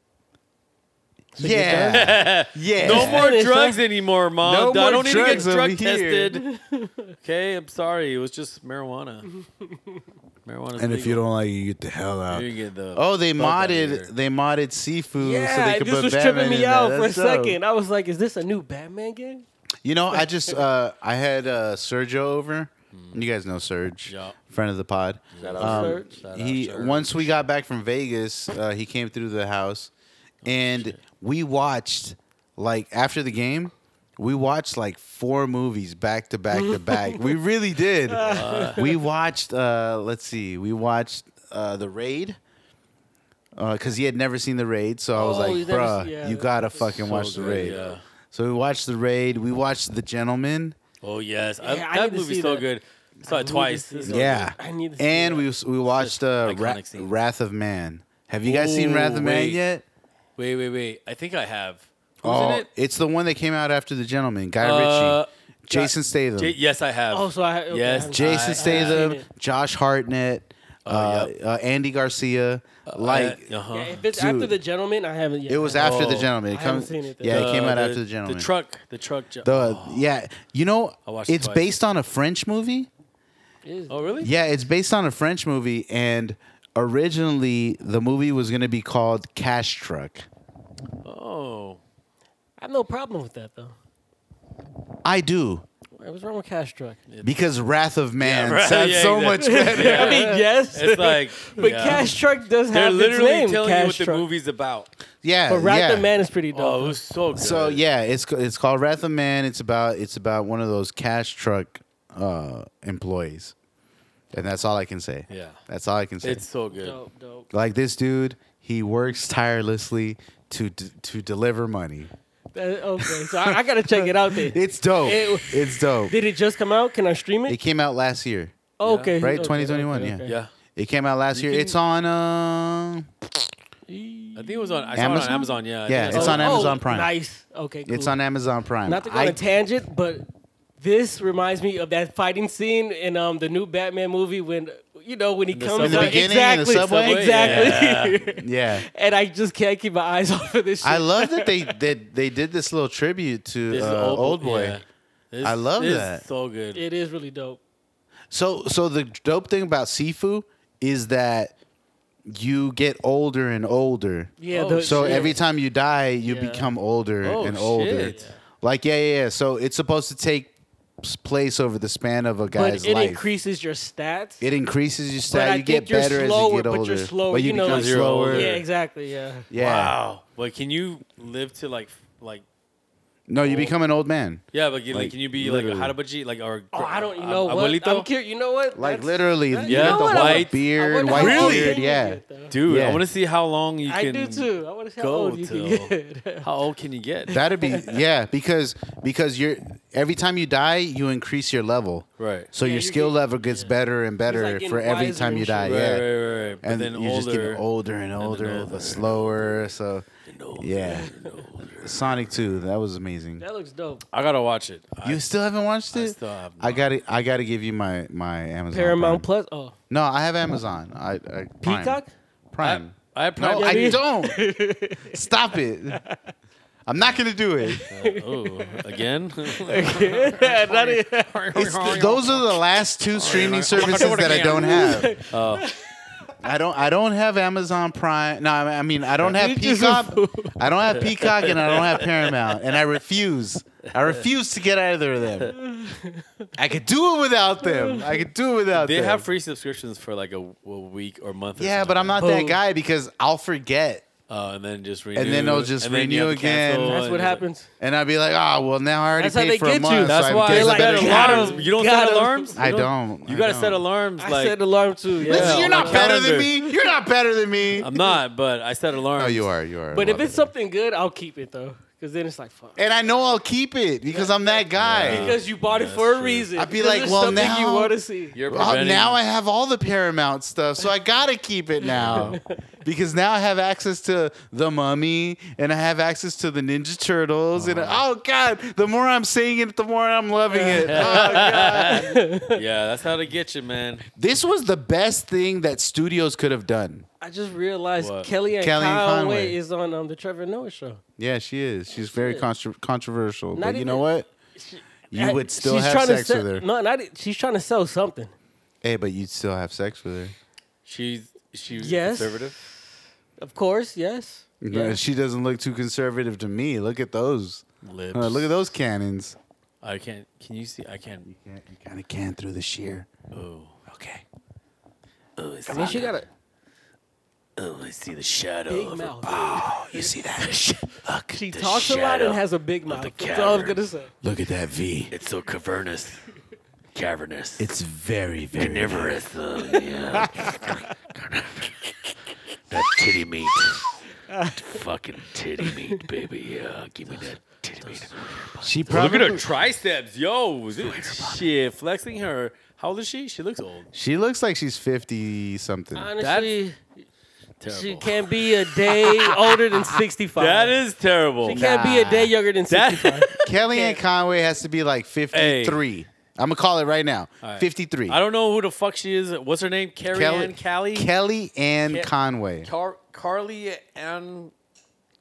yeah, yeah. No more Yeah. drugs anymore, mom. No I more don't need to get drugs over drug here. tested. Okay, I'm sorry. It was just marijuana. Marijuana. And if you don't like, it, you get the hell out. you can get the Oh, they fuck outta here. modded. They modded seafood so Yeah, they could this put was Batman tripping me in out there. for a That's dope. second. I was like, "Is this a new Batman game?" You know, I just uh, I had uh, Sergio over. You guys know Serge, Hmm. Yeah. friend of the pod. Shout out Um, Serge. Shout out he Serge. once we got back from Vegas, uh, he came through the Oh, house, and we watched like after the game. We watched like four movies back to back to back. We really did. we watched. Uh, let's see. We watched uh, the raid. Because he had never seen the raid, so I was Oh, like, he's never "Bruh, seen- yeah, you that- gotta fucking so watch the good, raid." yeah. So we watched the raid. We watched the gentleman. Oh yes, I, Yeah, I that need to movie's see so that. good. Saw it I need to twice. see It's that. so Yeah, I need to see and that. we we watched uh, iconic Ra- scenes. Wrath of Man. Have you guys seen Ooh, Wrath of Man wait. yet? good. Wait, wait, wait. I think I have. Who's Oh, in it? it's the one that came out after the gentleman, Guy Uh, Ritchie, Jason Statham, J- yes, I have. Oh, so I okay, Yes, I- Jay- Jason I- Statham, I haven't seen Josh Hartnett, uh, Oh, yep. uh, Andy Garcia. like uh, huh Yeah, if it's Dude. after the gentleman, I haven't yet. it was after the Oh, gentleman. It I haven't comes- seen it, though. yeah, it came Uh, out after the gentleman. The truck, the truck. jo- The- yeah, you know, I watched it it's twice. based on a French movie. Is Oh, really? Yeah, it's based on a French movie, and originally the movie was going to be called Cash Truck. Oh, I have no problem with that though. I do What's wrong with Cash Truck? because Wrath of Man Yeah, right, sounds yeah, so exactly. much better. I mean, yes, it's like but yeah. Cash Truck does They're have its literally name. telling Cash you what the Truck. movie's about. Yeah, But Wrath yeah. of Man is pretty dope. Oh, it was so good. So yeah, it's c- it's called Wrath of Man. It's about it's about one of those cash truck uh, employees, and that's all I can say. Yeah. that's all I can say. it's so good. dope, dope. like this dude, he works tirelessly to d- to deliver money. That- Uh, okay, so I, I gotta check it out then. It's dope. It- it's dope. Did it just come out? Can I stream it? Oh, It came out last year, okay, right? okay, Twenty twenty one. okay, Yeah, okay. Yeah, It came out last year. can- It's on. Uh, I think it was on. I saw it Amazon? on Amazon. Yeah, I Yeah, think I it's saw on it. Amazon Prime. Oh, Nice. Okay, cool. it's on Amazon Prime. Not to go I- on a tangent, but this reminds me of that fighting scene in um the new Batman movie when you know when he the comes subway. out In the beginning, in the exactly subway? exactly. yeah. and I just can't keep my eyes off of this. Shit. I love that they did they did this little tribute to This is uh, old, boy. yeah. This- I love this is that. So good. it is really dope. So so the dope thing about Sifu is that you get older and older. Yeah. Oh, the, So yeah. every time you die, you Yeah. become older Oh, and older. shit. Like yeah, yeah, yeah. So it's supposed to take s- place over the span of a but guy's it life. increases your stats. it increases your I stat. You think get you're better as you slower, get but older. you're slower, But you you know, become like- You're slower. older. yeah, exactly. Yeah. Yeah. Wow. But can you live to like like No, you become an old man. yeah? But can, Like, can you be like a harabaji like or Oh, I don't. You know ab- what? Uh, abuelito? I'm curious. You know what? Like That's- literally, that- you Yeah, get the the I white white- I beard, wonder white how old Really? beard. you Yeah. get, though. Dude, Yeah. I want to see how long you I can. do too. I want to see how go old you till- can get. How old can you get? That'd be yeah, because because you're every time you die, you increase your level. Right. So Yeah, your you skill get- level gets better and like, better getting for every wiser time and you shit. die. right, yeah. right, right, right. But And then you're just older. getting older and older, older. but slower. So yeah, Sonic Two, that was amazing. That looks dope. I gotta watch it. You still haven't watched I, it? I still have I gotta I gotta give you my my Amazon. Paramount Plus. Prime. Oh, No, I have Amazon. I, I Prime. Peacock. Prime. I, I no, probably. Yeah, I dude. don't. Stop it. I'm not gonna do it. oh, again. Yeah, that is- It's th- those are the last two streaming services that I don't have. Oh. I don't. I don't have Amazon Prime. No, I mean I don't have You're just a Peacock. I don't have Peacock, and I don't have Paramount, and I refuse. I refuse to get either of them. I could do it without them. I could do it without They them. have free subscriptions for like a, a week or month. Or yeah, something but like I'm not Oh. that guy because I'll forget, that. Uh, and then just renew. then they'll just and then you renew have to cancel, again. That's and what it's like- happens. and I'll be like, oh, well, now I already That's how they paid for get a you. month. That's so why I it's guess like I better set gotta- get it. alarms. You don't Gotta- set alarms. I You don't. You I gotta don't. set alarms. I like set alarm too. Yeah. Listen, Yeah, you're on not my better than calendar. me. You're not better than me. I'm not, but I set alarms. No, Oh, you are. You are. But if Well, it's something good, I'll keep it though, because then it's like fuck. and I know I'll keep it because I'm that guy. Because you bought it That's for a true. reason. I'd be Because like, there's well, something you now- want to see. You're Well, preventing- Oh, now I have all the Paramount stuff, so I gotta keep it now because now I have access to the Mummy and I have access to the Ninja Turtles. And oh god, the more I'm saying it, the more I'm loving it. Oh, God. yeah, that's how they get you, man. This was the best thing that studios could have done. I just realized What? Kelly and Kellyanne Conway. Conway is on um, the Trevor Noah show. Yeah, she is. She's very contro- controversial, Not but you know even- what? You I- would still she's have trying to sex sell- with her. No, not e, she's trying to sell something. Hey, but you'd still have sex with her. She's she's Yes. conservative. Of course, yes. No, She doesn't look too conservative to me. Look at those. Lips. Uh, look at those cannons. I can't. Can you see? I can't. You kind of can through the shear. Oh, Okay. oh, I see, I mean, she got a oh, I see the shadow. big of a- mouth. Oh, you see that? look. She talks a lot shadow and has a big mouth. the That's all I'm cavern. gonna say. Look at that V. It's so cavernous, cavernous, It's very, very. carnivorous. Um, yeah, that titty meat, fucking titty meat, baby. Yeah, give me that titty meat. She Look probably. at her triceps, yo. Shit, flexing her. How old is she? She looks old. She looks like she's fifty something. Honestly, Terrible. she can't be a day older than 65. that is terrible. She can't be a day younger than 65. Kellyanne Conway has to be like fifty-three. I'm gonna call it right now. right. Fifty-three. I don't know who the fuck she is. What's her name? Carrie Kelly- Ann Callie? Kelly Ann Ke- Conway. Car- Carly Ann.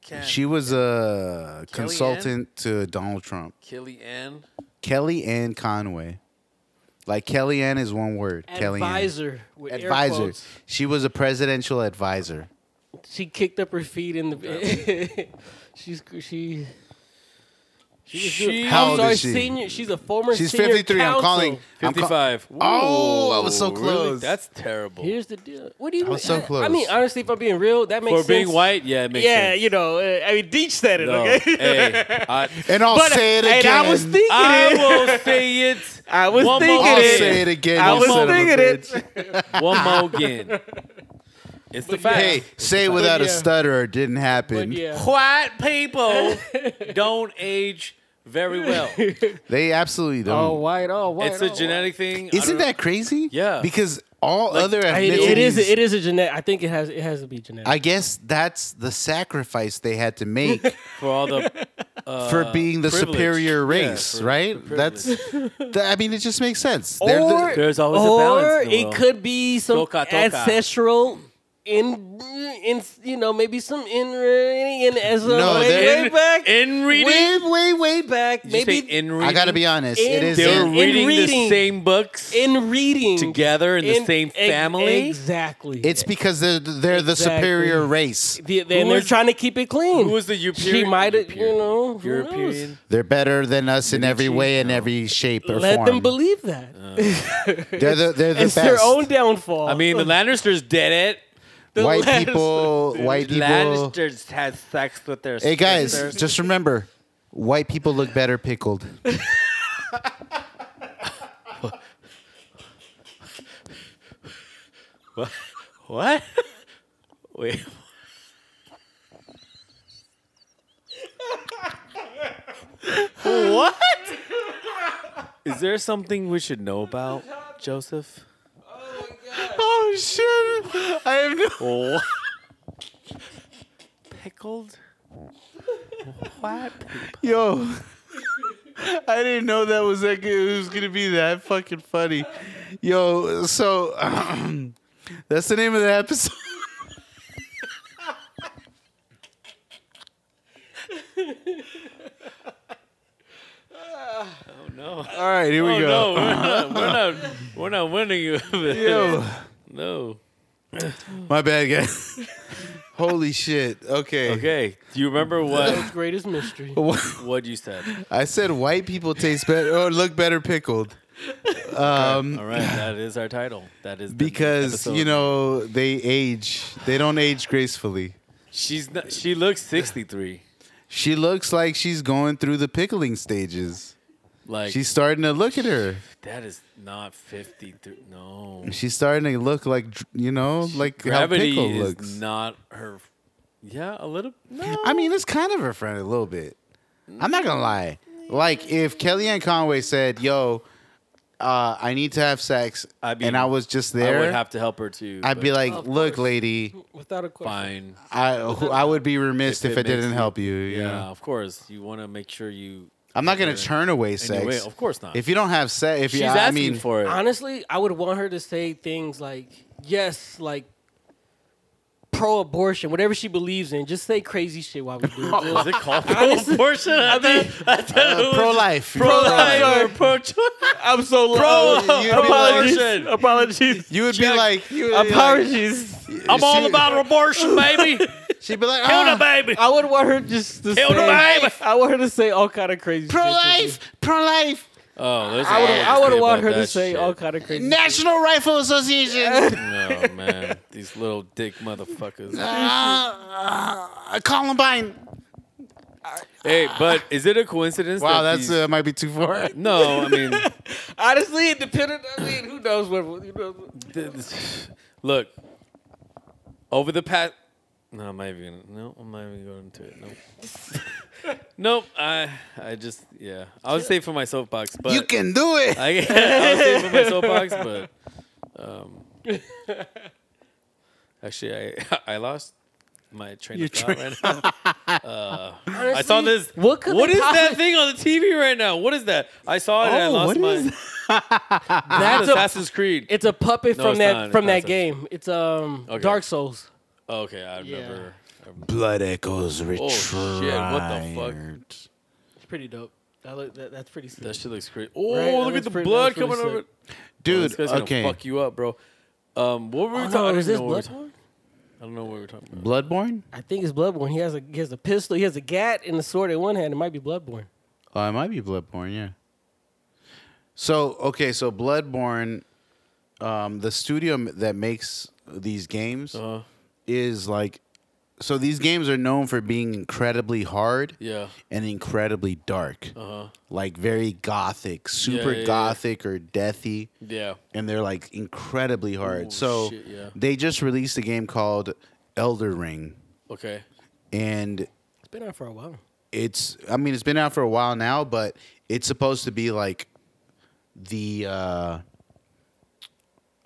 Can- She was a consultant to Donald Trump. Kelly Ann. Kelly Ann Conway. Like Kellyanne is one word. Kellyanne. Advisor. With air Advisor. quotes. She was a presidential advisor. She kicked up her feet in the. she's she. She was doing- She- I'm How old sorry, is she? Senior, she's a former. She's senior 53. I'm counsel. calling. I'm ca- 55. Oh, I was so Ooh, really? close. That's terrible. Here's the deal. What do you? I was mean? so close. I mean, honestly, if I'm being real, that makes For sense. being white, yeah, it makes Yeah, sense. you know, uh, I mean, Deech said it. No, Okay. hey, I, and I'll But say it again. and I was thinking I it. will say it. I was one thinking more I'll it. say it again. I you was son of a thinking bitch. it. One more again. It's the fact. Hey, say it without a yeah. stutter. It didn't happen. But yeah. White people don't age very well. They absolutely don't. All white, all white. It's a all white. genetic thing. I Isn't don't- that crazy? Yeah. Because all other I- ethnicities. It is. It is a genetic. I think it has. It has to be genetic. I guess that's the sacrifice they had to make Uh, for all the uh, for being the privilege. superior Yeah, race, for right? the That's. th- I mean, it just makes sense. They're the- or There's always a or balance in the it world. could be some Toka, toka. ancestral in in you know maybe some in reading and as a No, way, they're- way back in reading. way way way back Did you maybe say in reading. I gotta be honest. In- it is. They were in in- reading, the reading. same books in reading together in, the same ex- family. exactly It's because they're they're the Exactly. superior race. The- the- Who and they're is- trying to keep it clean Who was the European? she might have you European. know who knows? European. They're better than us in every she? way and every shape or let form. them believe that They're the, they're the it's best. their own downfall I mean, the Lannisters did it. The white Lannisters. people. White people. Lannisters had sex with their Hey guys, sisters. just remember, white people look better pickled. what? Wait. what? Is there something we should know about Joseph? Oh shit! I have no. What? Pickled? What? Yo, I didn't know that was that. Good. It was gonna be that fucking funny. Yo, so that's the name of the episode. Oh no! All right, here we Oh no! go. We're not. We're not. We're not winning you. Yo, No. my bad, guys. Holy shit. Okay. Okay. Do you remember what World's greatest mystery what you said? I said white people taste better or look better pickled. Um, All right. That is our title. That is the because episode. you know they age. They don't age gracefully. she's not, she looks sixty three. She looks like she's going through the pickling stages. Like She's starting to look at her. that is not fifty three. No. She's starting to look like dr- you know, like how Gravity pickle is looks. not her. Yeah, a little. No. I mean, it's kind of her friend a little bit. I'm not gonna lie. Like if Kellyanne Conway said, "Yo, uh, I need to have sex," I mean, and I was just there, I I would have to help her too. would but be like, Of "Look, course. lady, without a fine. question I who- I would be remiss if, If I it makes didn't you- help you." you Yeah, know? of course. You want to make sure you. I'm not gonna Anyway, turn away sex. Anyway, of course not. If you don't have sex, if she's you, I asking mean, for it. Honestly, I would want her to say things like, yes, like pro abortion, whatever she believes in. Just say crazy shit while we do it. Is it called pro abortion? I thought, I thought it was Uh, pro life, pro life or pro choice. I'm so Pro Oh, you'd be abortion. Apologies. you would be Check. like, you would be like- Apologies. I'm all she- about abortion, baby. She'd be like, Kill "Ah, the baby. I would want her just to Kill the say, baby. I want her to say all kind of crazy pro shit. life, pro life." Oh, there's I would, I would want her to say shit. all kind of crazy National Rifle Association. No man, these little dick motherfuckers. uh, Columbine. hey, but is it a coincidence? Wow, that that's these- uh, might be too far. no. I mean, Honestly, it depended. I mean, who knows what. Who knows what th- this- look. Over the past, no, I'm not even gonna. No, I'm not even going into it. Nope. nope. I, I just, yeah. I would say for my soapbox, but you can do it. I, I would say for my soapbox, but um, actually, I I lost my train Your of thought train- right now. I saw Honestly, this. What could What they is that possibly- thing on the TV right now? What is that? I saw it and I Oh, lost what my. is That's a- Assassin's Creed. It's a puppet No, from it's that not. It's from not that such- game. It's um Okay. Dark Souls. Oh, okay, I Yeah. remember. Blood echoes retrieved. shit, what Oh, the fuck? It's pretty dope. That look, that, that's pretty That sick. shit looks great. Oh, Right, that look at looks the pretty- blood that coming looks really over. sick. Oh, Dude, this guy's gonna okay. fuck you up, bro. Um, what were we Oh, talking? no, I is don't know this what we were Bloodborne? I don't know what we were talking about. Bloodborne? I think it's Bloodborne. He has a he has a pistol. He has a gat and a sword in one hand. It might be Bloodborne. Oh, it might be Bloodborne, yeah. So, okay, so Bloodborne, um, the studio m- that makes these games Uh, is like, so these games are known for being incredibly hard yeah. and incredibly dark, Uh-huh. like very gothic, super yeah, yeah. gothic or deathy. Yeah. and they're like incredibly hard. Ooh, so shit, yeah. they just released a game called Elder Ring, Okay. and It's been out for a while. it's I mean it's been out for a while now, but it's supposed to be like the uh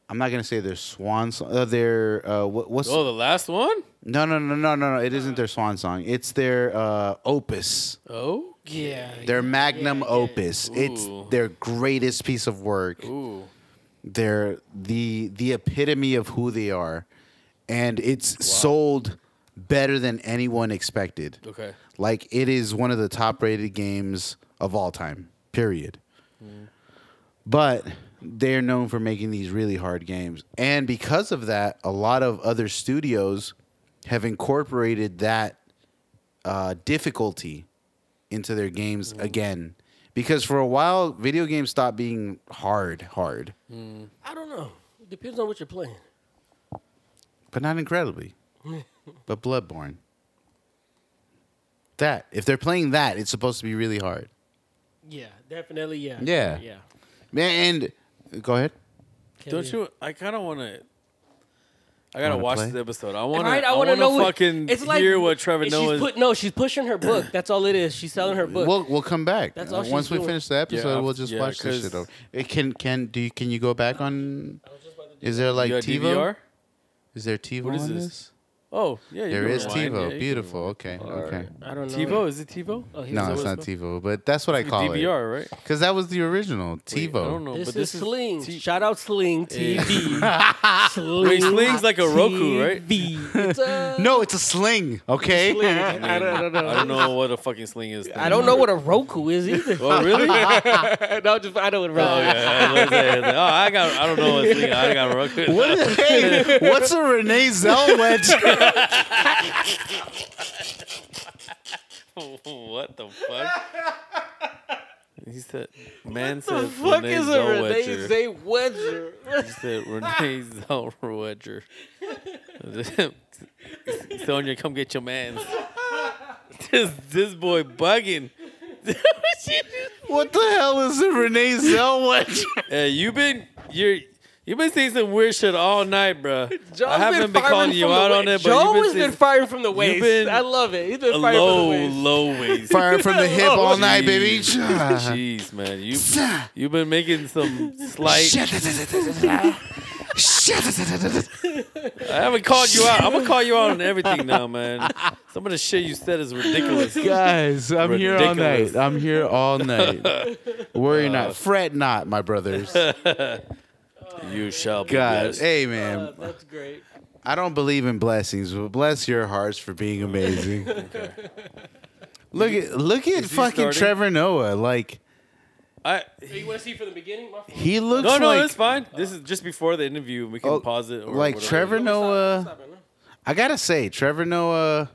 I'm not gonna say their swan song. Uh, their uh, what, what's Oh, the last one? no no no no no no. It isn't their swan song. It's their uh, opus, Oh. Yeah. their magnum yeah. opus. It's Ooh. their greatest piece of work. Ooh. they're the the epitome of who they are and it's sold better than anyone expected Okay. like it is one of the top rated games of all time period but they're known for making these really hard games and because of that a lot of other studios have incorporated that uh, difficulty into their games again because for a while video games stopped being hard hard I don't know. It depends on what you're playing. but not incredibly. but Bloodborne. That if they're playing that, it's supposed to be really hard. Yeah, definitely. Yeah. Yeah. Yeah. Man, and go ahead. Don't you? I kind of want to. I gotta Wanna watch play? this episode. I want Right, to. I I want to know what- fucking it's like, hear what Trevor she's Noah's. put- no, she's pushing her book. That's all it is. She's selling her book. We'll we'll come back. Uh, That's all she's Once we doing. finish the episode, Yeah, we'll just yeah, watch this 'cause- shit over. It can can do you, can you go back on? Is there like you got TiVo? DVR? Is there TiVo What is on this? this? Oh, yeah. you There can is rewind. Yeah, you TiVo. can Beautiful. Okay. Okay. I don't know. rewind. TiVo? Is it TiVo? Uh, Oh, here's No, the it's what not it's TiVo, but that's what I call it. DVR, right? Because that was the original Wait, TiVo. I don't know, This Oh, but is this is Sling. T- Shout out Sling Yeah. TV. Sling Wait, Sling's like a Roku, right? TV. It's a No, it's a sling. Okay. Sling. I don't, I don't know. I don't know what a fucking sling is. I don't know what a Roku is either. Oh really? oh no, just I know what Roku. is. yeah. I was gonna say, like, Oh, I got. I don't know what sling. I got a What is, hey, what's a Renee Zellweger? what the fuck? He said, "Man said Fuck Renee is a Renee Zellweger." Zellweger? He said Renee Zellweger. Sonia, come get your man's. This this boy bugging. what the hell is a Renee Zellweger? Hey, you been you're you been seeing some weird shit all night, bro. I haven't been, calling you out on it, but Joe you've has been been seeing firing from the waist. been I love it. He's a been firing low, from the waist. low waist. Fire from the hip all night, baby. Shit. Jeez, man, you you've been making some slight. I haven't called you out. I'm gonna call you out on everything now, man. Some of the shit you said is ridiculous. Guys, I'm here all Ridiculous. Uh, night. I'm here all night. Worry not. Fret not, my brothers. You shall be God. blessed. Hey, Uh, man. that's great. I don't believe in blessings, but bless your hearts for being amazing. Look at look at he fucking starting? Trevor Noah. Like I, You want to see from the beginning? My fault. he looks no, no, like it's fine. This is just before the interview. We can Oh, pause it. Or like whatever. Trevor Stop, Noah. stop it, no. I gotta say, Trevor Noah.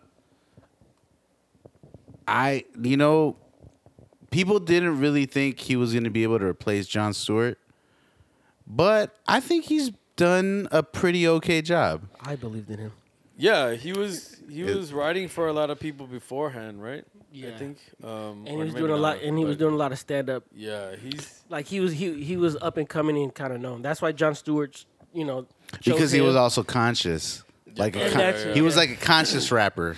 I you know, people didn't really think he was gonna be able to replace John Stewart, but I think he's done a pretty okay job. I believed in him. Yeah, he was he It- was writing for a lot of people beforehand, right? I Yeah. think. Um, And or he was maybe doing a lot. not, And he was but doing a lot of stand up. Yeah, he's Like he was he he was up and coming and kind of known. That's why John Stewart, you know, chose Because he him was also conscious. Like a And con- that's- he was yeah. like a conscious rapper.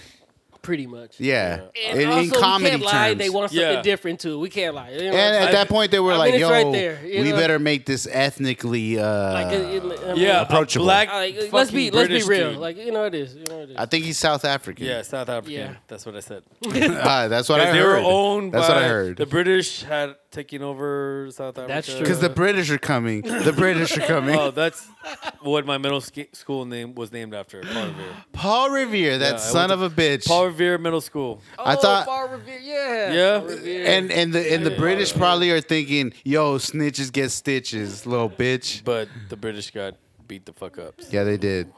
pretty much. Yeah. And In, in also, we comedy can't lie. terms. They want something Yeah. different too. We can't lie. You know what I'm and at saying? that point they were I mean, like, it's yo, right there, you we know? better make this ethnically uh Like, it- it- I mean, yeah approachable. A black I- like, let's fucking be let's be British real. dude. Like you know it is. You know it is. I think he's South African. yeah, South African. Yeah. That's what I said. Ah, that's what I Because heard. they were owned that's by what I heard. the British had taking over South Africa. That's true. Because the British are coming. The British are coming. Oh, that's what my middle sk- school name was named after. Paul Revere. Paul Revere, that Yeah, I son went of a bitch. Paul Revere Middle School. I thought- Oh, Paul Revere, yeah, Yeah. Paul Revere. and and the and the British probably are thinking, "Yo, snitches get stitches, little bitch." But the British got beat the fuck up. Yeah, they did.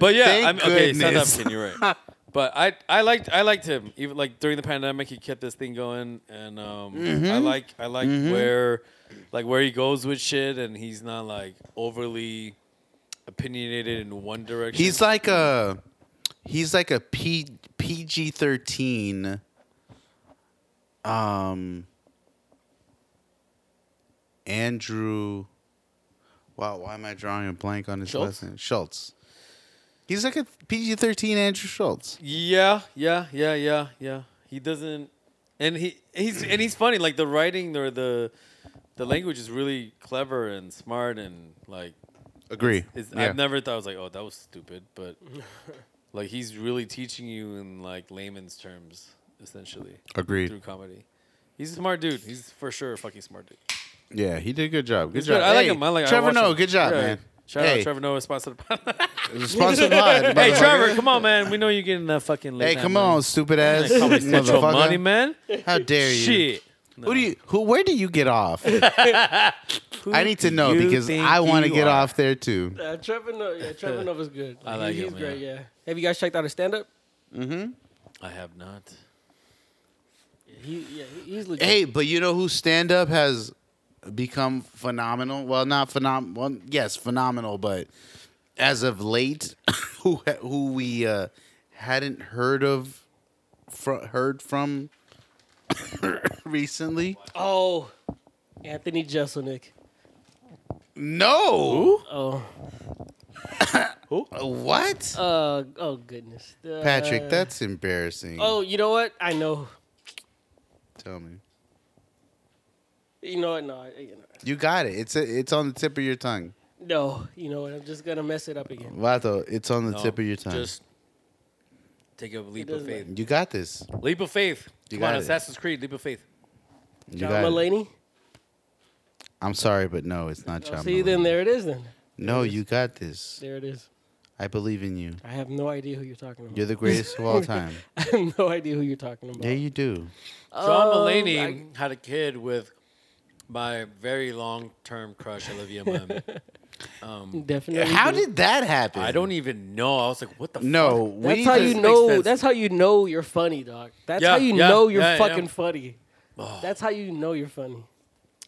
But yeah, thank I'm, okay, South goodness. African, you're right. But I, I liked I liked him even like during the pandemic he kept this thing going and um, I Mm-hmm. like I like where like where he goes with shit and he's not like overly opinionated in one direction. He's like a he's like a P, PG thirteen. Um, Andrew. Wow, why am I drawing a blank on his Schultz? last name? Schultz. He's like a PG thirteen Andrew Schultz. Yeah, yeah, yeah, yeah, yeah. He doesn't, and he he's and he's funny. Like the writing or the the language is really clever and smart and like Agree. it's, Yeah. I've never thought I was like, oh, that was stupid, but like he's really teaching you in like layman's terms essentially through Agreed. comedy. He's a smart dude. He's for sure a fucking smart dude. Yeah, he did a good job. Good He's job. good. I like Hey, him. I like I Trevor watch Noah. him. Good job, Yeah. man. Shout hey, out Trevor Noah, sponsored. Sponsored live. hey, motherfucker. Trevor, come on, man. We know you're getting that fucking. late Hey, night come money. on, stupid ass Comedy Central motherfucker. money, man. How dare you? Shit. Who do you? Who? Where do you get off? I need to know you because think I want to you get are? off there too. Uh, Trevor Noah, yeah, Trevor Noah's good. I like He- him, He's great. yeah. Yeah. Have you guys checked out his stand up? Mm-hmm. I have not. He, yeah, he- he's legit. Hey, but you know who stand up has become phenomenal? Well, not phenomenal. Well, yes, phenomenal, but as of late, who ha- who we uh, hadn't heard of, fr- heard from recently? Oh, Anthony Jeselnik. No. Oh, What? uh, oh goodness. Uh, Patrick, that's embarrassing. Oh, you know what? I know. Tell me. You know what? No, I- you know. You got it. It's a, it's on the tip of your tongue. No, you know what? I'm just gonna mess it up again. Vato, it's on the No, tip of your tongue. Just take a leap of doesn't faith. You got this. Leap of faith. You Come on, got it. Assassin's Creed. Leap of faith. You John got it. Mulaney. I'm sorry, but no, it's not Oh, John. see, Mulaney. then there it is. Then No, you got this. there it is. I believe in you. I have no idea who you're talking about. You're the greatest of all time. I have no idea who you're talking about. Yeah, you do. John Um, Mulaney had a kid with my very long term crush, Olivia Munn. Um, Definitely. How do. e- did that happen? I don't even know. I was like, what the No, fuck? we That's how just- you Makes know. sense. That's how you know you're funny, dog. That's Yeah, how you yeah, know you're yeah, yeah. fucking funny. Oh. That's how you know you're funny.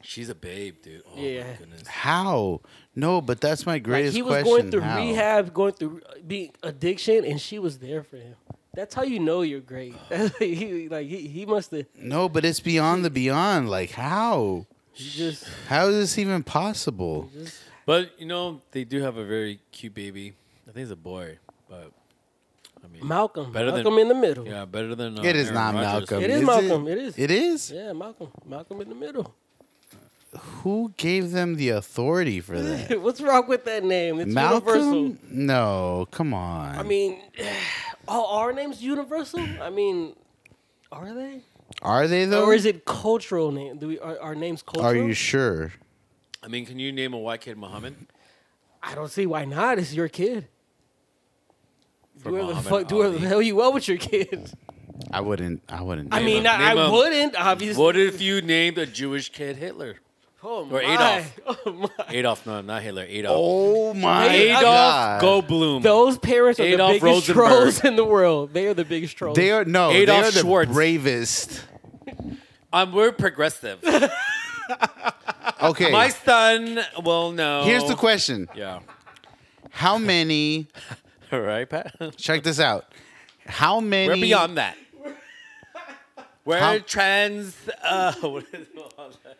She's a babe, dude. Oh, my Yeah. goodness. How? No, but that's my Like, greatest he was question. going through How? rehab, going through uh, being addiction, and she was there for him. That's how you know you're great. That's like, he, like he, he must have No, but it's beyond the beyond. Like how? just How is this even possible? But, you know, they do have a very cute baby. I think it's a boy, but I mean, Malcolm. Better than- Malcolm in the middle. Yeah. yeah, better than. Uh, It is Aaron not Rodgers. Malcolm. It is Malcolm, it is. It is. Malcolm. Malcolm in the middle. Who gave them the authority for that? What's wrong with that name? It's universal. Malcolm? No, come on. I mean, all our names universal. I mean, are they? are they though? Or is it cultural name? Do we are our names cultural? Are you sure? I mean, can you name a white kid Muhammad? I don't see why not. It's your kid. For Do whatever the Muhammad fuck, do whatever the Ali. hell you want with your kid. I wouldn't. I wouldn't. I Name mean, a- I, name I a- wouldn't obviously. What if you named a Jewish kid Hitler? oh my. or Adolf. Oh my. Adolf, no, not Hitler. Adolf. oh my Hey, Adolf god! Goldblum. Those parents are Adolf the biggest Rosenberg. trolls in the world. They are the biggest trolls. They are no. Adolf they are the Schwartz. bravest. Um, we're progressive. Okay. My son, well, no. Here's the question: Yeah. How many? All right, Pat. Check this out. How many? We're beyond that. We're How- trans. Uh, what is it all that?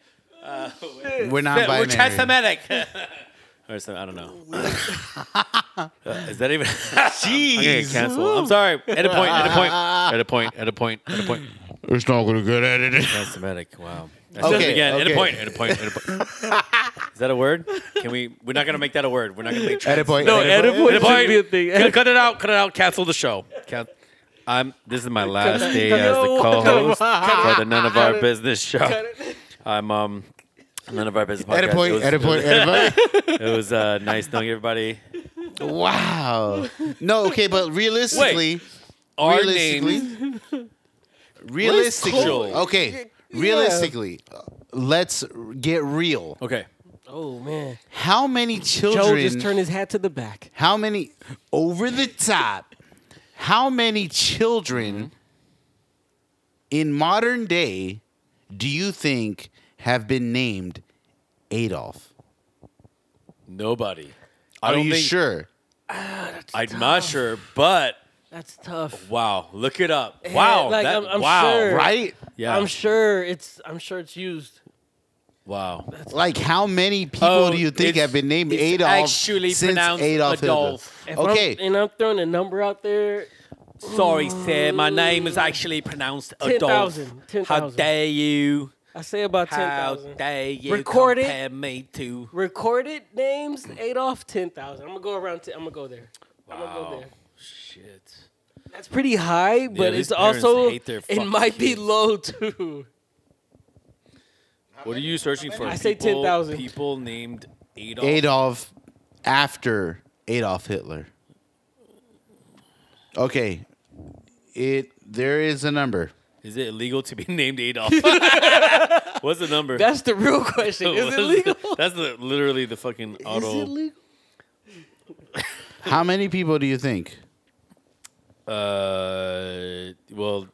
We're not We're binary. trans-Semitic. or something. I don't know. Uh, is that even? Jeez. I'm, gonna get canceled. I'm sorry. At a point. At a point. At a point. At a point. At a point. It's not gonna get edited. Trans-Semitic. Wow. I said it Okay, again. At okay. a point. At a point. At a point. Is that a word? Can we? We're not gonna make that a word. We're not gonna make. Trans- Edit point. no, edit point. Oedipus Oedipus should be a Oedipus. thing. Cut, cut it out. Cut it out. Cancel the show. Can- I'm. This is my last day as the co-host for the None of Our Business show. I'm um, None of Our Business podcast. Edit It point, was- edit point, edit point. It was uh, nice knowing everybody. Wow. No, okay, but realistically, Our realistically, names. realistically, Joel? okay, realistically, uh, let's get real. Okay. Oh man, How many Joe children? just turned his hat to the back. How many over the top? How many children in modern day do you think have been named Adolf? Nobody. I Are don't you think, sure? I'm not sure, but That's tough. wow, look it up. Wow, like, that, I'm- I'm wow, sure. Right? yeah, I'm sure it's. I'm sure it's used. wow. Like how many people Oh, do you think it's- have been named it's Adolf? actually since pronounced Adolf Hitler? Adolf. If I'm- Okay. and I'm throwing a number out there. Sorry, sir, my name is actually pronounced Adolf. 10,000, 10,000. How dare you? I say about ten How thousand. dare you Record it. compare me to? Recorded names Adolf ten thousand. I'm gonna go around. i am I'm gonna go there. I'm gonna go Wow. there. Shit. That's pretty high, but these it's parents also hate their it fucking might be kids. low too. What are you searching for? I say People- 10,000. People named Adolf. Adolf after Adolf Hitler. Okay. It there is a number. Is it illegal to be named Adolf? What's the number? That's the real question. Is What's it the- legal? that's the, literally the fucking auto. legal? How many people do you think? Uh, well,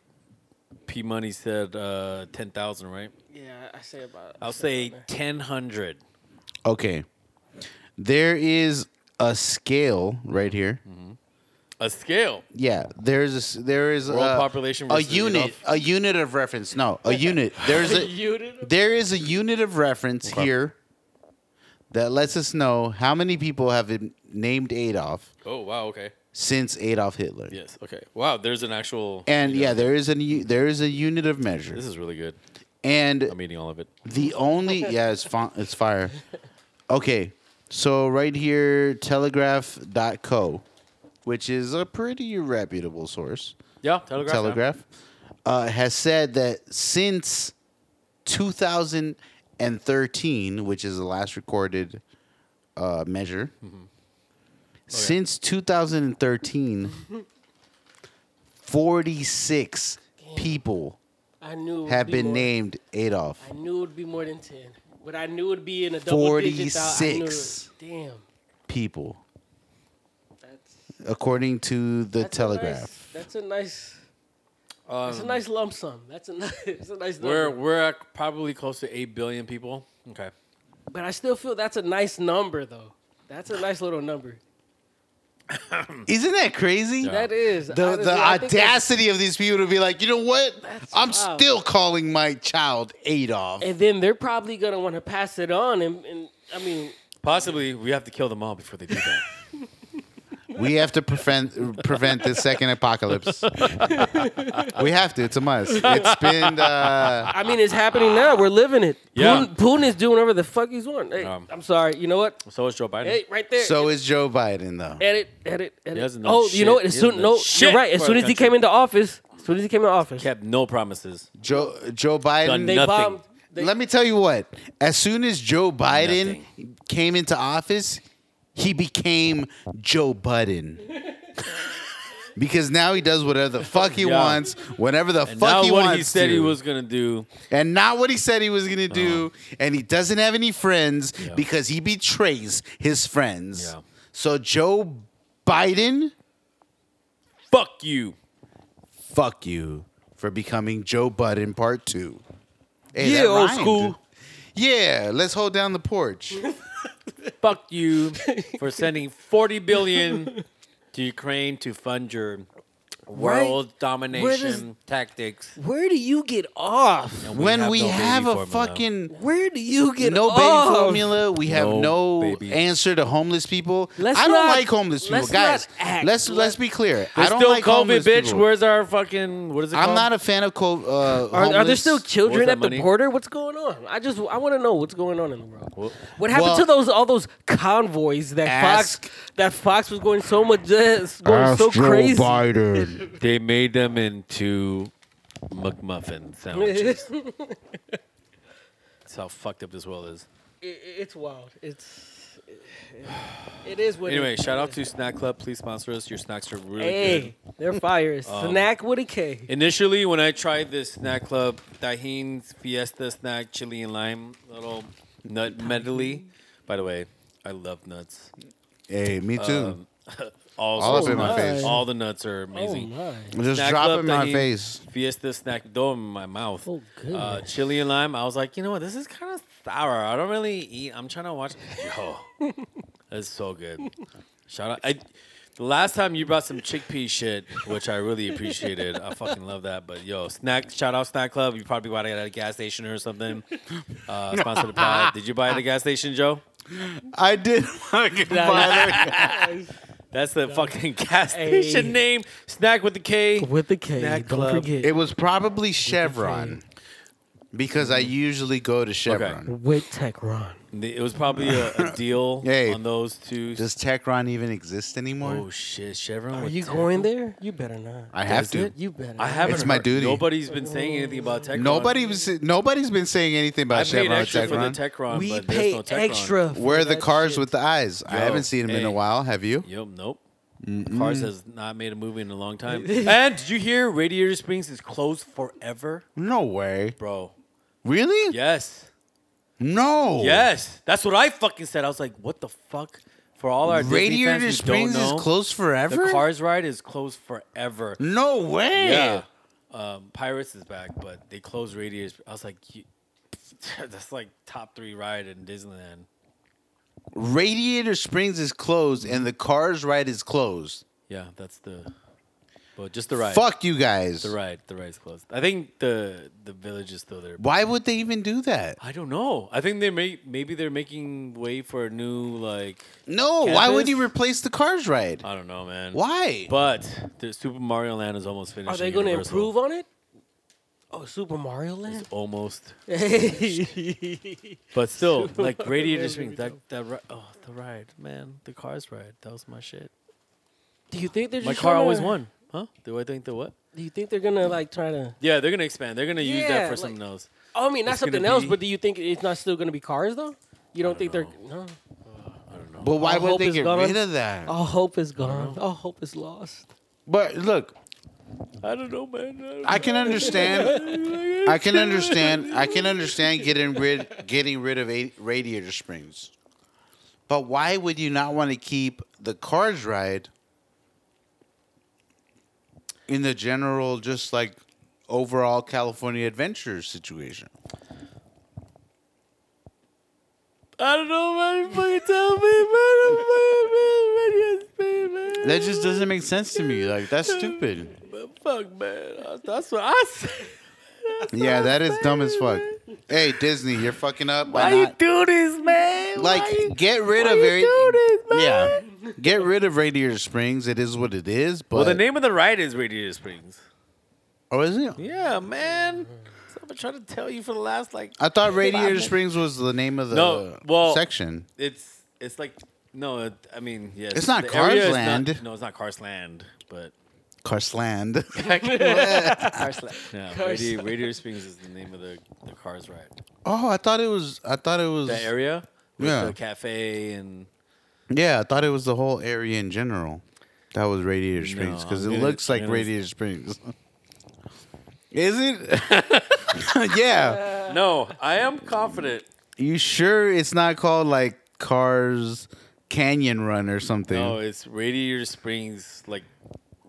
P Money said uh, ten thousand, right? Yeah, I say about. I'll say ten hundred. Okay. There is a scale right here. A scale. Yeah, there's a, s- there is World a, population a versus unit Adolf. a unit of reference. No, a unit. There's a Unit of- there is a unit of reference here that lets us know how many people have been named Adolf Oh wow. Okay. since Adolf Hitler. Yes. Okay. Wow. There's an actual. And you know, yeah, there is a u- there is a unit of measure. This is really good. And I'm eating all of it. The only yeah, it's fun, it's fire. Okay, so right here, Telegraph.co, which is a pretty reputable source, Yeah. Telegraph. Telegraph, uh, has said that since 2013, which is the last recorded uh, measure, Mm-hmm. since 2013, 46 people I knew it would have be been more. named Adolf. I knew it would be more than ten, but I knew it would be in a double digit. thou- I knew it. 46. Damn, people. that's, according to the that's A Telegraph. nice, that's a nice. Um, That's a nice lump sum. That's a nice. It's a nice. We're number. we're at probably close to eight billion people. Okay. But I still feel that's a nice number though. That's a nice little number. Isn't that crazy? That is Ah. The honestly, the I think that's- audacity of these people to be like, you know what? That's I'm wild. still calling my child Adolf. And then they're probably gonna want to pass it on, and, and I mean, Possibly we have to kill them all before they do that. we have to prevent prevent this second apocalypse. we have to. It's a must. It's been. Uh, I mean, it's happening now. We're living it. Yeah. Putin, Putin is doing whatever the fuck he's want. Hey, Um, I'm sorry. You know what? so is Joe Biden. Hey, right there. so is Joe Biden though. edit, edit, edit. hasn't done oh, you shit. know what? As He soon, hasn't no, done you're shit right. As for soon our as he country. came into office, as soon as he came into office, Kept no promises. Joe Joe Done Biden. they nothing. bombed. They, Let me tell you what. As soon as Joe Biden came into office, he became Joe Budden. because now he does whatever the fuck he Yeah. wants, whenever the And fuck now he what wants he said to. he was Uh-huh. gonna do. and not what he said he was gonna do. And he doesn't have any friends because he betrays his friends. Yeah. So Joe Biden, Fuck you. fuck you for becoming Joe Budden Part Two. Hey, Yeah, that old rhymed. school. Yeah, let's hold down the porch. fuck you for sending 40 billion to Ukraine to fund your world domination tactics. where do you get off? And when we no baby have, a formula. fucking Where do you get no off? baby formula, we have no, No baby. answer to homeless people. Let's I don't not- like homeless people, let's guys. not act let's like- let's be clear. I There's don't still like COVID, homeless bitch. people. Where's our fucking what is it called? I'm not a fan of co- uh, Are, are there homeless- still children that at the money? border? What's going on? I just I want to know what's going on in the world. Well- what happened Well- to those all those convoys that Ask- Fox that Fox was going so much uh, going so crazy? Biden. They made them into McMuffin sandwiches. It- That's how fucked up this world is. it's wild. It's it is what. it Anyway, is. shout out to Snack Club. Please sponsor us. Your snacks are really good. Um, Hey, they're fire. Snack with a K. Initially, when I tried this snack club, Tahin's Fiesta Snack Chili and Lime little nut medley. By the way, I love nuts. Hey, me too. Um, all All sorts of up in my nuts. face. All the nuts are amazing. Oh my. Just snack drop club in my Tahin, face. Fiesta Snack Dome in my mouth. Oh, uh, goodness. chili and lime. I was like, you know what? This is kind of sour. I don't really eat. I'm trying to watch. Yo, that's so good. Shout out. I, the last time you brought some chickpea shit, which I really appreciated. I fucking love that. But yo, snack. Shout out snack club. You probably bought it at a gas station or something. Uh, sponsor the pod. Did you buy it at a gas station, Joe? I did. fucking buy it. That's the fucking gas Hey. station name. Snack with the K. With the K. Snack don't Club. forget. It was probably Chevron because I usually go to Chevron. with Techron. It was probably a, a deal Hey. on those two. Does Techron even exist anymore? oh shit, Chevron. Are with you Tech- going there? You better not. I have to. You better. I haven't. It's my heard- duty. Nobody's been saying anything about Techron. Nobody was, nobody's been saying anything I about paid Chevron or extra Techron. for the Techron. We but pay there's no Techron. extra. For Where are the that cars shit. with the eyes? I Yo, haven't seen them in hey. a while. Have you? Yep. Nope. Cars has not made a movie in a long time. and did you hear Radiator Springs is closed forever, No way. bro? Really? Yes. No. Yes. That's what I fucking said. I was like, what the fuck? For all our Disney Radiator fans who don't Springs is know, closed forever. The Cars ride is closed forever. No way. Yeah. Um, Pirates is back, but they closed Radiator. Sp- I was like, you, that's like top three ride in Disneyland. Radiator Springs is closed and the Cars ride is closed. Yeah, that's the. But just the ride. Fuck you guys. The ride. The ride's closed. I think the the village is still there. Why would they even do that? I don't know. I think they may maybe they're making way for a new like No. Why would Campus? you replace the Cars ride? I don't know, man. Why? But the Super Mario Land is almost finished. Are they going to improve on it? Oh, Super Mario Land. Almost, Hey. but still, like Radiator Land Springs. is That that ri- oh the ride, man, the cars ride. That was my shit. Do you think they're just My car tryna- always won, huh? Do I think the what? Do you think they're gonna like try to? Yeah, they're gonna expand. They're gonna use that Yeah, for like- something else. Oh, I mean, not It's gonna something else, be- but do you think it's not still gonna be cars though? You don't, think they're no. But why All would hope they is get gone. rid of that? Oh. All hope is gone. All hope is lost. But look, I don't know, man. I don't I can understand. I can understand. I can understand getting rid getting rid of a- Radiator Springs. But why would you not want to keep the Cars ride in the general, just like overall California adventure situation? I don't know, man. You fucking tell me, man. I'm fucking man, man. yes, man, man. That just doesn't make sense to me. Like that's stupid. But fuck, man. I- That's what I say. Yeah, that is dumb as fuck. Hey Disney, you're fucking up. by Why you not- do this, man? Why you- like get rid why of you very do this, man? yeah get rid of radiator springs it is what it is but Well, the name of the ride is Radiator Springs. oh is it Yeah, man. So I've been trying to tell you for the last like. i thought radiator springs was the name of the No, well- section It's it's like no, it, I mean yes. It's not the area is not- Carsland. no, it's not Carsland, but carsland Carsland. Yeah, Radiator, Radiator Springs is the name of the the Cars ride. oh i thought it was i thought it was The area with Yeah. the cafe and yeah i thought it was the whole area in general that was radiator springs No, because I'm it gonna- looks like I'm gonna- radiator springs is it yeah no, I am confident. you sure it's not called like cars canyon run or something No, it's Radiator Springs like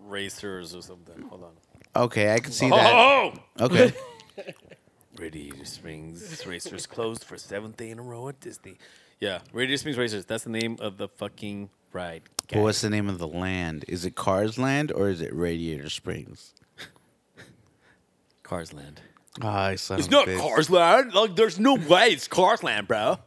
racers or something. Hold on. okay i can see that Oh, okay Radiator Springs racers closed for seventh day in a row at Disney. Yeah, Radiator Springs racers. That's the name of the fucking ride. But what's the name of the land? Is it Cars Land or is it Radiator Springs? Cars Land. Ah, it's It's not Cars Land. Like, there's no way it's Cars Land, bro.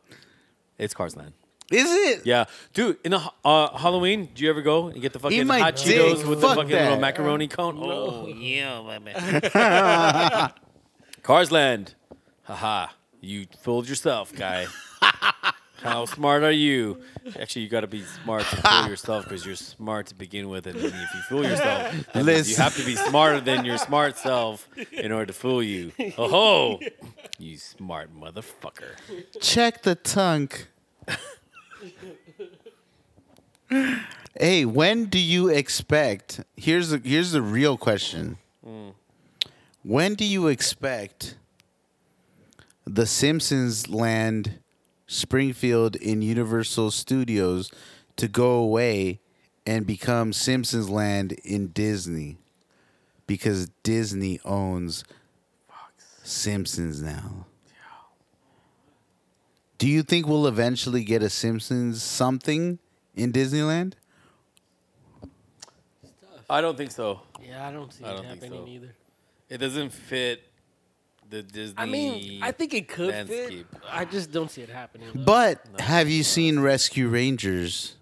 It's Cars Land. Is it? Yeah, dude. In the ho- uh, Halloween, do you ever go and get the fucking my hot dick. Cheetos with the Fuck fucking little that. macaroni cone? Oh yeah, my man. Cars Land. Haha, you fooled yourself, guy. How smart are you? Actually, you got to be smart to fool yourself because you're smart to begin with. And then if you fool yourself, that means you Listen. have to be smarter than your smart self in order to fool you. Oh ho! You smart motherfucker. Check the tongue. hey, when do you expect? Here's the here's the real question. When do you expect the Simpsons land Springfield in Universal Studios to go away and become Simpsons land in Disney? Because Disney owns Simpsons now. Do you think we'll eventually get a Simpsons something in Disneyland? I don't think so. Yeah, I don't see I don't it think happening so. either. It doesn't fit the Disney. I mean, I think it could fit. landscape. I just don't see it happening. though. But have you seen Rescue Rangers?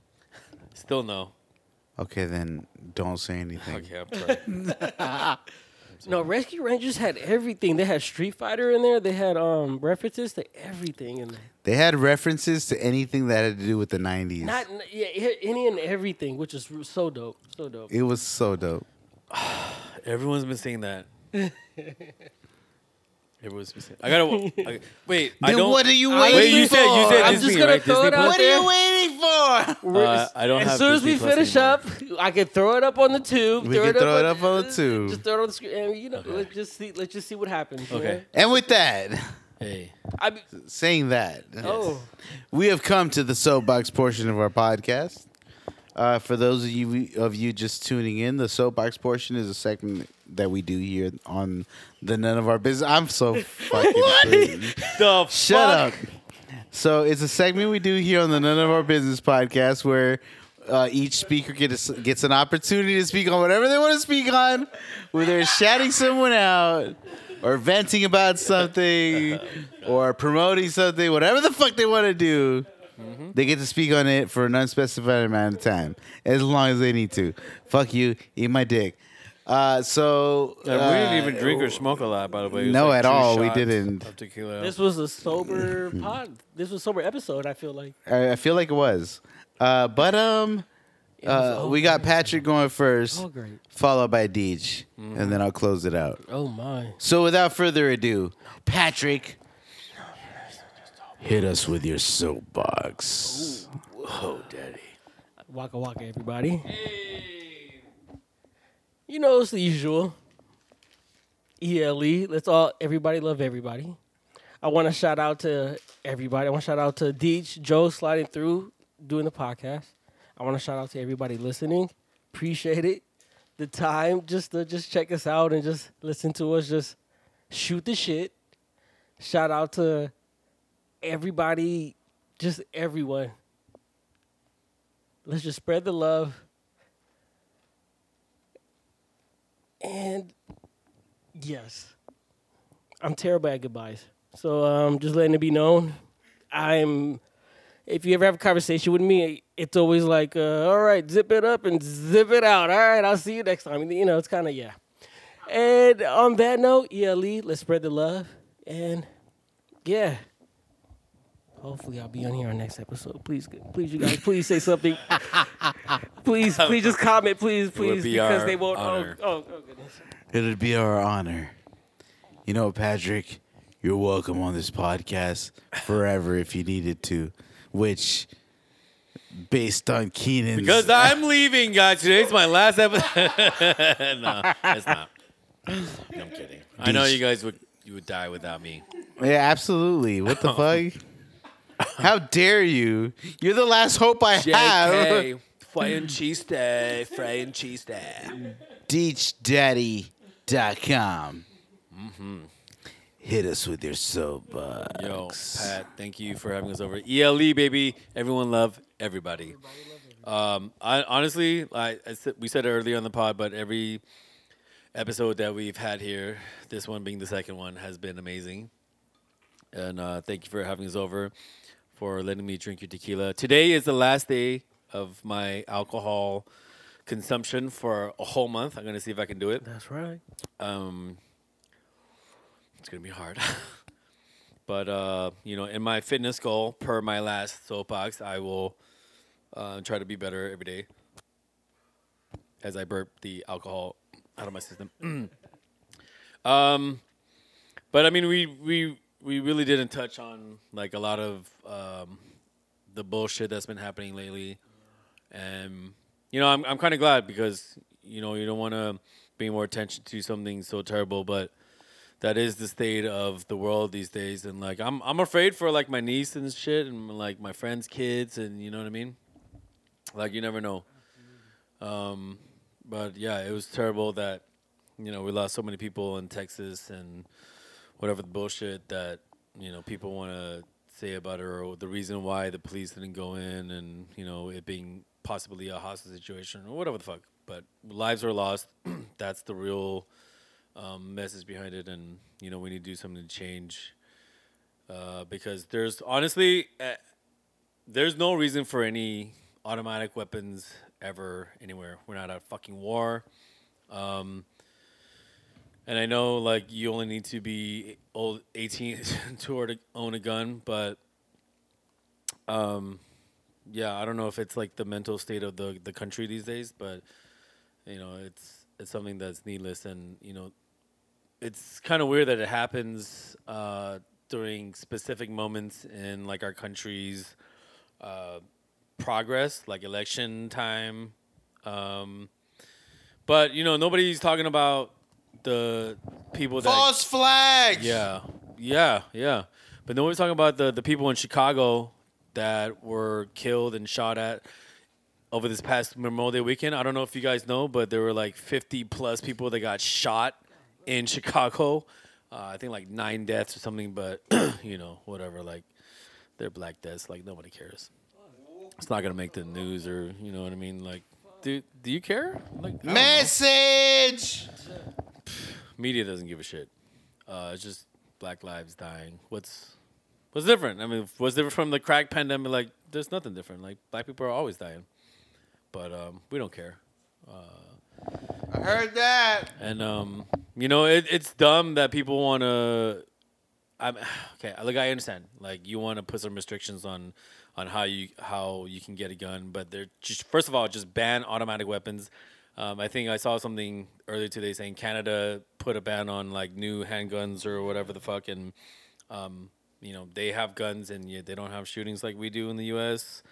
still no. Okay, then don't say anything. Okay, I'm sorry. No, Rescue Rangers had everything. They had Street Fighter in there. They had um references to everything in there. They had references to anything that had to do with the 90s. Not yeah, a- any and everything, which is so dope, so dope. it was so dope. Everyone's been saying that. Everyone's been saying. I gotta I- wait. I Then don't. what are you waiting wait, you said you for? said I'm Disney, just gonna right? throw Disney it out Plus? What are you there? waiting for? We're- Uh, I don't as have soon Disney as we Plus finish anymore. up, I can throw it up on the tube. We can throw it up on the tube. Just throw it on the screen. And, you know, Okay. let's just see. Let's just see what happens. you Okay. And with that, Hey, know? I mean, saying that, oh, we have come to the soapbox portion of our podcast. Uh, for those of you of you just tuning in, the soapbox portion is a segment that we do here on the None of Our Business. I'm so fucking crazy. the Shut up. So it's a segment we do here on the None of Our Business podcast where uh, each speaker gets gets an opportunity to speak on whatever they want to speak on, whether it's shouting someone out or venting about something or promoting something, whatever the fuck they want to do. Mm-hmm. They get to speak on it for an unspecified amount of time, as long as they need to. Fuck you, eat my dick. Uh, so And we didn't uh, even drink or smoke a lot, by the way. It was No, like at two all, we shots didn't. Of tequila. this was a sober pod. This was a sober episode. I feel like I, I feel like it was. Uh, but um, It was uh, all we got great. Patrick going first, All Oh, great. followed by Deej, and then I'll close it out. Oh my. So without further ado, Patrick, hit us with your soapbox. Oh, daddy. Waka waka, everybody. You know, it's the usual. ELE, let's all, everybody love everybody. I want to shout out to everybody. I want to shout out to Deej, Joe sliding through, doing the podcast. I want to shout out to everybody listening. Appreciate it. The time just to just check us out and just listen to us, just shoot the shit. Shout out to everybody, just everyone. Let's just spread the love. And yes, I'm terrible at goodbyes. So um, just letting it be known, I'm. If you ever have a conversation with me, it's always like, uh, all right, zip it up and zip it out. All right, I'll see you next time. You know, it's kind of yeah. And on that note, ELE, let's spread the love. And yeah. Hopefully, I'll be on here on next episode. Please, please, you guys, please say something. please, please, just comment, please, please, be because our they won't. honor. Oh, oh, oh, goodness. It'd be our honor. You know, Patrick, you're welcome on this podcast forever if you needed to, which, based on Keenan's Because I'm leaving, guys. Today's my last episode. no, it's not. No, I'm kidding. I know you guys would you would die without me. Yeah, absolutely. What the fuck? How dare you? You're the last hope I have. JK, fry and cheese day, fry and cheese day. DeechDaddy.com. Hit us with your soapbox. Yo, Pat, thank you for having us over. ELE, baby. Everyone love everybody. Um, I honestly, I, I said, we said it earlier on the pod, but every episode that we've had here, this one being the second one, has been amazing. And uh, thank you for having us over, for letting me drink your tequila. Today is the last day of my alcohol consumption for a whole month. I'm gonna see if I can do it. That's right. Um, it's gonna be hard. But uh, you know, in my fitness goal, per my last soapbox, I will uh, try to be better every day. As I burp the alcohol out of my system. um, but I mean, we we we really didn't touch on like a lot of um, the bullshit that's been happening lately, and Um, you know, I'm I'm kind of glad because you know you don't want to pay more attention to something so terrible, but that is the state of the world these days and like I'm I'm afraid for like my niece and shit and like my friends kids and you know what I mean? Like you never know. Um but yeah, it was terrible that you know, we lost so many people in Texas and whatever the bullshit that you know people want to say about it or the reason why the police didn't go in and you know it being possibly a hostage situation or whatever the fuck but lives are lost that's the real um, message behind it, and you know we need to do something to change uh, because there's honestly uh, there's no reason for any automatic weapons ever anywhere. We're not at fucking war, um, and I know like you only need to be old 18 to or to own a gun, but um, yeah, I don't know if it's like the mental state of the the country these days, but you know it's it's something that's needless and you know it's kind of weird that it happens uh, during specific moments in like our country's uh, progress like election time um, but you know nobody's talking about the people that False flags. yeah, yeah, yeah. But then we were talking about the the people in Chicago that were killed and shot at over this past Memorial Day weekend. I don't know if you guys know, but there were like 50 plus people that got shot in Chicago. Uh, I think like nine deaths or something, but you know, whatever. Like they're black deaths. Like nobody cares. It's not gonna make the news, or you know what I mean. Like, do do you care? Like, I don't know Message. media doesn't give a shit. Uh, it's just black lives dying. What's what's different? I mean, what's different from the crack pandemic? Like, there's nothing different. Like, black people are always dying, but um, we don't care. I heard that. And um, you know, it, it's dumb that people want to. I'm okay. Like, I understand. Like, you want to put some restrictions on on how you how you can get a gun, but they're just first of all just ban automatic weapons. Um, I think I saw something earlier today saying Canada put a ban on like new handguns or whatever the fuck, and um, you know they have guns and yet they don't have shootings like we do in the U.S.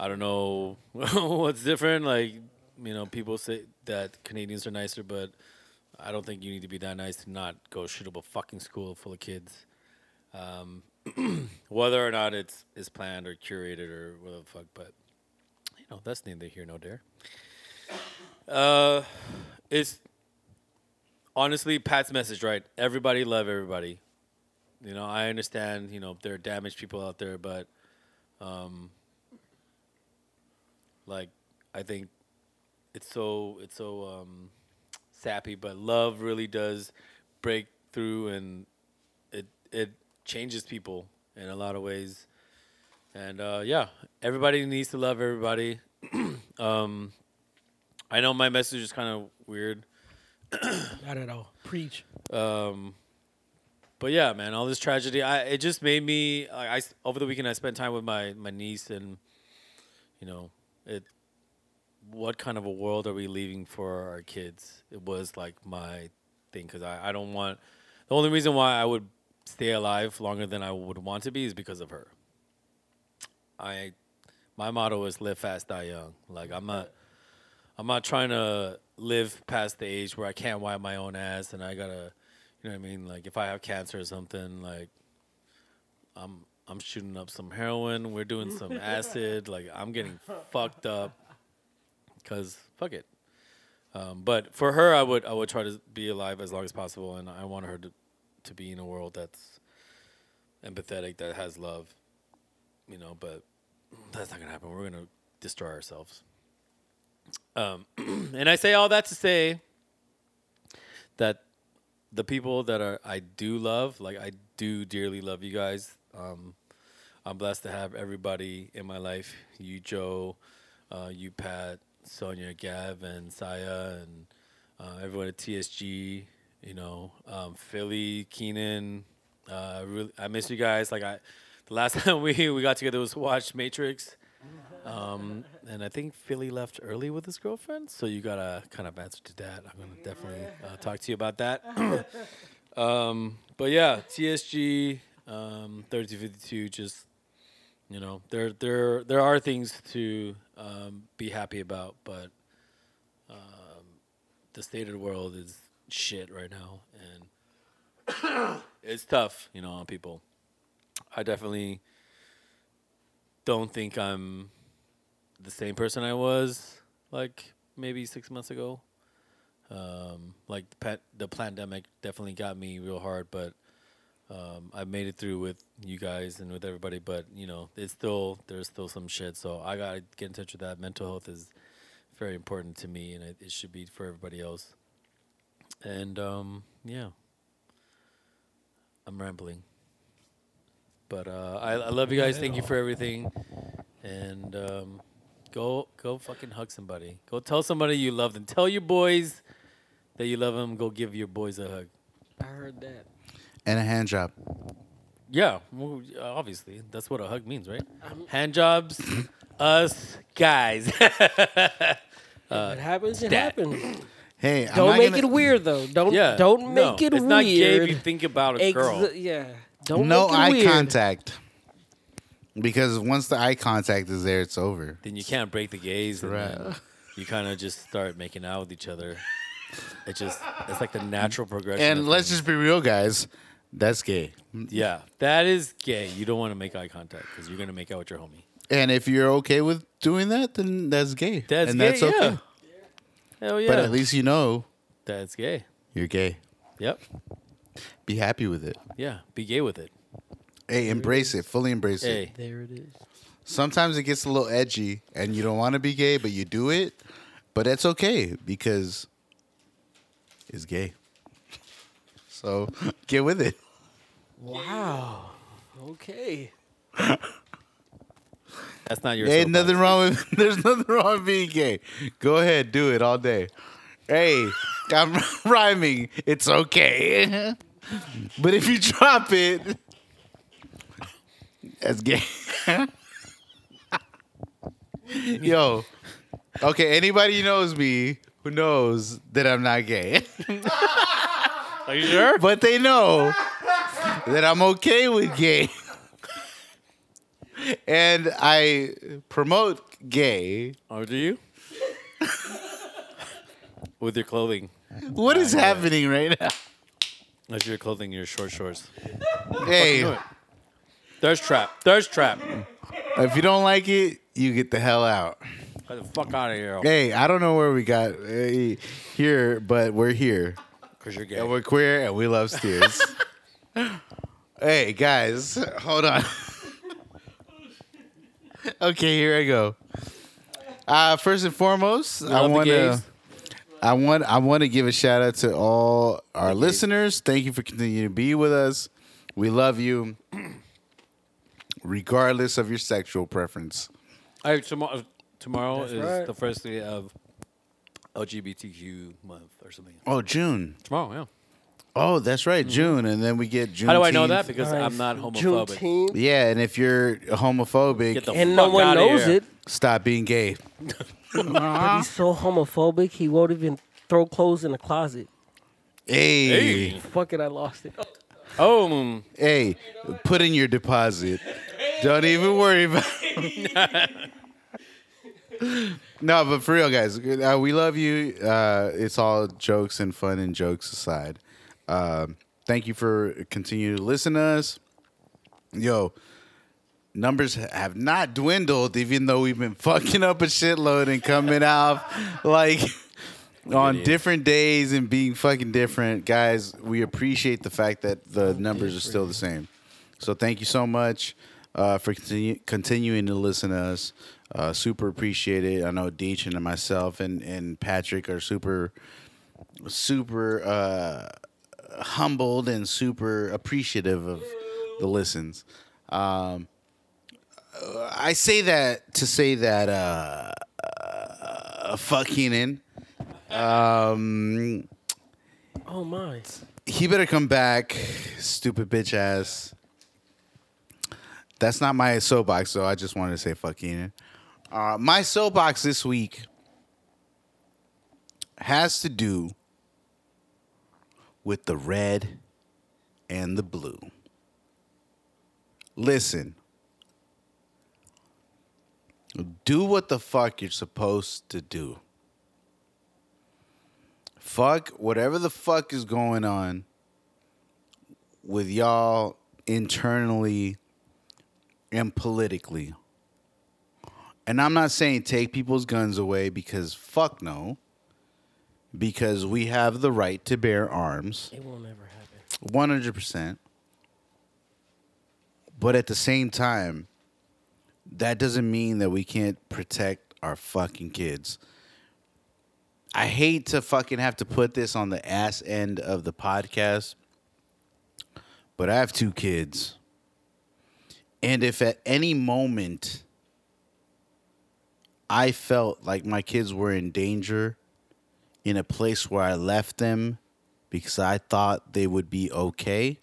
I don't know what's different. Like, you know, people say that Canadians are nicer, but I don't think you need to be that nice to not go shoot up a fucking school full of kids. Um, whether or not it's is planned or curated or whatever the fuck, but you know, that's neither here nor there. Uh, it's honestly Pat's message, right? Everybody love everybody. You know, I understand, you know, there are damaged people out there, but um, like I think it's so it's so um, sappy, but love really does break through and it it changes people in a lot of ways. And uh, yeah, everybody needs to love everybody. um, I know my message is kind of weird, Not at all. Preach. um, but yeah, man, all this tragedy. I it just made me. I, I s- over the weekend I spent time with my my niece, and you know, it. What kind of a world are we leaving for our kids? It was like my thing because I I don't want. The only reason why I would stay alive longer than I would want to be is because of her. I, my motto is live fast, die young. Like I'm not. I'm not trying to live past the age where I can't wipe my own ass and I gotta, you know what I mean? Like if I have cancer or something, like I'm I'm shooting up some heroin, we're doing some acid, like I'm getting fucked up, cause fuck it. Um, but for her, I would I would try to be alive as long as possible, and I want her to to be in a world that's empathetic, that has love, you know. But that's not gonna happen. We're gonna destroy ourselves. And I say all that to say that the people that are I do love, like I do dearly love you guys. Um, I'm blessed to have everybody in my life. You, Joe, uh, you, Pat, Sonia, Gav, and Saya, and uh, everyone at TSG. You know, um, Philly, Keenan, Uh, I really, I miss you guys. Like I, the last time we we got together was to watch Matrix. Um, and I think Philly left early with his girlfriend, so you gotta kind of answer to that. I'm gonna definitely uh, talk to you about that. um, but yeah, TSG, um, 3252, just you know, there there there are things to um, be happy about, but um, the state of the world is shit right now, and it's tough, you know, on people. I definitely don't think I'm the same person I was like maybe six months ago. Um, like the, pa- the pandemic definitely got me real hard, but um, I made it through with you guys and with everybody. But you know, it's still there's still some shit, so I gotta get in touch with that. Mental health is very important to me, and it, it should be for everybody else. And um, yeah, I'm rambling, but uh, I, I love you guys. Thank you for everything, and um, go go fucking hug somebody. Go tell somebody you love them. Tell your boys that you love them. Go give your boys a hug. I heard that. And a hand job. Yeah, well, uh, obviously that's what a hug means, right? Um, Hand jobs, us guys. if it happens, it Uh, that. happens. Hey, I'm Don't not make gonna- it weird though. Don't yeah, don't no, make it it's weird. not gay if you think about a Ex- girl. Yeah. Don't no make it eye weird. contact. Because once the eye contact is there, it's over. then you can't break the gaze. and Right. then you kind of just start making out with each other. It just it's like the natural progression. And of let's things. just be real, guys. That's gay. yeah, that is gay. You don't want to make eye contact because you're gonna make out with your homie. And if you're okay with doing that, then that's gay. That's and gay. that's okay. Yeah. Hell yeah. But at least you know that's gay. you're gay. Yep. Be happy with it. Yeah. Be gay with it. Hey, embrace it. Fully embrace it. Hey. There it is. Sometimes it gets a little edgy and you don't want to be gay, but you do it. But that's okay because it's gay. So get with it. Wow. Okay. That's not your. There ain't soapbox. nothing wrong with there's nothing wrong with being gay. Go ahead, do it all day. Hey, I'm rhyming. It's okay. But if you drop it, that's gay. Yo. Okay, anybody who knows me who knows that I'm not gay. Are you sure? But they know that I'm okay with gay. And I promote gay Oh, Or do you? with your clothing. What is happening right now? That's your clothing. Your short shorts. Hey, Thirst trap. Thirst trap. if you don't like it, you get the hell out. Get the fuck out of here. Hey, I don't know where we got eh, here, but we're here. Because you're And gay. we're queer and we love steers. hey, guys, hold on. okay, here I go. Uh, first and foremost, I love the want to gays. I want I want to give a shout out to all our listeners. Thank you for continuing to be with us. We love you, regardless of your sexual preference. All right, tomorrow, uh, tomorrow is right. the first day of LGBTQ month or something. Oh, June. Tomorrow, yeah. Oh, that's right, June. And then we get Mm-hmm. June. How do I know that? Because I'm Nice. not homophobic. Juneteenth. yeah, and if you're homophobic, Get the And no fuck one outta knows here. it. stop being gay. But he's so homophobic he won't even throw clothes in the closet. Hey. Hey. Fuck it, I lost it. Oh, mm, Hey, put in your deposit. Don't even worry about it. no, but for real, guys, uh, we love you. Uh, it's all jokes and fun and jokes aside. Um, thank you for continuing to listen to us. Yo, numbers have not dwindled, even though we've been fucking up a shitload and coming out like on different days and being fucking different. Guys, we appreciate the fact that the numbers are still the same. So thank you so much uh, for continu- continuing to listen to us. Uh, super appreciate it. I know Deech and myself and, and Patrick are super, super uh, humbled and super appreciative of the listens. Um, I say that to say that uh, uh fuck Heenan. Oh my. he better come back, stupid bitch ass. That's not my soapbox, though. I just wanted to say fuck Keenan. Uh, my soapbox this week has to do with the red and the blue. Listen, do what the fuck you're supposed to do. Fuck whatever the fuck is going on with y'all internally and politically. And I'm not saying take people's guns away because fuck no. Because we have the right to bear arms. It won't ever happen. 100%. But at the same time, that doesn't mean that we can't protect our fucking kids. I hate to fucking have to put this on the ass end of the podcast, but I have two kids. And if at any moment I felt like my kids were in danger in a place where I left them because I thought they would be okay,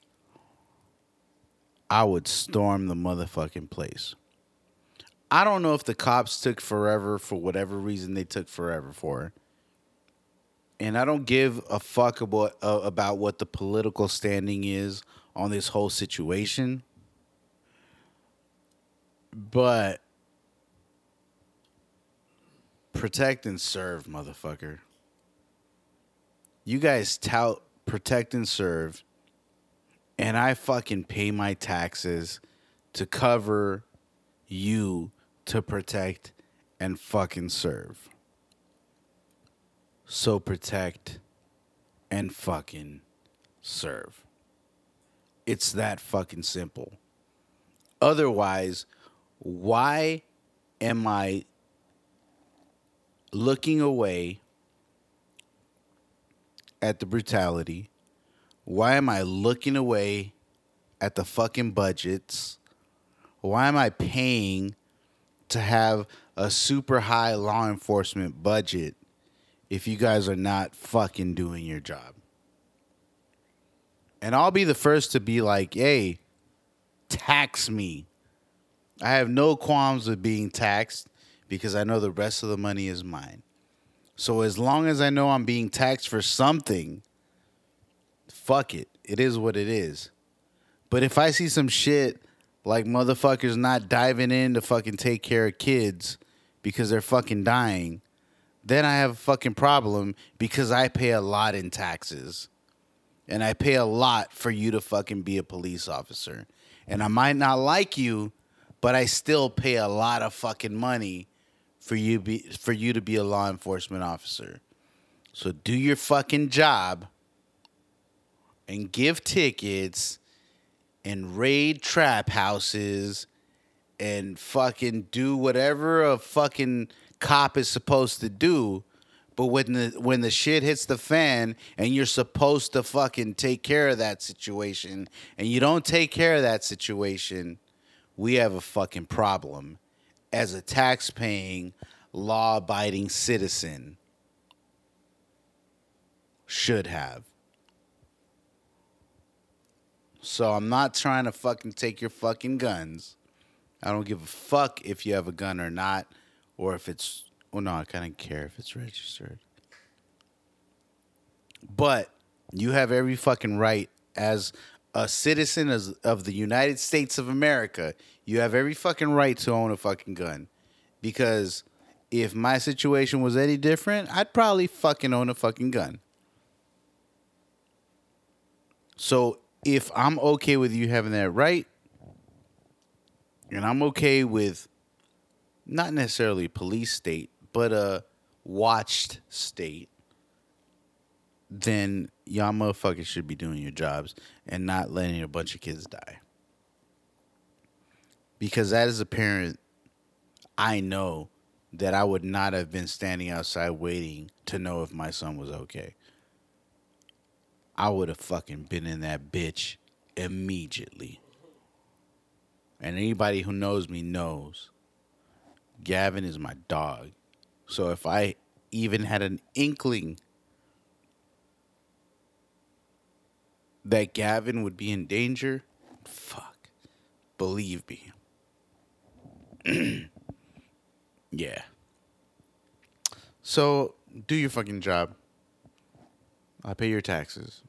I would storm the motherfucking place. I don't know if the cops took forever for whatever reason they took forever for. And I don't give a fuck about, uh, about what the political standing is on this whole situation. But protect and serve, motherfucker. You guys tout protect and serve, and I fucking pay my taxes to cover you to protect and fucking serve. So protect and fucking serve. It's that fucking simple. Otherwise, why am I looking away at the brutality? Why am I looking away at the fucking budgets? Why am I paying to have a super high law enforcement budget if you guys are not fucking doing your job? And I'll be the first to be like, hey, tax me. I have no qualms with being taxed because I know the rest of the money is mine. So as long as I know I'm being taxed for something, fuck it. It is what it is. But if I see some shit like motherfuckers not diving in to fucking take care of kids because they're fucking dying, then I have a fucking problem because I pay a lot in taxes. And I pay a lot for you to fucking be a police officer. And I might not like you, but I still pay a lot of fucking money for you be for you to be a law enforcement officer. So do your fucking job and give tickets and raid trap houses and fucking do whatever a fucking cop is supposed to do. But when the when the shit hits the fan and you're supposed to fucking take care of that situation and you don't take care of that situation, we have a fucking problem as a tax-paying, law-abiding citizen should have. So I'm not trying to fucking take your fucking guns. I don't give a fuck if you have a gun or not, or if it's. Well, no, I kind of care if it's registered. But you have every fucking right as a citizen as, of the United States of America. You have every fucking right to own a fucking gun. Because if my situation was any different, I'd probably fucking own a fucking gun. So if I'm okay with you having that right, and I'm okay with not necessarily police state, but a watched state, then y'all motherfuckers should be doing your jobs and not letting a bunch of kids die. Because that is a parent, I know that I would not have been standing outside waiting to know if my son was okay. I would have fucking been in that bitch immediately. And anybody who knows me knows Gavin is my dog. So if I even had an inkling that Gavin would be in danger, fuck, believe me. yeah. So do your fucking job. I pay your taxes.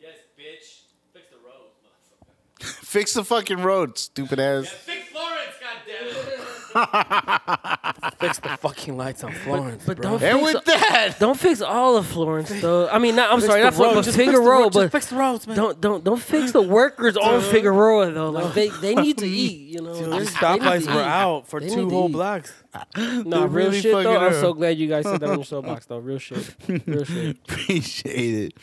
Yes, bitch. Fix the roads, motherfucker. Fix the fucking road, stupid ass. Fix Florence, goddammit. Fix the fucking lights on Florence, but bro. don't- And Fix with that, Don't fix all of Florence though. I mean, not, I'm sorry, the not Florence, road. but Just fix the Figueroa. road. Just But fix the roads, man. Don't don't don't fix the workers on Figueroa though. Like they, they need to eat. You know, Dude, They're- these they need to stoplights were eat. out for They two need to whole eat. blocks. Nah, real really shit though. fucking I'm are. so glad you guys said that on your soapbox though. Real shit. Real shit. appreciate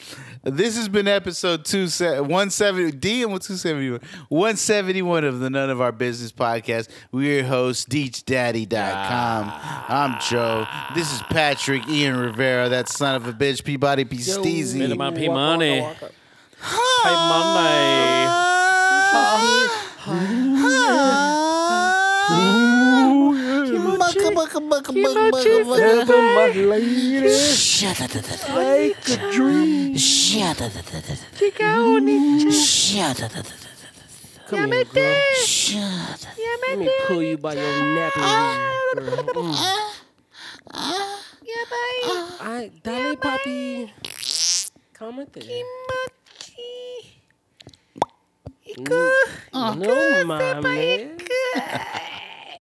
it. This has been episode two se- 170 D and 271 171 of the None of Our Business podcast. We're your host, DeechDaddy.com. I'm Joe. This is Patrick Ian Rivera, that son of a bitch, Peabody P. Made Steezy. him my Walk, pea walk, money. walk, walk. Hey, mama. Come here, girl. Let me pull you by your nappy. girl. Mm. Ah, I, Dolly Poppy. Come with it. Mm, No, no, mommy.